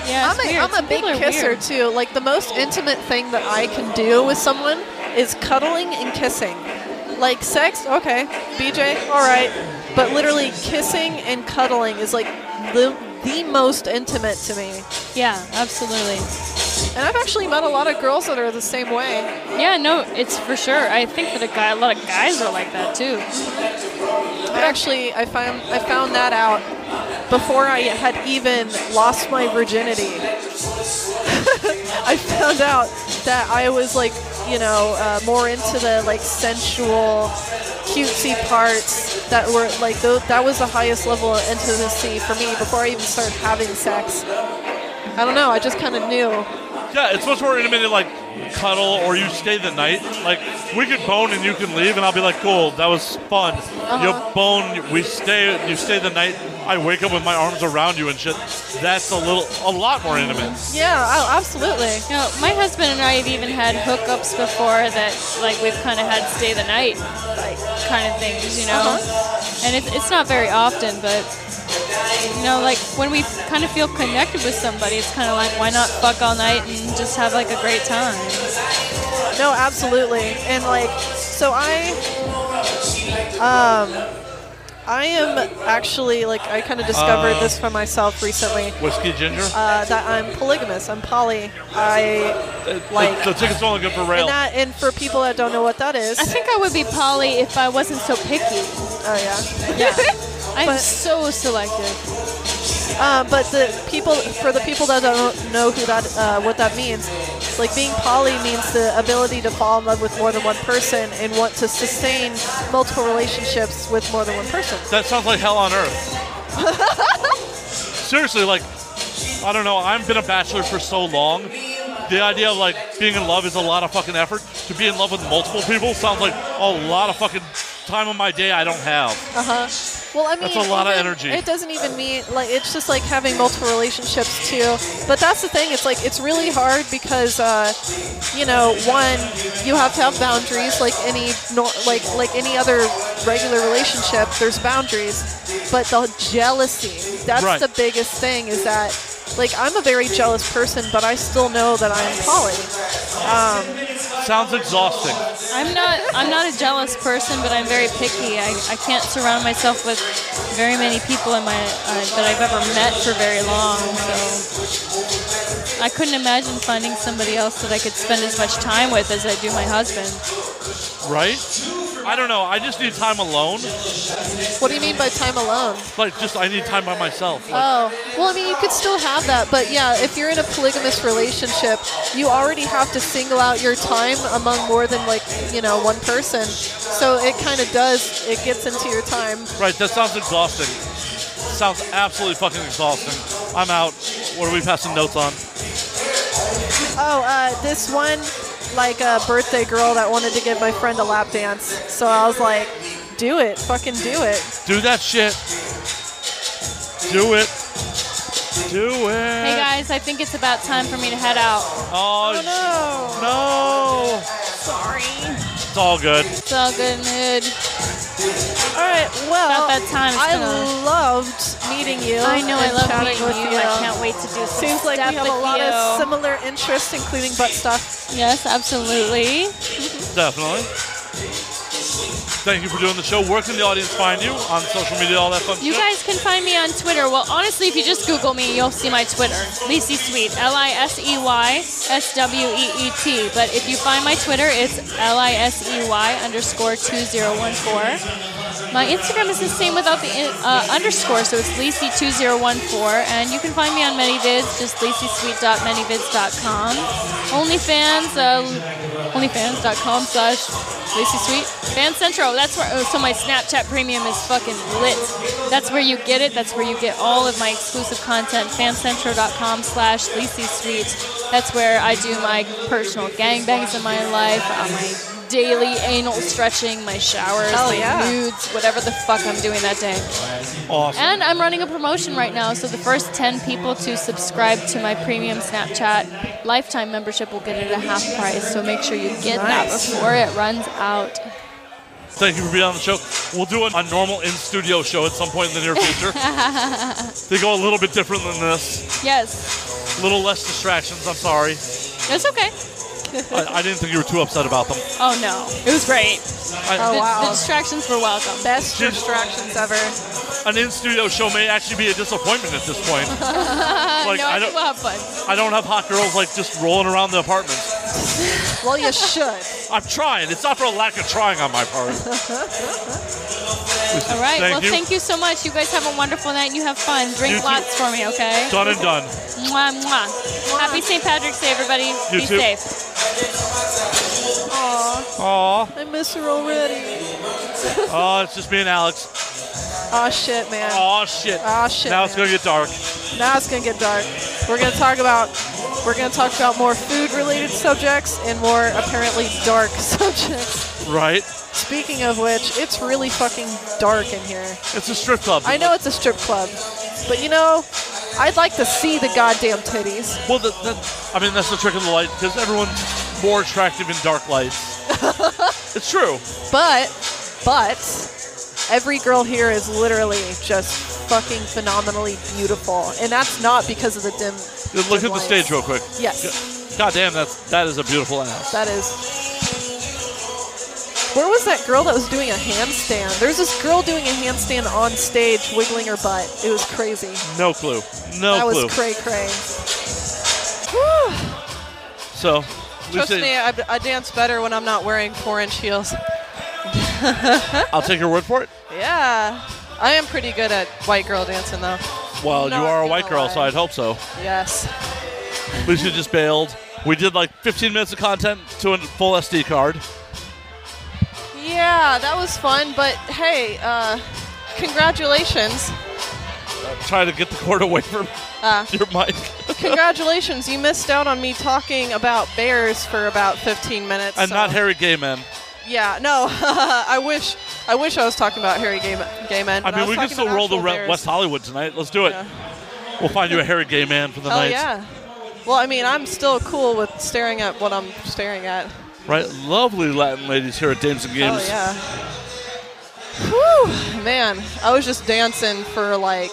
D: Yeah,
E: I'm
D: it's
E: a,
D: weird.
E: I'm a
D: Some
E: big
D: people are
E: kisser
D: weird.
E: too. Like the most intimate thing that I can do with someone is cuddling and kissing. Like sex, okay, BJ, all right, but literally kissing and cuddling is like the, the most intimate to me.
D: Yeah, absolutely.
E: And I've actually met a lot of girls that are the same way.
D: Yeah, no, it's for sure. I think that a guy, a lot of guys are like that too.
E: I actually I found I found that out before I had even lost my virginity. I found out that I was like, you know, uh, more into the like sensual, cutesy parts that were like tho- that was the highest level of intimacy for me before I even started having sex. I don't know. I just kind of knew.
F: Yeah, it's much more intimate. to, Like cuddle or you stay the night. Like we could bone and you can leave, and I'll be like, cool, that was fun.
E: Uh-huh.
F: You bone, we stay, you stay the night. I wake up with my arms around you and shit. That's a little, a lot more intimate.
E: Yeah, oh, absolutely.
D: You know, my husband and I have even had hookups before that, like we've kind of had stay the night, like kind of things, you know. And it's it's not very often, but you know, like when we kind of feel connected with somebody, it's kind of like why not fuck all night and just have like a great time.
E: No, absolutely. And like, so I, um, I am actually like I kind of discovered
F: Uh.
E: this for myself recently
F: Whiskey ginger.
E: uh, that I'm polygamous. I'm poly. I like-
F: the, the ticket's only good for rail.
E: and that and for people that don't know what that is,
D: I
E: oh
D: think I would be poly if I wasn't so picky.
E: yeah.
D: Yeah, I'm
E: But-
D: so selective.
E: Uh, but the people for the people that don't know who that uh, what that means, like being poly means the ability to fall in love with more than one person and want to sustain multiple relationships with more than one person.
F: That sounds like hell on earth. Seriously, like, I don't know. I've been a bachelor for so long. The idea of like being in love is a lot of fucking effort. To be in love with multiple people sounds like a lot of fucking time of my day I don't have.
E: Uh-huh. Well, I mean,
F: That's a lot of
E: even-
F: energy.
E: It doesn't even mean like it's just like having multiple relationships too. But that's the thing. It's like it's really hard because uh, you know, one, you have to have boundaries like any nor- like like any other regular relationship. There's boundaries, but the jealousy. That's
F: Right.
E: the biggest thing. Is that like I'm a very jealous person, but I still know that I'm poly.
F: Sounds exhausting.
D: I'm not I'm not a jealous person, but I'm very picky. I, I can't surround myself with very many people in my uh, that I've ever met for very long. So I couldn't imagine finding somebody else that I could spend as much time with as I do my husband.
F: Right? I don't know. I just need time alone.
E: What do you mean by time alone?
F: Like, just I need time by myself. Like,
E: Oh, well, I mean, you could still have that, but yeah, if you're in a polygamous relationship, you already have to single out your time among more than like you know one person. So it kind of does. It gets into your time.
F: right? That sounds exhausting. Sounds absolutely fucking exhausting. I'm out. What are we passing notes on?
E: Oh, uh, this one like a birthday girl that wanted to give my friend a lap dance. So I was like, do it, fucking do it.
F: Do that shit. Do it. Do it.
D: Hey
E: Uh,
D: guys, I think it's about time for me to head out.
F: Oh,
E: No.
F: no.
D: Sorry.
F: It's all good.
D: It's all good mood.
E: All right.
D: About
E: Well,
D: that time. It's
E: I
D: gonna-
E: loved meeting you.
D: I know I
E: and
D: love
E: chatting
D: meeting
E: with
D: you. I can't wait to do some
E: Seems like
D: stuff
E: we have a
D: with
E: lot of
D: you.
E: similar interests, including butt stuff.
D: yes, absolutely.
F: Definitely. Thank you for doing the show. Where can the audience find you on social media, all that fun
D: You
F: shit?
D: guys can find me on Twitter. Well, honestly, if you just Google me, you'll see my Twitter. Lisey Sweet. L I S E Y S W E E T. But if you find my Twitter, it's L I S E Y underscore 2014. My Instagram is the same without the in- uh, underscore, so it's Lacey2014. And you can find me on ManyVids, just LaceySweet.ManyVids.com. OnlyFans, uh, OnlyFans.com slash LaceySweet. Fan Central, that's where, oh, so my Snapchat premium is fucking lit. That's where you get it. That's where you get all of my exclusive content. Fancentral.com slash LaceySweet. That's where I do my personal gangbangs in my life, uh, my daily anal stretching, my showers,
J: Hell
D: my
J: yeah.
D: nudes, whatever the fuck I'm doing that day.
F: Awesome.
D: And I'm running a promotion right now, so the first 10 people to subscribe to my premium Snapchat lifetime membership will get it at half price. So make sure you get that
J: Nice.
D: before it runs out.
F: Thank you for being on the show. We'll do a a normal in studio show at some point in the near future. they go a little bit different than this.
D: Yes,
F: A little less distractions. I'm sorry.
D: it's okay.
F: I, I didn't think you were too upset about them.
D: Oh no, it was great.
F: I-
J: Oh,
D: The,
J: wow.
D: the distractions were welcome.
J: Best
F: Did-
J: distractions ever.
F: An in studio show may actually be a disappointment at this point. like
D: no,
F: I
D: I
F: don't,
D: think we'll have fun.
F: I don't have hot girls like just rolling around the apartment.
J: Well, you should.
F: I'm trying. It's not for a lack of trying on my part.
D: All right.
F: Thank
D: well,
F: you.
D: thank you so much. You guys have a wonderful night. and You have fun. Drink
F: You too.
D: lots for me, okay?
F: Done and done.
D: Mwah, mwah. Happy St. Patrick's Day, everybody.
F: You
D: Be
F: too.
D: safe.
J: Aw,
F: Aw.
J: I miss her already.
F: Oh, it's just me and Alex.
J: Aw, shit, man.
F: Oh shit.
J: Aw, shit.
F: Now it's
J: man.
F: gonna get dark.
J: Now it's gonna get dark. We're gonna talk about we're gonna talk about more food-related subjects and more apparently dark subjects.
F: Right?
J: Speaking of which, it's really fucking dark in here.
F: It's a strip club.
J: I know it's a strip club, but you know, I'd like to see the goddamn titties.
F: Well, that, that, I mean, that's the trick of the light because everyone's more attractive in dark lights. it's true.
J: But, but, every girl here is literally just fucking phenomenally beautiful, and that's not because of the dim.
F: Look at
J: dim
F: the
J: lights.
F: stage real quick.
J: Yes,
F: God damn, that's that is a beautiful ass.
J: that is. Where was that girl that was doing a handstand? There's this girl doing a handstand on stage, wiggling her butt. It was crazy.
F: No clue. No
J: that
F: clue.
J: was cray cray. Whew.
F: so, we
E: Trust
F: say-
E: me, I, I dance better when I'm not wearing four inch heels.
F: I'll take your word for it.
E: Yeah. I am pretty good at white girl dancing, though.
F: Well,
E: Not
F: you are a
E: gonna
F: white girl, so
E: lie.
F: I'd hope so.
J: Yes.
F: We should just bailed. We did like 15 minutes of content to a full SD card.
E: Yeah, that was fun, but hey, uh, congratulations.
F: Try to get the cord away from
E: Uh,
F: your mic.
E: congratulations, you missed out on me talking about bears for about 15 minutes.
F: and
E: so-
F: not hairy gay men.
E: Yeah, no, I wish I wish I was talking about hairy gay, men- gay men.
F: I
E: but
F: mean,
E: was
F: we can
E: talking
F: still
E: about
F: roll the
E: actual
F: re-
E: bears.
F: West Hollywood tonight. Let's do it.
E: Yeah.
F: We'll find you a hairy gay man for the
E: Oh,
F: night.
E: yeah. Well, I mean, I'm still cool with staring at what I'm staring at.
F: Right? Lovely Latin ladies here at Dames and Games.
E: Oh yeah. Whew, man, I was just dancing for like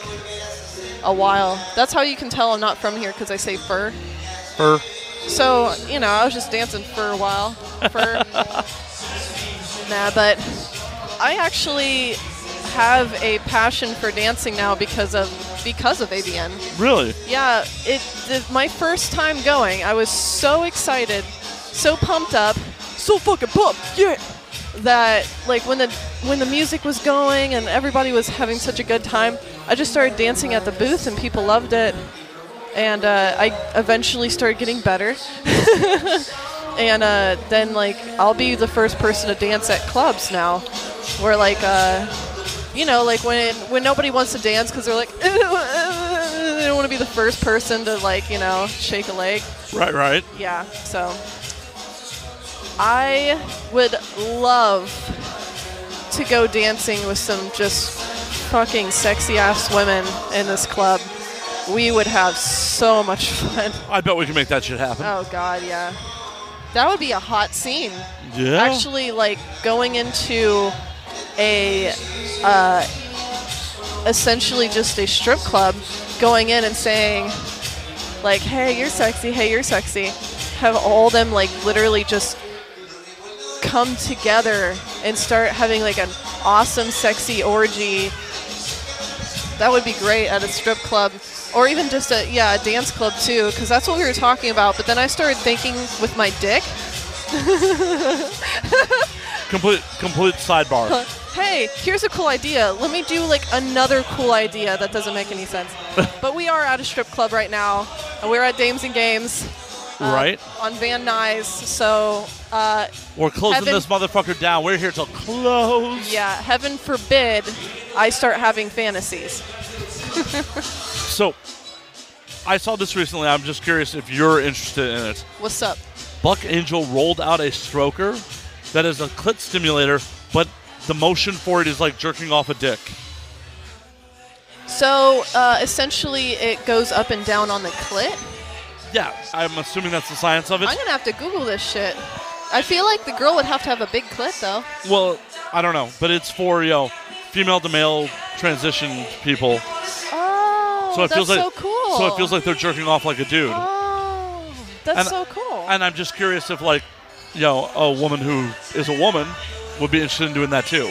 E: a while. That's how you can tell I'm not from here because I say fur.
F: Fur.
E: So you know, I was just dancing for a while. Fur. nah, but I actually have a passion for dancing now because of because of ABN.
F: Really?
E: Yeah, it the, my first time going, I was so excited, so pumped up, so fucking pumped, yeah. That like when the when the music was going and everybody was having such a good time, I just started dancing at the booth and people loved it, and uh, I eventually started getting better. And uh, then, like, I'll be the first person to dance at clubs now, where like, uh, you know, like when when nobody wants to dance because they're like, they don't want to be the first person to like, you know, shake a leg.
F: Right, right.
E: Yeah. So I would love to go dancing with some just fucking sexy ass women in this club. We would have so much fun.
F: I bet we can make that shit happen.
E: Oh God, yeah. That would be a hot scene.
F: yeah.
E: Actually, like going into a uh, essentially just a strip club, going in and saying like, "Hey, you're sexy. Hey, you're sexy." Have all them like literally just come together and start having like an awesome, sexy orgy. That would be great at a strip club, or even just a yeah a dance club too, because that's what we were talking about. But then I started thinking with my dick.
F: complete complete sidebar.
E: hey, here's a cool idea. Let me do like another cool idea that doesn't make any sense. but we are at a strip club right now. and We're at Dames and Games
F: right?
E: on Van Nuys. So, uh,
F: We're closing
E: Heaven-
F: this motherfucker down. We're here till close.
E: yeah, heaven forbid I start having fantasies.
F: So, I saw this recently. I'm just curious if you're interested in it.
E: What's up?
F: Buck Angel rolled out a stroker that is a clit stimulator, but the motion for it is like jerking off a dick.
E: So, uh, essentially, it goes up and down on the clit.
F: Yeah, I'm assuming that's the science of it.
E: I'm gonna have to Google this shit. I feel like the girl would have to have a big clit though.
F: Well, I don't know, but it's for you know female to male transition people.
E: Oh,
F: So it
E: that's
F: feels like
E: so cool.
F: so it feels like they're jerking off like a dude.
E: Oh, that's
F: And-
E: so cool.
F: And I'm just curious if like you know a woman who is a woman would be interested in doing that too.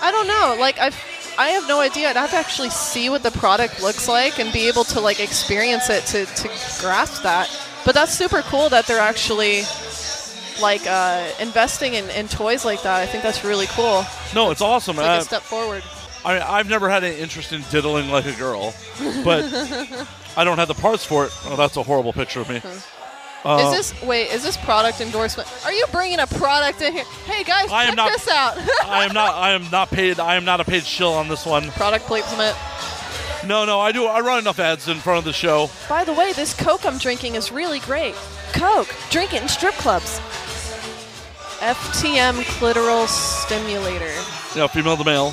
E: I don't know. Like I've. I have no idea. I'd have to actually see what the product looks like and be able to like experience it to, to grasp that. But that's super cool that they're actually like uh, investing in, in toys like that. I think that's really cool.
F: No, it's awesome.
E: It's like
F: Uh,
E: a step forward.
F: I mean, I've never had an interest in diddling like a girl, but I don't have the parts for it. Oh, that's a horrible picture of me.
E: is
F: Uh,
E: this wait? Is this product endorsement? Are you bringing a product in here? Hey guys,
F: I am
E: check
F: not-
E: this out.
F: I am not. I am not paid. I am not a paid shill on this one.
E: product placement.
F: No, no. I do. I run enough ads in front of the show.
E: By the way, this Coke I'm drinking is really great. Coke, drink it in strip clubs. FTM clitoral stimulator.
F: You know, female to male.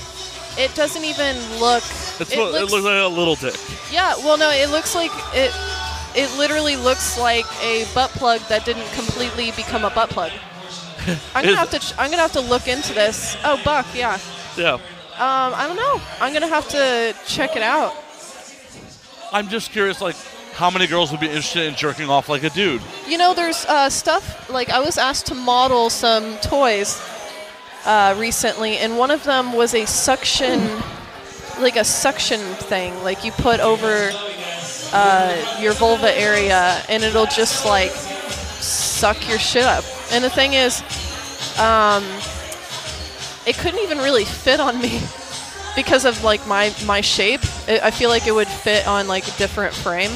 E: It doesn't even look.
F: It's
E: it
F: lo- it looks like a little dick.
E: Yeah, well, no, it looks like it. It literally looks like a butt plug that didn't completely become a butt plug. I'm gonna
F: Is-
E: have to. ch- I'm gonna have to look into this. Oh, Buck, yeah.
F: Yeah.
E: Um, I don't know. I'm gonna have to check it out.
F: I'm just curious, like, how many girls would be interested in jerking off like a dude?
E: You know, there's uh, stuff like I was asked to model some toys uh, recently, and one of them was a suction, like a suction thing, like you put over uh, your vulva area, and it'll just like suck your shit up. And the thing is, um, it couldn't even really fit on me because of like my my shape. It, I feel like it would fit on like a different frame.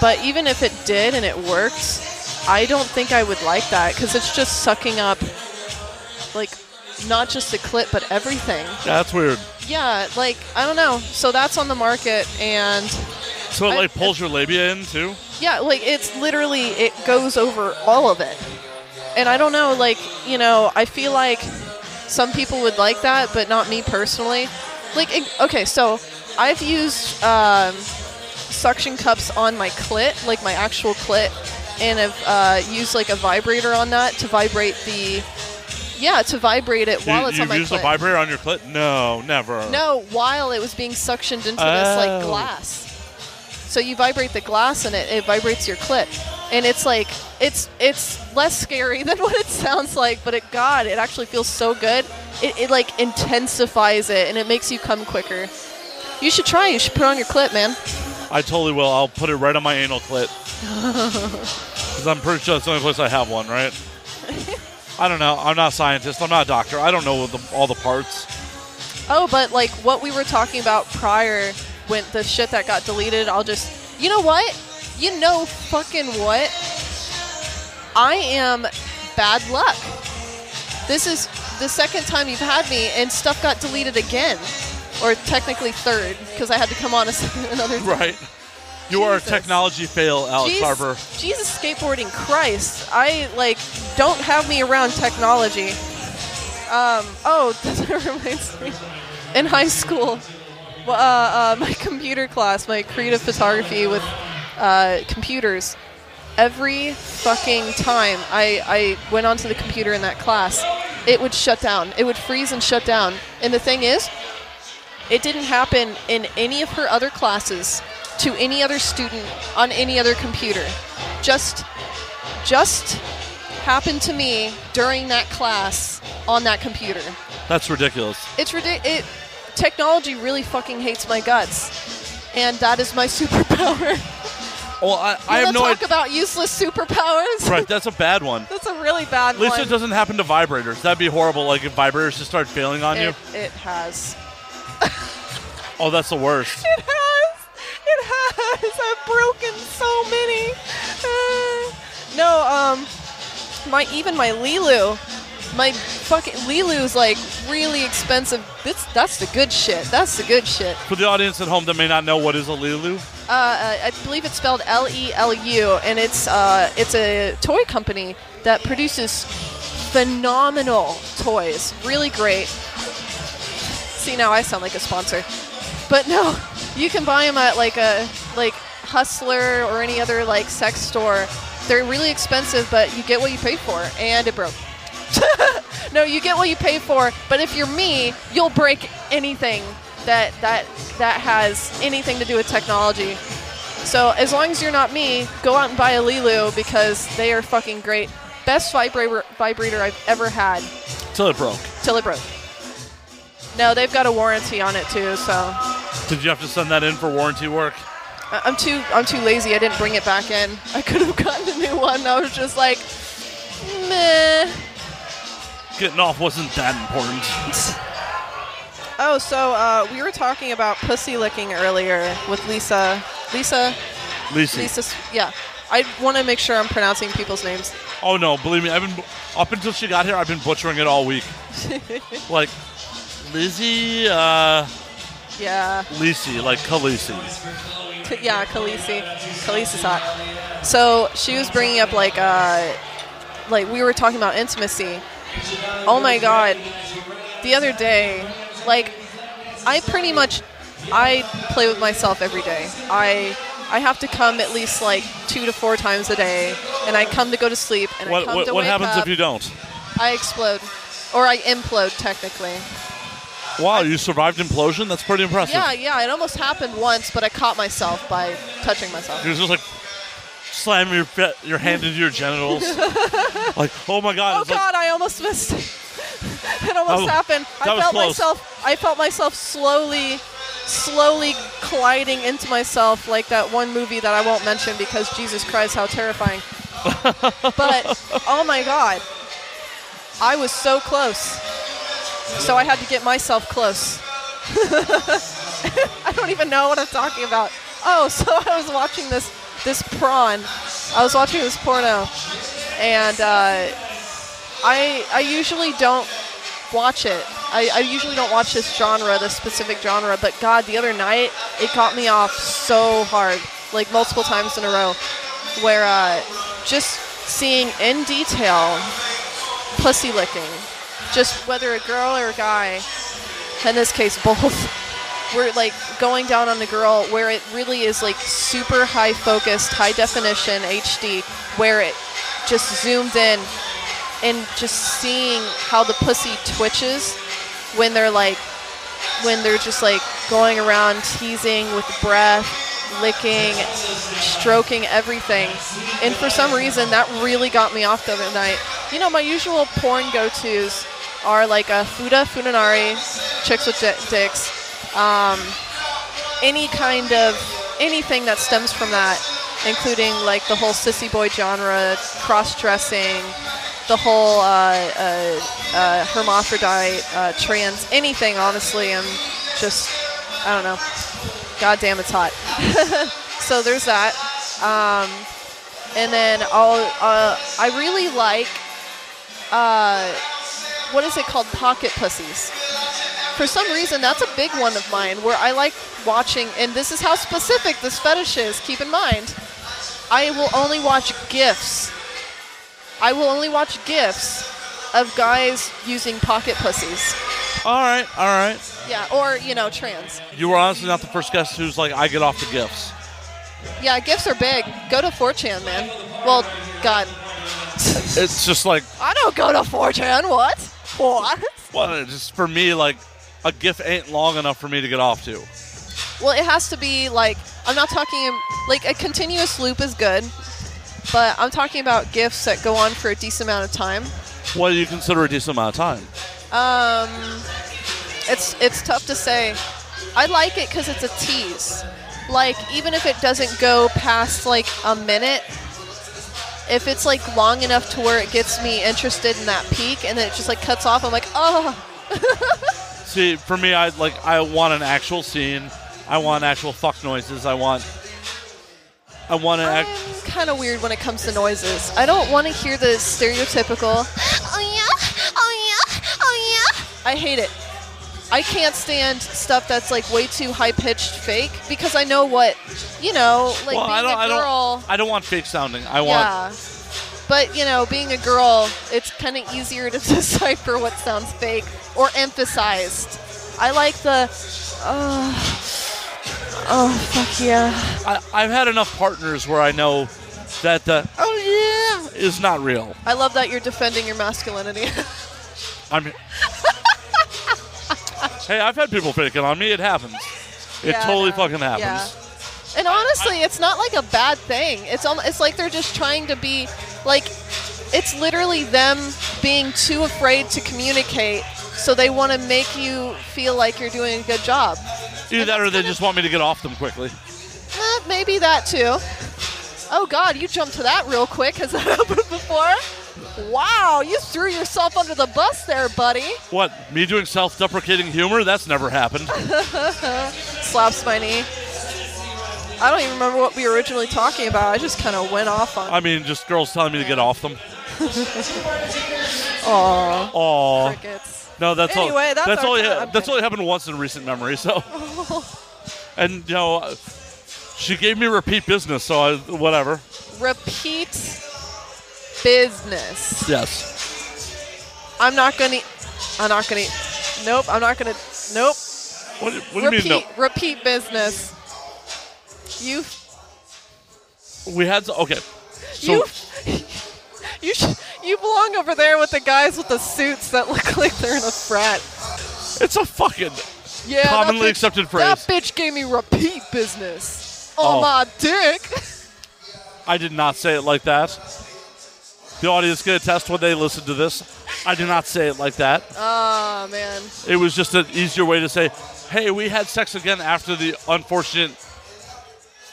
E: But even if it did and it worked, I don't think I would like that because it's just sucking up, like, not just the clit, but everything.
F: Yeah, that's weird.
E: Yeah, like, I don't know. So that's on the market, and
F: So it
E: I-
F: like pulls your labia in too.
E: yeah, like, it's literally, it goes over all of it. And I don't know, like, you know, I feel like some people would like that, but not me personally. Like, it, okay, so I've used um, suction cups on my clit, like my actual clit, and I've uh, used like a vibrator on that to vibrate the, yeah, to vibrate it while
F: you
E: it's
F: you
E: on my
F: used
E: clit.
F: a vibrator on your clit? No, never.
E: no, while it was being suctioned into this like
F: Oh.
E: glass. So you vibrate the glass and it, it vibrates your clit, and it's like it's it's less scary than what it sounds like, but it God, it actually feels so good. It, it like intensifies it and it makes you come quicker. You should try. it. You should put it on your clit, man.
F: I totally will. I'll put it right on my anal clit because I'm pretty sure that's the only place I have one, right? I don't know. I'm not a scientist. I'm not a doctor. I don't know the, all the parts.
E: Oh, but like what we were talking about prior, when the shit that got deleted, I'll just, you know what? You know fucking what? I am bad luck. This is the second time you've had me, and stuff got deleted again, or technically third, because I had to come on a s another. time.
F: Right. You are a
E: Jesus.
F: technology fail, Alex
E: Jeez-
F: Harper.
E: Jesus, skateboarding Christ! I like don't have me around technology. Um, oh, that reminds me. In high school, well, uh, uh, my computer class, my creative photography with uh, computers. Every fucking time I, I went onto the computer in that class, it would shut down. It would freeze and shut down. And the thing is, it didn't happen in any of her other classes to any other student on any other computer. Just just happened to me during that class on that computer.
F: That's ridiculous.
E: It's ridic- it technology really fucking hates my guts. And that is my superpower.
F: Well, I, I
E: Wanna
F: have no
E: talk
F: idea.
E: about useless superpowers.
F: Right, that's a bad one.
E: That's a really bad
F: At least
E: one.
F: it doesn't happen to vibrators. That'd be horrible. Like if vibrators just start failing on you.
E: It, it has.
F: Oh, that's the worst.
E: It has. It has. I've broken so many. Uh, no, um, my even my Lilu, my fucking Lilu's like really expensive. That's that's the good shit. That's the good shit.
F: For the audience at home that may not know what is a Lulu,
E: Uh, uh, I believe it's spelled L E L U, and it's uh, it's a toy company that produces phenomenal toys. Really great. See now I sound like a sponsor, but no, you can buy them at like a like Hustler or any other like sex store. They're really expensive, but you get what you pay for, and it broke. no, you get what you pay for. But if you're me, you'll break anything that that that has anything to do with technology. So as long as you're not me, go out and buy a Lilu because they are fucking great. Best vibrator vibrator I've ever had
F: till it broke.
E: till it broke. No, they've got a warranty on it too, so I-
F: Did you have to send that in for warranty work?
E: I'm too I'm too lazy. I didn't bring it back in. I could have gotten a new one. I was just like, meh.
F: Getting off wasn't that important.
E: Oh, so uh, we were talking about pussy licking earlier with Lisa. Lisa?
F: Lisa.
E: Lisa, S- yeah. I want to make sure I'm pronouncing people's names.
F: Oh no, believe me, I've been up until she got here. I've been butchering it all week. Like Lizzie, uh,
E: yeah.
F: Lisi, like Khaleesi.
E: K- yeah, Khaleesi. Khaleesi's hot. So she was bringing up, like, uh, like we were talking about intimacy. Oh my god. The other day, like, I pretty much I play with myself every day. I I have to come at least like two to four times a day, and I come to go to sleep, and I
F: What
E: come
F: what,
E: to
F: what
E: wake
F: happens
E: up.
F: if you don't?
E: I explode, or I implode technically.
F: Wow, you survived implosion. That's pretty impressive.
E: Yeah, yeah. It almost happened once, but I caught myself by touching myself.
F: You're just like slamming your fe- your hand into your genitals. like oh my god,
E: Oh
F: it's like-
E: God! I almost missed. it almost
F: Oh,
E: happened.
F: that
E: I
F: was
E: felt
F: close.
E: myself. I felt myself slowly, slowly colliding into myself like that one movie that I won't mention because Jesus Christ, how terrifying! but oh my God, I was so close. So I had to get myself close. I don't even know what I'm talking about. Oh, so I was watching this this prawn. I was watching this porno, and uh, I I usually don't watch it. I, I usually don't watch this genre, this specific genre. But God, the other night it got me off so hard, like multiple times in a row, where uh, just seeing in detail pussy licking, just whether a girl or a guy, in this case both we're like going down on the girl where it really is like super high focused, high definition HD, where it just zoomed in and just seeing how the pussy twitches when they're like when they're just like going around teasing with the breath, licking, stroking everything. And for some reason that really got me off the other night. You know, my usual porn go tos are like a fuda funanari, chicks with di- dicks, um, any kind of anything that stems from that, including like the whole sissy boy genre, cross dressing, the whole uh, uh, uh, hermaphrodite, uh, trans, anything. Honestly, I'm just I don't know. God damn, it's hot. so there's that. Um, and then I'll, uh, I really like uh, what is it called? Pocket pussies for some reason that's a big one of mine where i like watching and this is how specific this fetish is keep in mind i will only watch gifs i will only watch gifs of guys using pocket pussies
F: all right, all right.
E: yeah or you know trans
F: You were honestly not the first guest who's like, I get off the gifts.
E: yeah gifs are big go to 4chan man well god
F: It's just like,
E: i don't go to 4chan what what
F: well, it's just for me, like, a gif ain't long enough for me to get off to.
E: Well, it has to be like I'm not talking like a continuous loop is good, but I'm talking about gifts that go on for a decent amount of time.
F: What do you consider a decent amount of time?
E: Um, it's it's tough to say. I like it because it's a tease. like even if it doesn't go past like a minute if it's like long enough to where it gets me interested in that peak and then it just like cuts off i'm like oh
A: See, for me, I like I want an actual scene. I want actual fuck noises. I want. I want an act.
E: i'm kind of weird when it comes to noises i don't want to hear the stereotypical oh yeah oh yeah oh yeah i hate it i can't stand stuff that's like way too high-pitched fake because i know what you know like
A: well,
E: being
A: I don't.
E: a
A: I
E: girl
A: don't. I don't want fake sounding. I want.
E: Yeah. But, you know, being a girl, it's kind of easier to decipher what sounds fake or emphasized. I like the, oh, oh, fuck yeah.
A: I, I've had enough partners where I know that the oh yeah is not real.
E: I love that you're defending your masculinity.
A: I mean, hey, I've had people picking on me. It happens. It
E: Yeah, I
A: totally
E: know.
A: fucking happens.
E: Yeah. And honestly, it's not like a bad thing. It's almo- it's like they're just trying to be like it's literally them being too afraid to communicate, so they want to make you feel like you're doing a good job.
A: Either that, or they just want me to get off them quickly.
E: Eh, maybe that too. Oh God, you jumped to that real quick. Has that happened before? Wow, you threw yourself under the bus there, buddy.
A: What? Me doing self-deprecating humor? That's never happened.
E: Slaps my knee. I don't even remember what we were originally talking about. I just kind of went off on.
A: I mean, just girls telling me to get off them.
E: Aw,
A: Aw.
E: crickets.
A: Oh. No, that's
E: Anyway,
A: all.
E: that's our
A: only
E: time.
A: that's only happened once in recent memory. So, and you know, uh, she gave me repeat business. So I, whatever.
E: Repeat business.
A: Yes.
E: I'm not gonna. e- I'm not gonna. e- Nope. I'm not gonna. Nope.
A: What, do- what do you
E: repeat.
A: mean? No.
E: Repeat business. You.
A: We had s- okay. So
E: You. You. Sh- you belong over there with the guys with the suits that look like they're in a frat.
A: it's a fucking.
E: Yeah. that
A: Commonly
E: bitch-
A: accepted
E: That
A: phrase.
E: bitch gave me repeat business
A: Oh.
E: on my dick.
A: I did not say it like that. The audience can attest when they listen to this. I did not say it like that.
E: Oh man.
A: It was just an easier way to say, "Hey, we had sex again after the unfortunate,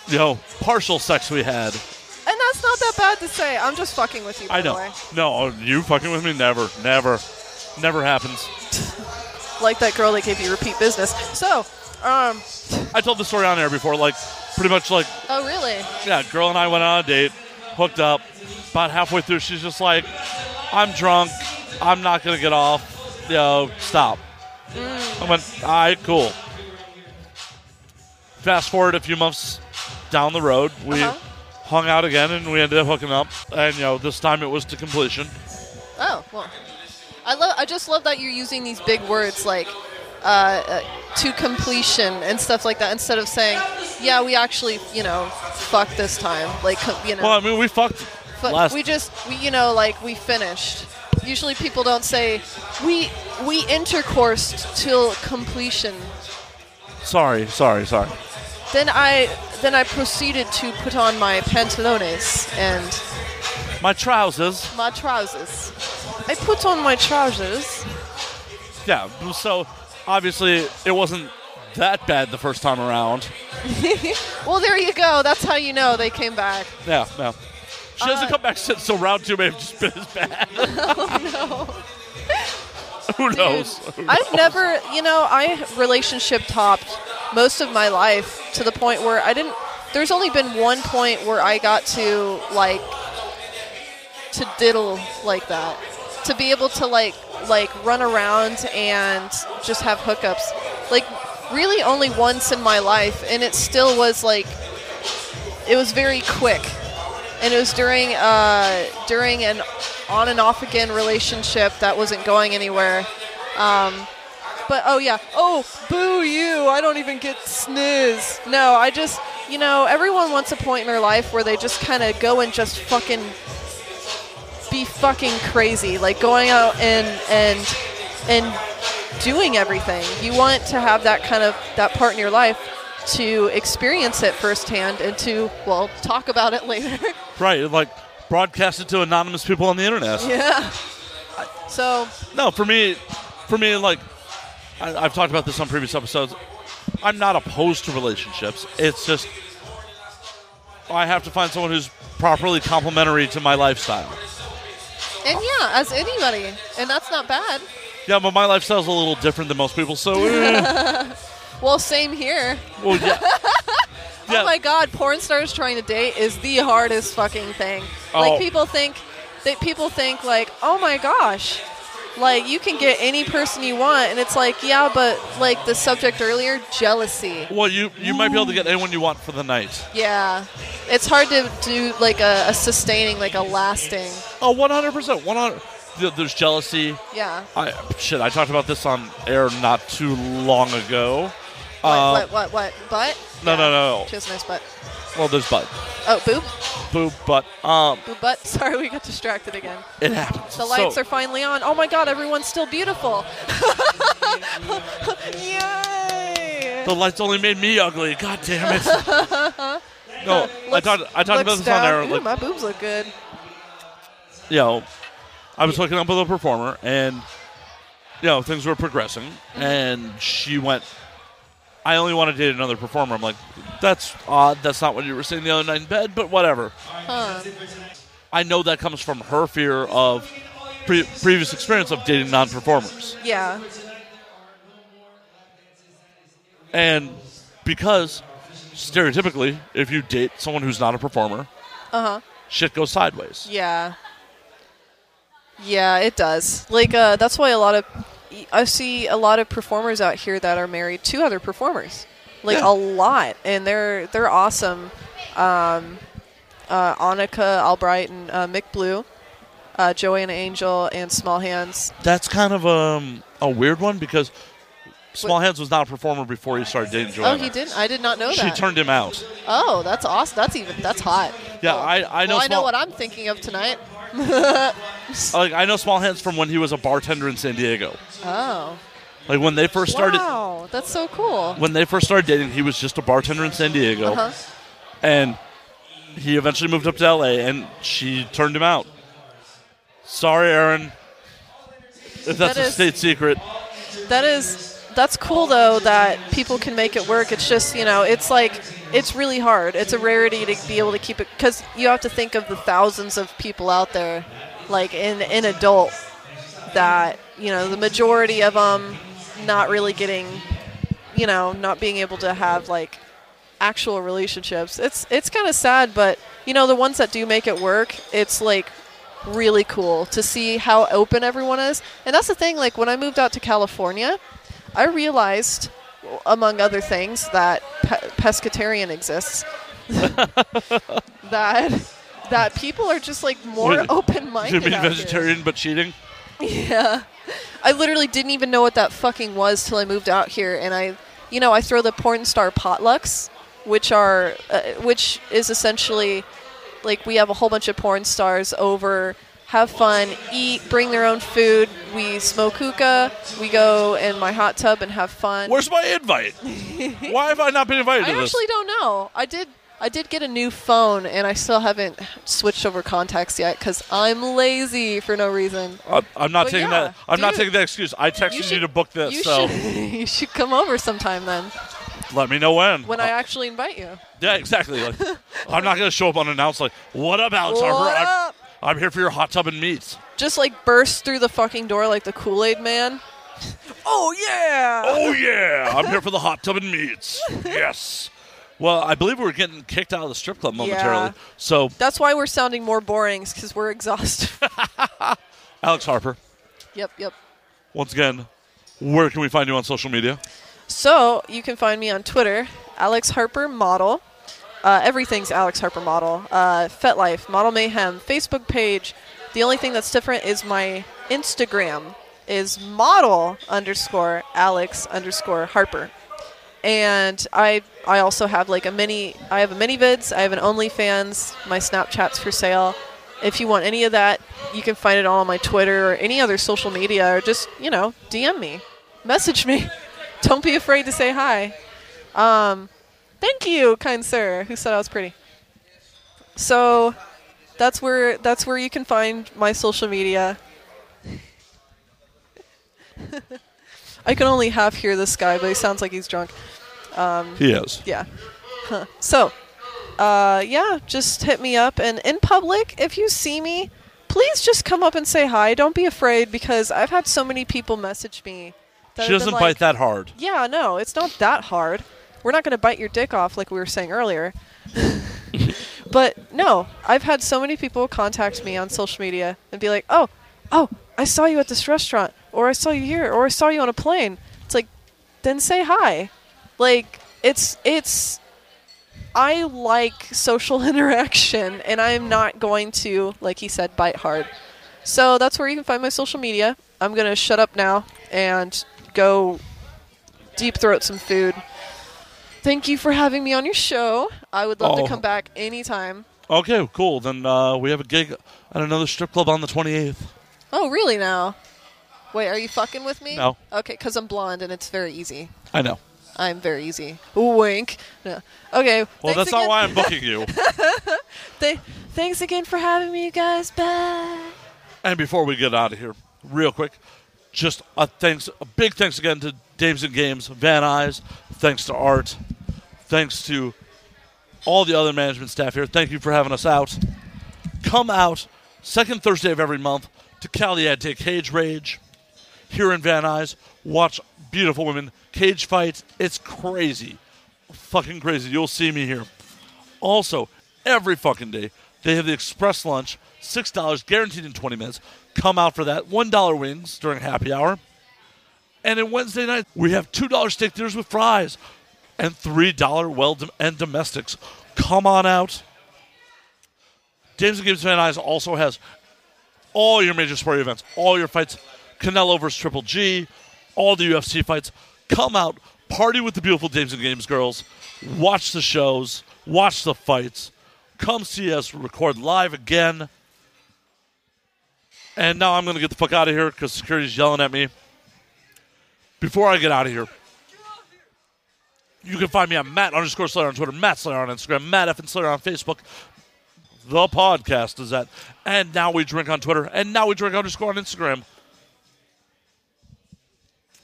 A: you know, partial sex we had."
E: And that's not that bad to say. I'm just fucking with you. By
A: I
E: The way.
A: know. No, oh, you fucking with me? Never, never, never happens.
E: Like that girl that gave you repeat business. So. Um.
A: I told the story on air before. Like, pretty much, like,
E: Oh really?
A: yeah, girl and I went on a date, hooked up. About halfway through, she's just like, "I'm drunk. I'm not gonna get off. You know, stop." I went, "All right, cool." Fast forward a few months down the road, we
E: Uh-huh.
A: hung out again, and we ended up hooking up. And you know, this time it was to completion.
E: Oh well, I love. I just love that you're using these big words like uh, uh, to completion and stuff like that instead of saying, "Yeah, we actually, you know, fuck this time." Like co- you know,
A: Well, I mean, we fucked.
E: but
A: last-
E: we just, we, you know, like we finished. Usually people don't say we we intercoursed till completion.
A: Sorry, sorry, sorry.
E: Then I then I proceeded to put on my pantalones and
A: My trousers.
E: my trousers. I put on my trousers.
A: Yeah. So obviously it wasn't that bad the first time around.
E: Well, there you go. That's how you know they came back.
A: Yeah. No. She hasn't come back since, so round two may have just been as bad. Who knows?
E: I've never, you know, I relationship topped most of my life to the point where I didn't. There's only been one point where I got to like to diddle like that, to be able to like like run around and just have hookups. Like really only once in my life, and it still was like it was very quick, and it was during uh, during an on and off again relationship that wasn't going anywhere. But oh yeah, oh boo you! I don't even get sniz. No, I just you know everyone wants a point in their life where they just kind of go and just fucking be fucking crazy, like going out and and and doing everything. You want to have that kind of that part in your life to experience it firsthand and to well talk about it later.
A: Right, like broadcast it to anonymous people on the internet.
E: yeah. So
A: No, for me, for me, like I, I've talked about this on previous episodes.
F: I'm not opposed to relationships. It's just I have to find someone who's properly complementary to my lifestyle.
E: And yeah, as anybody, and that's not bad.
F: Yeah, but my lifestyle's a little different than most people, so eh.
E: Well, same here.
F: well, yeah. Yeah.
E: Oh my god, porn stars trying to date is the hardest fucking thing.
F: Oh.
E: Like people think that people think like, "Oh my gosh, like you can get any person you want." And it's like, "Yeah, but like the subject earlier, jealousy."
F: Well, you you might be able to get anyone you want for the night.
E: Yeah. It's hard to do like a, a sustaining, like a lasting.
F: Oh, 100 percent. 100. th- There's jealousy.
E: Yeah.
F: I shit. I talked about this on air not too long ago. Uh,
E: what, what, what, what? Butt?
F: No, no, no, no.
E: She has a nice butt.
F: Well, there's butt,
E: Oh, boob?
F: boob, but um,
E: Boob butt? Sorry, we got distracted again.
F: it happens.
E: The lights
F: So-
E: are finally on. Oh my god, everyone's still beautiful. Yay!
F: The lights only made me ugly. God damn it. no, I
E: Looks-
F: talked. I talked about
E: looks
F: this on
E: down.
F: air.
E: Ooh,
F: Like,
E: my boobs look good.
F: you know, I was hooking up with a performer, and you know things were progressing, and she went. I only want to date another performer. I'm like, that's odd. That's not what you were saying the other night in bed, but whatever.
E: Huh.
F: I know that comes from her fear of pre- previous experience of dating non-performers.
E: Yeah.
F: And because stereotypically, if you date someone who's not a performer,
E: Uh huh.
F: shit goes sideways.
E: Yeah. Yeah, it does. Like uh, that's why a lot of I see a lot of performers out here that are married to other performers, like
F: Yeah.
E: a lot, and they're they're awesome. Um, uh, Annika Albright and uh, Mick Blue, uh, Joanna Angel, and Small Hands.
F: That's kind of um, a weird one because Small Hands was not a performer before he started dating Joanna.
E: Oh, he didn't. I did not know
F: She
E: that.
F: turned him out.
E: oh, that's awesome. That's even that's hot.
F: Yeah,
E: Cool.
F: I- I know
E: Well, I know
F: Small-
E: what I'm thinking of tonight.
F: Like I know Small Hands from when he was a bartender in San Diego.
E: Oh,
F: Like when they first started,
E: wow, that's so cool.
F: when they first started dating, he was just a bartender in San Diego,
E: Uh-huh.
F: and he eventually moved up to L.A. and she turned him out. Sorry, Aaron. If that's
E: That
F: a
E: is-
F: state secret,
E: That is that's cool though that people can make it work. It's just, you know, it's like it's really hard. It's a rarity to be able to keep it cuz you have to think of the thousands of people out there like in in adult that, you know, the majority of them not really getting, you know, not being able to have like actual relationships. It's it's kind of sad, but you know, the ones that do make it work, it's like really cool to see how open everyone is. And that's the thing, like when I moved out to California, I realized, among other things, that pe- pescatarian exists. that that people are just like more
F: Wait,
E: open
F: should
E: minded.
F: be vegetarian but cheating.
E: Yeah. I literally didn't even know what that fucking was till I moved out here and I you know, I throw the porn star potlucks, which are uh, which is essentially like we have a whole bunch of porn stars over have fun, eat, bring their own food. We smoke hookah. We go in my hot tub and have fun.
F: Where's my invite? Why have I not been invited
E: I
F: to this?
E: actually don't know. I did. I did get a new phone, and I still haven't switched over contacts yet because I'm lazy for no reason.
F: I'm, I'm not
E: But
F: taking
E: yeah,
F: that. I'm not
E: dude,
F: taking that excuse. I texted you,
E: should-
F: to book this,
E: you
F: so
E: should. You should come over sometime then,
F: let me know when.
E: when I actually invite you.
F: yeah, exactly. Like, I'm not going to show up unannounced. Like, what up, Alex
E: What
F: Harper? I'm,
E: up?
F: I'm here for your hot tub and meats.
E: Just like burst through the fucking door like the Kool Aid Man. oh yeah.
F: Oh yeah, I'm here for the hot tub and meats. Yes. Well, I believe we're getting kicked out of the strip club momentarily.
E: Yeah.
F: So,
E: That's why we're sounding more boring because we're exhausted.
F: Alex Harper,
E: yep, yep.
F: once again, where can we find you on social media?
E: So you can find me on Twitter, Alex Harper Model. Uh, everything's Alex Harper Model. Uh, FetLife, Model Mayhem, Facebook page. The only thing that's different is my Instagram is model underscore Alex underscore Harper. And I I also have like a mini I have a mini vids, I have an OnlyFans, my Snapchat's for sale. If you want any of that, you can find it all on my Twitter or any other social media or just, you know, DM me. Message me. Don't be afraid to say hi. Um, thank you, kind sir, who said I was pretty. So that's where that's where you can find my social media. I can only half hear this guy, but he sounds like he's drunk. Um,
A: He is.
E: Yeah. Huh. So, uh, yeah, just hit me up. And in public, if you see me, please just come up and say hi. Don't be afraid because I've had so many people message me.
A: She
E: have been
A: doesn't
E: like,
A: bite that hard.
E: Yeah, no, it's not that hard. We're not going to bite your dick off like we were saying earlier. but no, I've had so many people contact me on social media and be like, "Oh, oh, I saw you at this restaurant, or I saw you here, or I saw you on a plane." It's like, then say hi. Like it's it's I like social interaction and I'm not going to, like he said, bite hard. So that's where you can find my social media. I'm going to shut up now and go deep throat some food. Thank you for having me on your show. I would love
A: Oh.
E: to come back anytime.
A: Okay, cool. Then uh, we have a gig at another strip club on the 28th.
E: Oh, really now? Wait, are you fucking with me?
A: No.
E: Okay, because I'm blonde and it's very easy.
A: I know.
E: I'm very easy. Wink. No. Okay.
A: Well,
E: thanks
A: that's
E: again.
A: not why I'm booking you.
E: Th- thanks again for having me, you guys. Bye.
A: and before we get out of here, real quick, just a thanks, a big thanks again to Dames and Games, Van Eyes. Thanks to Art. Thanks to all the other management staff here. Thank you for having us out. Come out second Thursday of every month to Caliente Cage Rage here in Van Nuys. Watch beautiful women cage fights. It's crazy, fucking crazy. You'll see me here. Also, every fucking day they have the express lunch, six dollars guaranteed in twenty minutes. Come out for that. One dollar wings during happy hour. And then Wednesday night, we have $2 steak dinners with fries and $3 well dom- and domestics. Come on out. James and Gibbs Van Nuys also has all your major sport events, all your fights, Canelo versus Triple G, all the UFC fights. Come out, party with the beautiful James and Games girls, watch the shows, watch the fights, come see us record live again. And now I'm going to get the fuck out of here because security's yelling at me before I get out of here, you can find me on Matt underscore Slayer on Twitter, Matt Slayer on Instagram, Matt F and Slayer on Facebook. The podcast is at and now we drink on Twitter, and now we drink underscore on Instagram.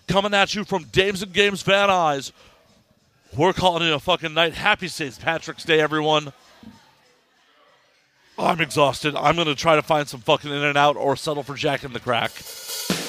A: Coming at you from Dames and Games Van Eyes. We're calling it a fucking night. Happy St. Patrick's Day, everyone. I'm exhausted. I'm gonna try to find some fucking in and out or settle for Jack in the Crack.